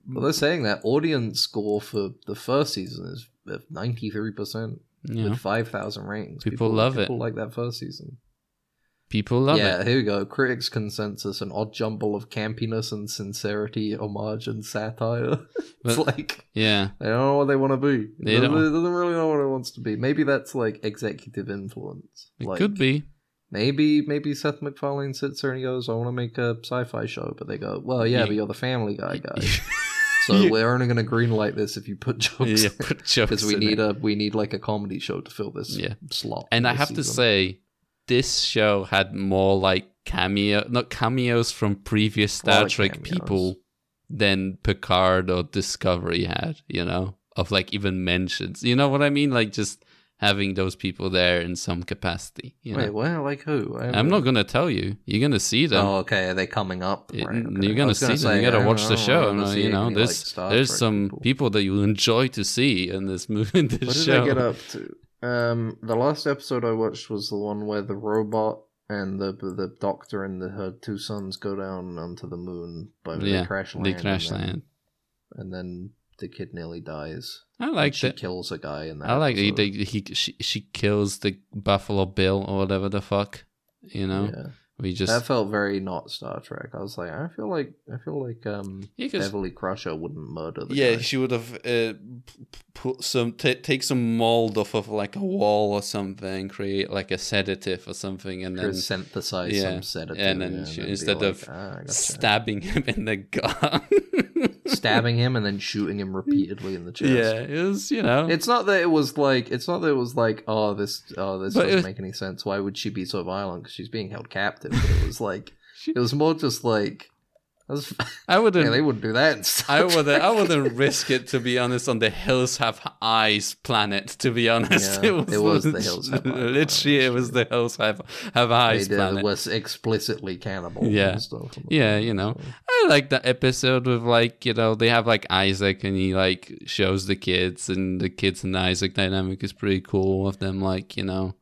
[SPEAKER 1] Well, they're saying that audience score for the first season is ninety three percent.
[SPEAKER 3] You know,
[SPEAKER 1] with 5,000 ratings.
[SPEAKER 3] People love it.
[SPEAKER 1] People like that first season.
[SPEAKER 3] people love
[SPEAKER 1] yeah,
[SPEAKER 3] it.
[SPEAKER 1] here we go. Critics' consensus an odd jumble of campiness and sincerity, homage and satire. [LAUGHS] it's
[SPEAKER 3] But-
[SPEAKER 1] like,
[SPEAKER 3] Yeah.
[SPEAKER 1] they don't know what they want to be.
[SPEAKER 3] They
[SPEAKER 1] It doesn't,
[SPEAKER 3] don't.
[SPEAKER 1] it doesn't really know what it wants to be. Maybe that's like executive influence.
[SPEAKER 3] It
[SPEAKER 1] like,
[SPEAKER 3] could be.
[SPEAKER 1] Maybe maybe Seth MacFarlane sits there and he goes, I want to make a sci fi show. But they go, well, yeah,
[SPEAKER 3] You-
[SPEAKER 1] but you're the family guy
[SPEAKER 3] [LAUGHS]
[SPEAKER 1] guy. so
[SPEAKER 3] You-
[SPEAKER 1] we're only going to greenlight this if you put jokes
[SPEAKER 3] yeah.
[SPEAKER 1] [LAUGHS]
[SPEAKER 3] Put jokes
[SPEAKER 1] Because we
[SPEAKER 3] in
[SPEAKER 1] need
[SPEAKER 3] it.
[SPEAKER 1] a we need like a comedy show to fill this
[SPEAKER 3] Yeah.
[SPEAKER 1] slot.
[SPEAKER 3] And I
[SPEAKER 1] this
[SPEAKER 3] have to
[SPEAKER 1] season.
[SPEAKER 3] say, this show had more like cameo, not cameos from previous Star
[SPEAKER 1] Product
[SPEAKER 3] Trek
[SPEAKER 1] cameos.
[SPEAKER 3] people than Picard or Discovery had, you know, of like even mentions. You know what I mean? Like just having those people there in some capacity. You know?
[SPEAKER 1] Wait, well, like who? I
[SPEAKER 3] I'm not going to tell you. You're going to see them.
[SPEAKER 1] Oh, okay. Are they coming up?
[SPEAKER 3] It-
[SPEAKER 1] Right, okay.
[SPEAKER 3] You're
[SPEAKER 1] I
[SPEAKER 3] gonna
[SPEAKER 1] was
[SPEAKER 3] see
[SPEAKER 1] gonna
[SPEAKER 3] them.
[SPEAKER 1] say,
[SPEAKER 3] you
[SPEAKER 1] I
[SPEAKER 3] gotta
[SPEAKER 1] don't
[SPEAKER 3] watch
[SPEAKER 1] know,
[SPEAKER 3] the
[SPEAKER 1] I
[SPEAKER 3] show.
[SPEAKER 1] wanna
[SPEAKER 3] no,
[SPEAKER 1] see
[SPEAKER 3] you know,
[SPEAKER 1] any,
[SPEAKER 3] there's
[SPEAKER 1] like, Star
[SPEAKER 3] there's
[SPEAKER 1] Trek
[SPEAKER 3] some people.
[SPEAKER 1] people.
[SPEAKER 3] that you enjoy to see in this [LAUGHS] movie, in this
[SPEAKER 1] What did
[SPEAKER 3] show.
[SPEAKER 1] I get up to? Um, the last episode I watched was the one where the robot and the the doctor and the, her two sons go down onto the moon, but
[SPEAKER 3] Yeah,
[SPEAKER 1] they crash land.
[SPEAKER 3] They
[SPEAKER 1] and
[SPEAKER 3] crash
[SPEAKER 1] then-
[SPEAKER 3] land.
[SPEAKER 1] and then the kid nearly dies.
[SPEAKER 3] I like
[SPEAKER 1] she
[SPEAKER 3] that.
[SPEAKER 1] kills a guy in that.
[SPEAKER 3] I like E that he,
[SPEAKER 1] episode.
[SPEAKER 3] they- he she, she kills the Buffalo Bill or whatever the fuck. You know,
[SPEAKER 1] Yeah.
[SPEAKER 3] we
[SPEAKER 1] That
[SPEAKER 3] just
[SPEAKER 1] felt very not Star Trek. I was like, I feel like I feel like um
[SPEAKER 3] yeah, 'cause-
[SPEAKER 1] Beverly Crusher wouldn't murder the
[SPEAKER 3] yeah
[SPEAKER 1] guy.
[SPEAKER 3] she would have uh, p- p- put some t- take some mold off of like a wall or something, create like a sedative or something, and
[SPEAKER 1] Or
[SPEAKER 3] then
[SPEAKER 1] synthesize
[SPEAKER 3] yeah,
[SPEAKER 1] some sedative,
[SPEAKER 3] and then she-
[SPEAKER 1] be
[SPEAKER 3] instead
[SPEAKER 1] like,
[SPEAKER 3] of
[SPEAKER 1] "Ah, I gotcha."
[SPEAKER 3] stabbing him in the [LAUGHS] gut.
[SPEAKER 1] stabbing him and
[SPEAKER 3] [LAUGHS]
[SPEAKER 1] then shooting him repeatedly in the chest.
[SPEAKER 3] Yeah, it was you know.
[SPEAKER 1] It's not that it was like it's not that it was like oh this oh this
[SPEAKER 3] But it
[SPEAKER 1] doesn't
[SPEAKER 3] was-
[SPEAKER 1] make any sense. Why would she be so violent? Because she's being held captive. But it was like it was more just like that was, [LAUGHS]
[SPEAKER 3] I wouldn't.
[SPEAKER 1] yeah, they wouldn't do that. in Star
[SPEAKER 3] I wouldn't. I
[SPEAKER 1] Trek.
[SPEAKER 3] wouldn't risk it to be honest. On the hills have eyes planet. To be honest,
[SPEAKER 1] Yeah, it was the Hills Have Eyes planet,
[SPEAKER 3] [LAUGHS] Literally, it was the hills have
[SPEAKER 1] [LAUGHS]
[SPEAKER 3] have
[SPEAKER 1] They
[SPEAKER 3] eyes
[SPEAKER 1] did, it
[SPEAKER 3] planet.
[SPEAKER 1] was explicitly cannibal.
[SPEAKER 3] Yeah.
[SPEAKER 1] and stuff.
[SPEAKER 3] Yeah, you know.
[SPEAKER 1] So-
[SPEAKER 3] I like that episode with like you know they have like Isaac and he like shows the kids and the kids and Isaac dynamic is pretty cool of them like you know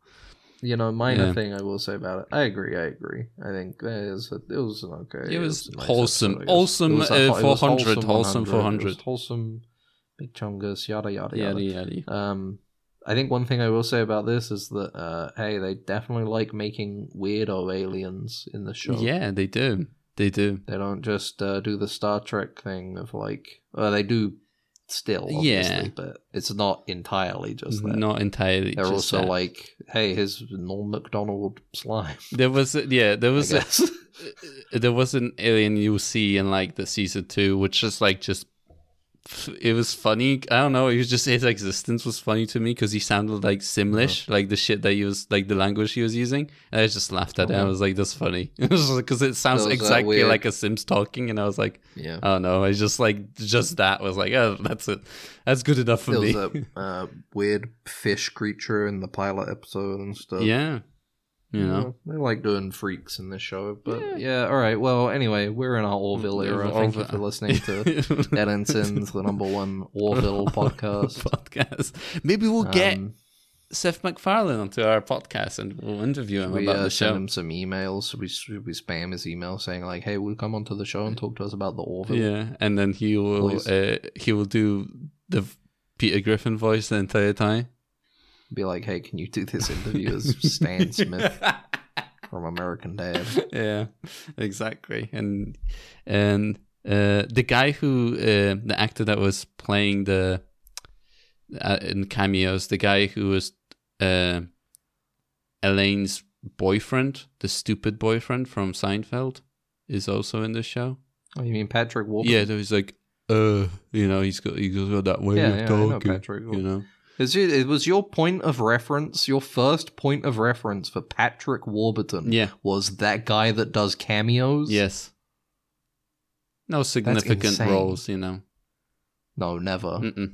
[SPEAKER 1] you know minor
[SPEAKER 3] Yeah.
[SPEAKER 1] thing I will say about it. I agree. I agree. I think it, is, it was an okay.
[SPEAKER 3] It was
[SPEAKER 1] a nice
[SPEAKER 3] wholesome.
[SPEAKER 1] episode, I guess.
[SPEAKER 3] Wholesome,
[SPEAKER 1] It was a-
[SPEAKER 3] uh,
[SPEAKER 1] it was
[SPEAKER 3] 400, wholesome
[SPEAKER 1] 100,
[SPEAKER 3] 400.
[SPEAKER 1] it was Wholesome. Big chungus. Yada yada
[SPEAKER 3] Yada
[SPEAKER 1] yada.
[SPEAKER 3] yada.
[SPEAKER 1] Um, I think one thing I will say about this is that uh, hey, they definitely like making weirdo aliens in the show.
[SPEAKER 3] Yeah, they do. They do.
[SPEAKER 1] They don't just uh, do the Star Trek thing of like, well, they do still, obviously,
[SPEAKER 3] Yeah. Mm-hmm.
[SPEAKER 1] but it's not entirely just that.
[SPEAKER 3] Not entirely.
[SPEAKER 1] They're
[SPEAKER 3] just
[SPEAKER 1] also
[SPEAKER 3] that.
[SPEAKER 1] like, hey, here's Norm Macdonald slime. [LAUGHS]
[SPEAKER 3] there was a- yeah there
[SPEAKER 1] I
[SPEAKER 3] was
[SPEAKER 1] [LAUGHS]
[SPEAKER 3] a, [LAUGHS]
[SPEAKER 1] guess.
[SPEAKER 3] Uh, there was an alien you see in like the season two, which is like just it was funny. I don't know. It was just his existence was funny to me because he sounded like
[SPEAKER 1] Uh-huh.
[SPEAKER 3] Simlish, like the shit that he was like the language he was using. And I just laughed at it. I
[SPEAKER 1] Oh.
[SPEAKER 3] was like, "That's funny," [LAUGHS] because it sounds
[SPEAKER 1] Those are
[SPEAKER 3] exactly
[SPEAKER 1] uh, weird.
[SPEAKER 3] like a Sims talking. And I was like,
[SPEAKER 1] yeah.
[SPEAKER 3] "Oh no!" I just like just that was like, "Oh, that's it. That's good enough for
[SPEAKER 1] there
[SPEAKER 3] me."
[SPEAKER 1] was
[SPEAKER 3] [LAUGHS]
[SPEAKER 1] a uh, weird fish creature in the pilot episode and stuff.
[SPEAKER 3] yeah, you know.
[SPEAKER 1] Well, they like doing freaks in this show, but
[SPEAKER 3] Yeah.
[SPEAKER 1] yeah. all right. Well, anyway, we're in our Orville era. Thank you
[SPEAKER 3] [LAUGHS]
[SPEAKER 1] for listening to Dead and Sins, the number one
[SPEAKER 3] [LAUGHS]
[SPEAKER 1] Orville podcast.
[SPEAKER 3] Podcast. Maybe we'll get
[SPEAKER 1] Um,
[SPEAKER 3] Seth MacFarlane onto our podcast and we'll interview him
[SPEAKER 1] should we
[SPEAKER 3] about
[SPEAKER 1] uh,
[SPEAKER 3] the
[SPEAKER 1] send
[SPEAKER 3] show.
[SPEAKER 1] him some emails. Should we, should we spam his email saying like, "Hey, will you come onto the show and talk to us about the Orville?"
[SPEAKER 3] Yeah, and then he will
[SPEAKER 1] Please.
[SPEAKER 3] uh, he will do the v- Peter Griffin voice the entire time.
[SPEAKER 1] Be like, "Hey, can you do this interview as
[SPEAKER 3] [LAUGHS]
[SPEAKER 1] Stan Smith from American Dad?" [LAUGHS]
[SPEAKER 3] yeah, [LAUGHS] exactly. And and uh, the guy who uh, the actor that was playing the uh, in cameos, the guy who was uh, Elaine's boyfriend, the stupid boyfriend from Seinfeld, is also in the show.
[SPEAKER 1] Oh, you mean Patrick Warburton?
[SPEAKER 3] Yeah, so he's like, uh, you know, he's got he's got that way
[SPEAKER 1] Yeah,
[SPEAKER 3] of
[SPEAKER 1] yeah, I know
[SPEAKER 3] talking,
[SPEAKER 1] Patrick.
[SPEAKER 3] you know.
[SPEAKER 1] Is it, it was your point of reference, your first point of reference for Patrick Warburton
[SPEAKER 3] Yeah.
[SPEAKER 1] was that guy that does cameos?
[SPEAKER 3] Yes. No significant
[SPEAKER 1] insane.
[SPEAKER 3] roles, you know.
[SPEAKER 1] No, never.
[SPEAKER 3] Mm-mm.
[SPEAKER 1] No,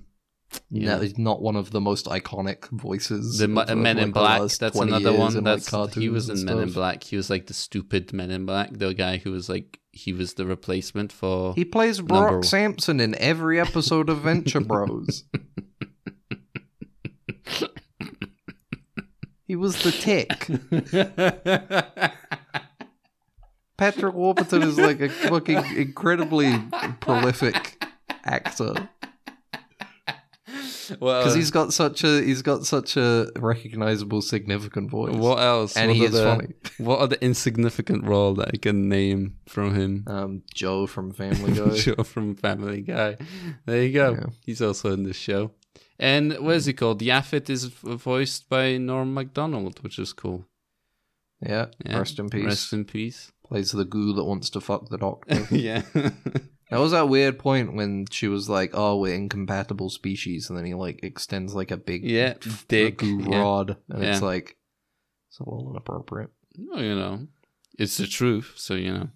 [SPEAKER 3] Mm, Yeah.
[SPEAKER 1] he's not one of the most iconic voices.
[SPEAKER 3] The Ma-
[SPEAKER 1] of- of,
[SPEAKER 3] Men
[SPEAKER 1] like,
[SPEAKER 3] in
[SPEAKER 1] the
[SPEAKER 3] Black.
[SPEAKER 1] last
[SPEAKER 3] That's
[SPEAKER 1] 20
[SPEAKER 3] another
[SPEAKER 1] years
[SPEAKER 3] one.
[SPEAKER 1] and, like,
[SPEAKER 3] That's he was in
[SPEAKER 1] cartoons
[SPEAKER 3] Men
[SPEAKER 1] and
[SPEAKER 3] in
[SPEAKER 1] stuff.
[SPEAKER 3] Black. He was like the stupid Men in Black, the guy who was like he was the replacement [LAUGHS] for.
[SPEAKER 1] He plays
[SPEAKER 3] Number
[SPEAKER 1] Brock
[SPEAKER 3] one.
[SPEAKER 1] Sampson in every episode of Venture
[SPEAKER 3] [LAUGHS]
[SPEAKER 1] Bros. he was
[SPEAKER 3] [LAUGHS]
[SPEAKER 1] the tick. Patrick Warburton is like a fucking incredibly prolific actor
[SPEAKER 3] well,
[SPEAKER 1] because he's got such a he's got such a recognizable significant voice.
[SPEAKER 3] what else?
[SPEAKER 1] And
[SPEAKER 3] what
[SPEAKER 1] he
[SPEAKER 3] are
[SPEAKER 1] is
[SPEAKER 3] the,
[SPEAKER 1] funny.
[SPEAKER 3] [LAUGHS] What are the insignificant role that I can name from him?
[SPEAKER 1] Um, Joe from Family
[SPEAKER 3] [LAUGHS]
[SPEAKER 1] Guy.
[SPEAKER 3] Joe from Family Guy. There you go.
[SPEAKER 1] Yeah.
[SPEAKER 3] He's also in the show. And what is it called? Yafet is v- voiced by Norm Macdonald, which is cool.
[SPEAKER 1] Yeah.
[SPEAKER 3] Yeah.
[SPEAKER 1] Rest in peace.
[SPEAKER 3] Rest in [LAUGHS] peace.
[SPEAKER 1] Plays the goo that wants to fuck the doctor.
[SPEAKER 3] yeah. [LAUGHS]
[SPEAKER 1] That was that weird point when she was like, "Oh, we're incompatible species," and then he like extends like a big
[SPEAKER 3] Yeah,
[SPEAKER 1] f-
[SPEAKER 3] dick,
[SPEAKER 1] goo
[SPEAKER 3] yeah.
[SPEAKER 1] rod, and it's
[SPEAKER 3] Yeah.
[SPEAKER 1] like it's a little inappropriate.
[SPEAKER 3] well, you know, it's the truth. So, you know,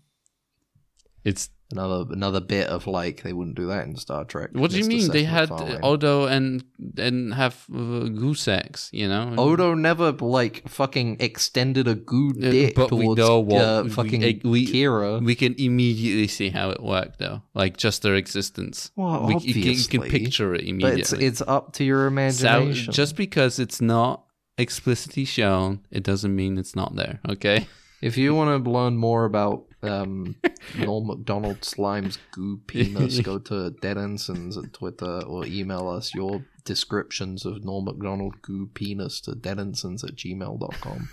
[SPEAKER 3] it's.
[SPEAKER 1] Another another bit of like they wouldn't do that in Star Trek.
[SPEAKER 3] What do you
[SPEAKER 1] Mr.
[SPEAKER 3] mean?
[SPEAKER 1] Seth
[SPEAKER 3] They had
[SPEAKER 1] MacFarlane.
[SPEAKER 3] Odo and and have uh, goose sex, you know?
[SPEAKER 1] Odo never like fucking extended a goo
[SPEAKER 3] Yeah,
[SPEAKER 1] dick
[SPEAKER 3] Uh, but we
[SPEAKER 1] towards
[SPEAKER 3] know what-
[SPEAKER 1] uh,
[SPEAKER 3] we-
[SPEAKER 1] fucking
[SPEAKER 3] eh, we-
[SPEAKER 1] Kira.
[SPEAKER 3] We can immediately see how it worked, though. Like, just their existence.
[SPEAKER 1] well,
[SPEAKER 3] we, you can-
[SPEAKER 1] obviously,
[SPEAKER 3] you can picture it
[SPEAKER 1] but
[SPEAKER 3] immediately.
[SPEAKER 1] it's it's up to your
[SPEAKER 3] So
[SPEAKER 1] imagination.
[SPEAKER 3] just because it's not explicitly shown, it doesn't mean it's not there. Okay.
[SPEAKER 1] If you want to learn more about um, Norm MacDonald Slime's goo penis, go to Dead Ensigns at Twitter or email us your descriptions of Norm MacDonald goo penis to deadensigns at
[SPEAKER 3] [LAUGHS]
[SPEAKER 1] gmail.com.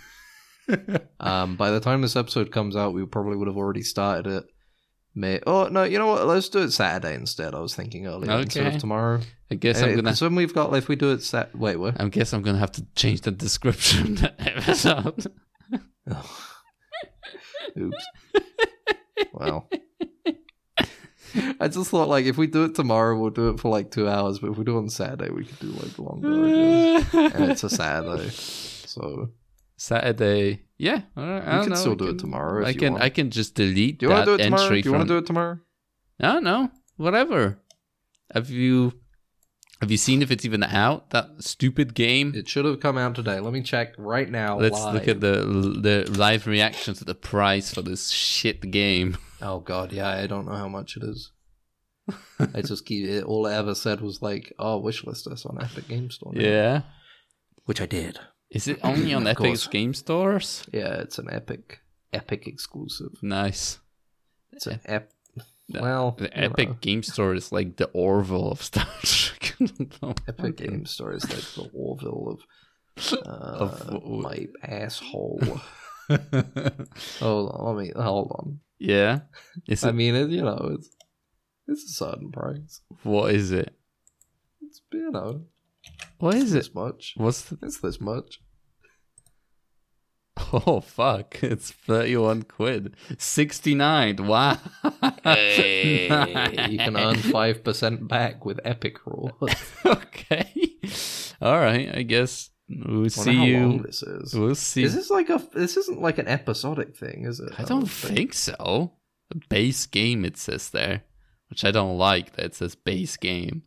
[SPEAKER 1] um, by the time this episode comes out, we probably would have already started it. May- oh, no, you know what? Let's do it Saturday instead. I was thinking earlier instead
[SPEAKER 3] Okay.
[SPEAKER 1] of tomorrow.
[SPEAKER 3] I guess I'm gonna.
[SPEAKER 1] Because when we've got, like, if we do it Sat. Wait, what?
[SPEAKER 3] I guess I'm gonna have to change the description of that
[SPEAKER 1] [LAUGHS]
[SPEAKER 3] episode. [LAUGHS]
[SPEAKER 1] Oops. well. I just thought like if we do it tomorrow we'll do it for like two hours, but if we do it on Saturday we could do like longer. I
[SPEAKER 3] Mm.
[SPEAKER 1] guess. and it's a Saturday.
[SPEAKER 3] [LAUGHS]
[SPEAKER 1] So
[SPEAKER 3] Saturday. Yeah. All right. I
[SPEAKER 1] We
[SPEAKER 3] don't
[SPEAKER 1] can
[SPEAKER 3] know,
[SPEAKER 1] still
[SPEAKER 3] I
[SPEAKER 1] do it tomorrow if
[SPEAKER 3] I
[SPEAKER 1] you
[SPEAKER 3] can.
[SPEAKER 1] want.
[SPEAKER 3] I can just delete
[SPEAKER 1] do you
[SPEAKER 3] that
[SPEAKER 1] wanna do it tomorrow? Do
[SPEAKER 3] entry
[SPEAKER 1] you wanna
[SPEAKER 3] from.
[SPEAKER 1] do it tomorrow?
[SPEAKER 3] No, no. Whatever. Have you? Have you seen if it's even out? That stupid game.
[SPEAKER 1] It should have come out today. Let me check right now.
[SPEAKER 3] Let's
[SPEAKER 1] live.
[SPEAKER 3] look at the the live reaction to the price for this shit game.
[SPEAKER 1] Oh god, yeah, I don't know how much it
[SPEAKER 3] [LAUGHS]
[SPEAKER 1] is. I just keep it Oh, all I ever said was like, oh wishlist this on Epic Game Store. now,"
[SPEAKER 3] Yeah.
[SPEAKER 1] Which I did. [COUGHS]
[SPEAKER 3] Is it only on
[SPEAKER 5] Of
[SPEAKER 3] Epic's
[SPEAKER 5] course.
[SPEAKER 3] game stores?
[SPEAKER 1] Yeah, it's an Epic Epic exclusive.
[SPEAKER 3] Nice.
[SPEAKER 1] It's an ep.
[SPEAKER 3] The-
[SPEAKER 1] Well,
[SPEAKER 3] The
[SPEAKER 1] you
[SPEAKER 3] Epic
[SPEAKER 1] know,
[SPEAKER 3] Game Store is like the Orville of [LAUGHS] Star Trek.
[SPEAKER 1] Epic Game Store is like [LAUGHS] the Orville of, uh,
[SPEAKER 3] Of w-
[SPEAKER 1] my asshole. [LAUGHS] hold on, let me hold on.
[SPEAKER 3] [LAUGHS] yeah. Is it,
[SPEAKER 1] I mean, it, you know, it's it's a certain price.
[SPEAKER 3] what is it?
[SPEAKER 1] It's you know,
[SPEAKER 3] What is it?
[SPEAKER 1] this much.
[SPEAKER 3] What's the,
[SPEAKER 1] It's this much.
[SPEAKER 3] [LAUGHS] oh fuck? It's thirty-one quid, sixty-nine. Wow. [LAUGHS]
[SPEAKER 1] you can earn five percent back with Epic Rewards.
[SPEAKER 3] [LAUGHS] okay. All right. I guess we'll
[SPEAKER 1] I
[SPEAKER 3] see
[SPEAKER 1] wonder how long
[SPEAKER 3] you.
[SPEAKER 1] This is.
[SPEAKER 3] We'll see.
[SPEAKER 1] Is this like a? This isn't like an episodic thing, is it?
[SPEAKER 3] I don't think so. The base game it says there, which I don't like that it says base game.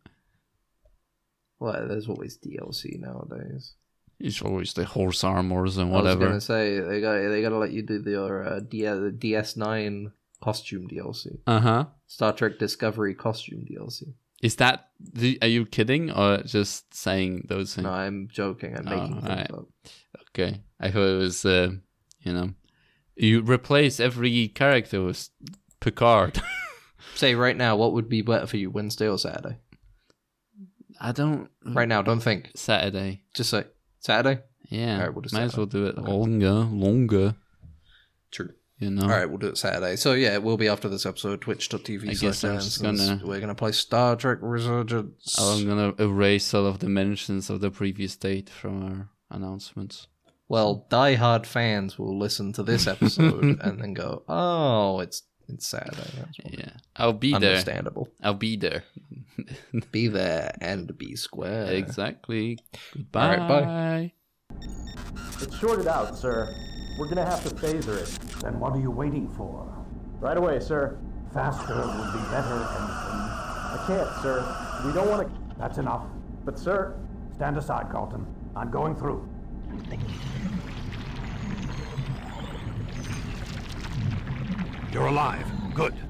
[SPEAKER 1] Well, there's always DLC nowadays.
[SPEAKER 3] It's always the horse armors and
[SPEAKER 1] I
[SPEAKER 3] whatever.
[SPEAKER 1] was gonna say they got they gotta let you do your uh, D- the DS9 costume DLC,
[SPEAKER 3] Uh huh.
[SPEAKER 1] Star Trek Discovery costume DLC.
[SPEAKER 3] Is that? the- Are you kidding or just saying those things?
[SPEAKER 1] No, I'm joking. I'm
[SPEAKER 3] Oh,
[SPEAKER 1] making things
[SPEAKER 3] alright.
[SPEAKER 1] up.
[SPEAKER 3] Okay, I thought it was. Uh, you know, you replace every character with Picard.
[SPEAKER 1] Say right now, what would be better for you, Wednesday or Saturday?
[SPEAKER 3] [LAUGHS] I don't.
[SPEAKER 1] Right now, don't think.
[SPEAKER 3] Saturday.
[SPEAKER 1] Just say Saturday.
[SPEAKER 3] Yeah.
[SPEAKER 1] Alright, we'll just
[SPEAKER 3] Might as
[SPEAKER 1] Saturday.
[SPEAKER 3] well do it
[SPEAKER 1] Okay.
[SPEAKER 3] longer, longer.
[SPEAKER 1] True.
[SPEAKER 3] You know.
[SPEAKER 1] All right, we'll do it Saturday. So yeah, it will be after this episode.
[SPEAKER 3] I
[SPEAKER 1] Twitch.tv slash
[SPEAKER 3] guess I'm just gonna- Oh,
[SPEAKER 1] Dimensions. We're gonna play Star Trek Resurgence.
[SPEAKER 3] I'm gonna erase all of the mentions of the previous date from our announcements.
[SPEAKER 1] Well, diehard fans will listen to this
[SPEAKER 3] [LAUGHS]
[SPEAKER 1] episode and then go, "Oh, it's it's Saturday." That's what-
[SPEAKER 3] Yeah, I'll be there.
[SPEAKER 1] Understandable.
[SPEAKER 3] I'll be there.
[SPEAKER 1] Be there and be square.
[SPEAKER 3] exactly. Goodbye.
[SPEAKER 1] Alright, bye.
[SPEAKER 3] bye.
[SPEAKER 6] It's shorted out, sir. We're gonna have to phaser it.
[SPEAKER 7] Then what are you waiting for?
[SPEAKER 6] Right away, sir.
[SPEAKER 7] Faster would be better, Ensign.
[SPEAKER 6] I can't, sir. We don't want to.
[SPEAKER 7] That's enough.
[SPEAKER 6] But, sir,
[SPEAKER 7] Stand aside, Carlton. I'm going through. You're alive. Good.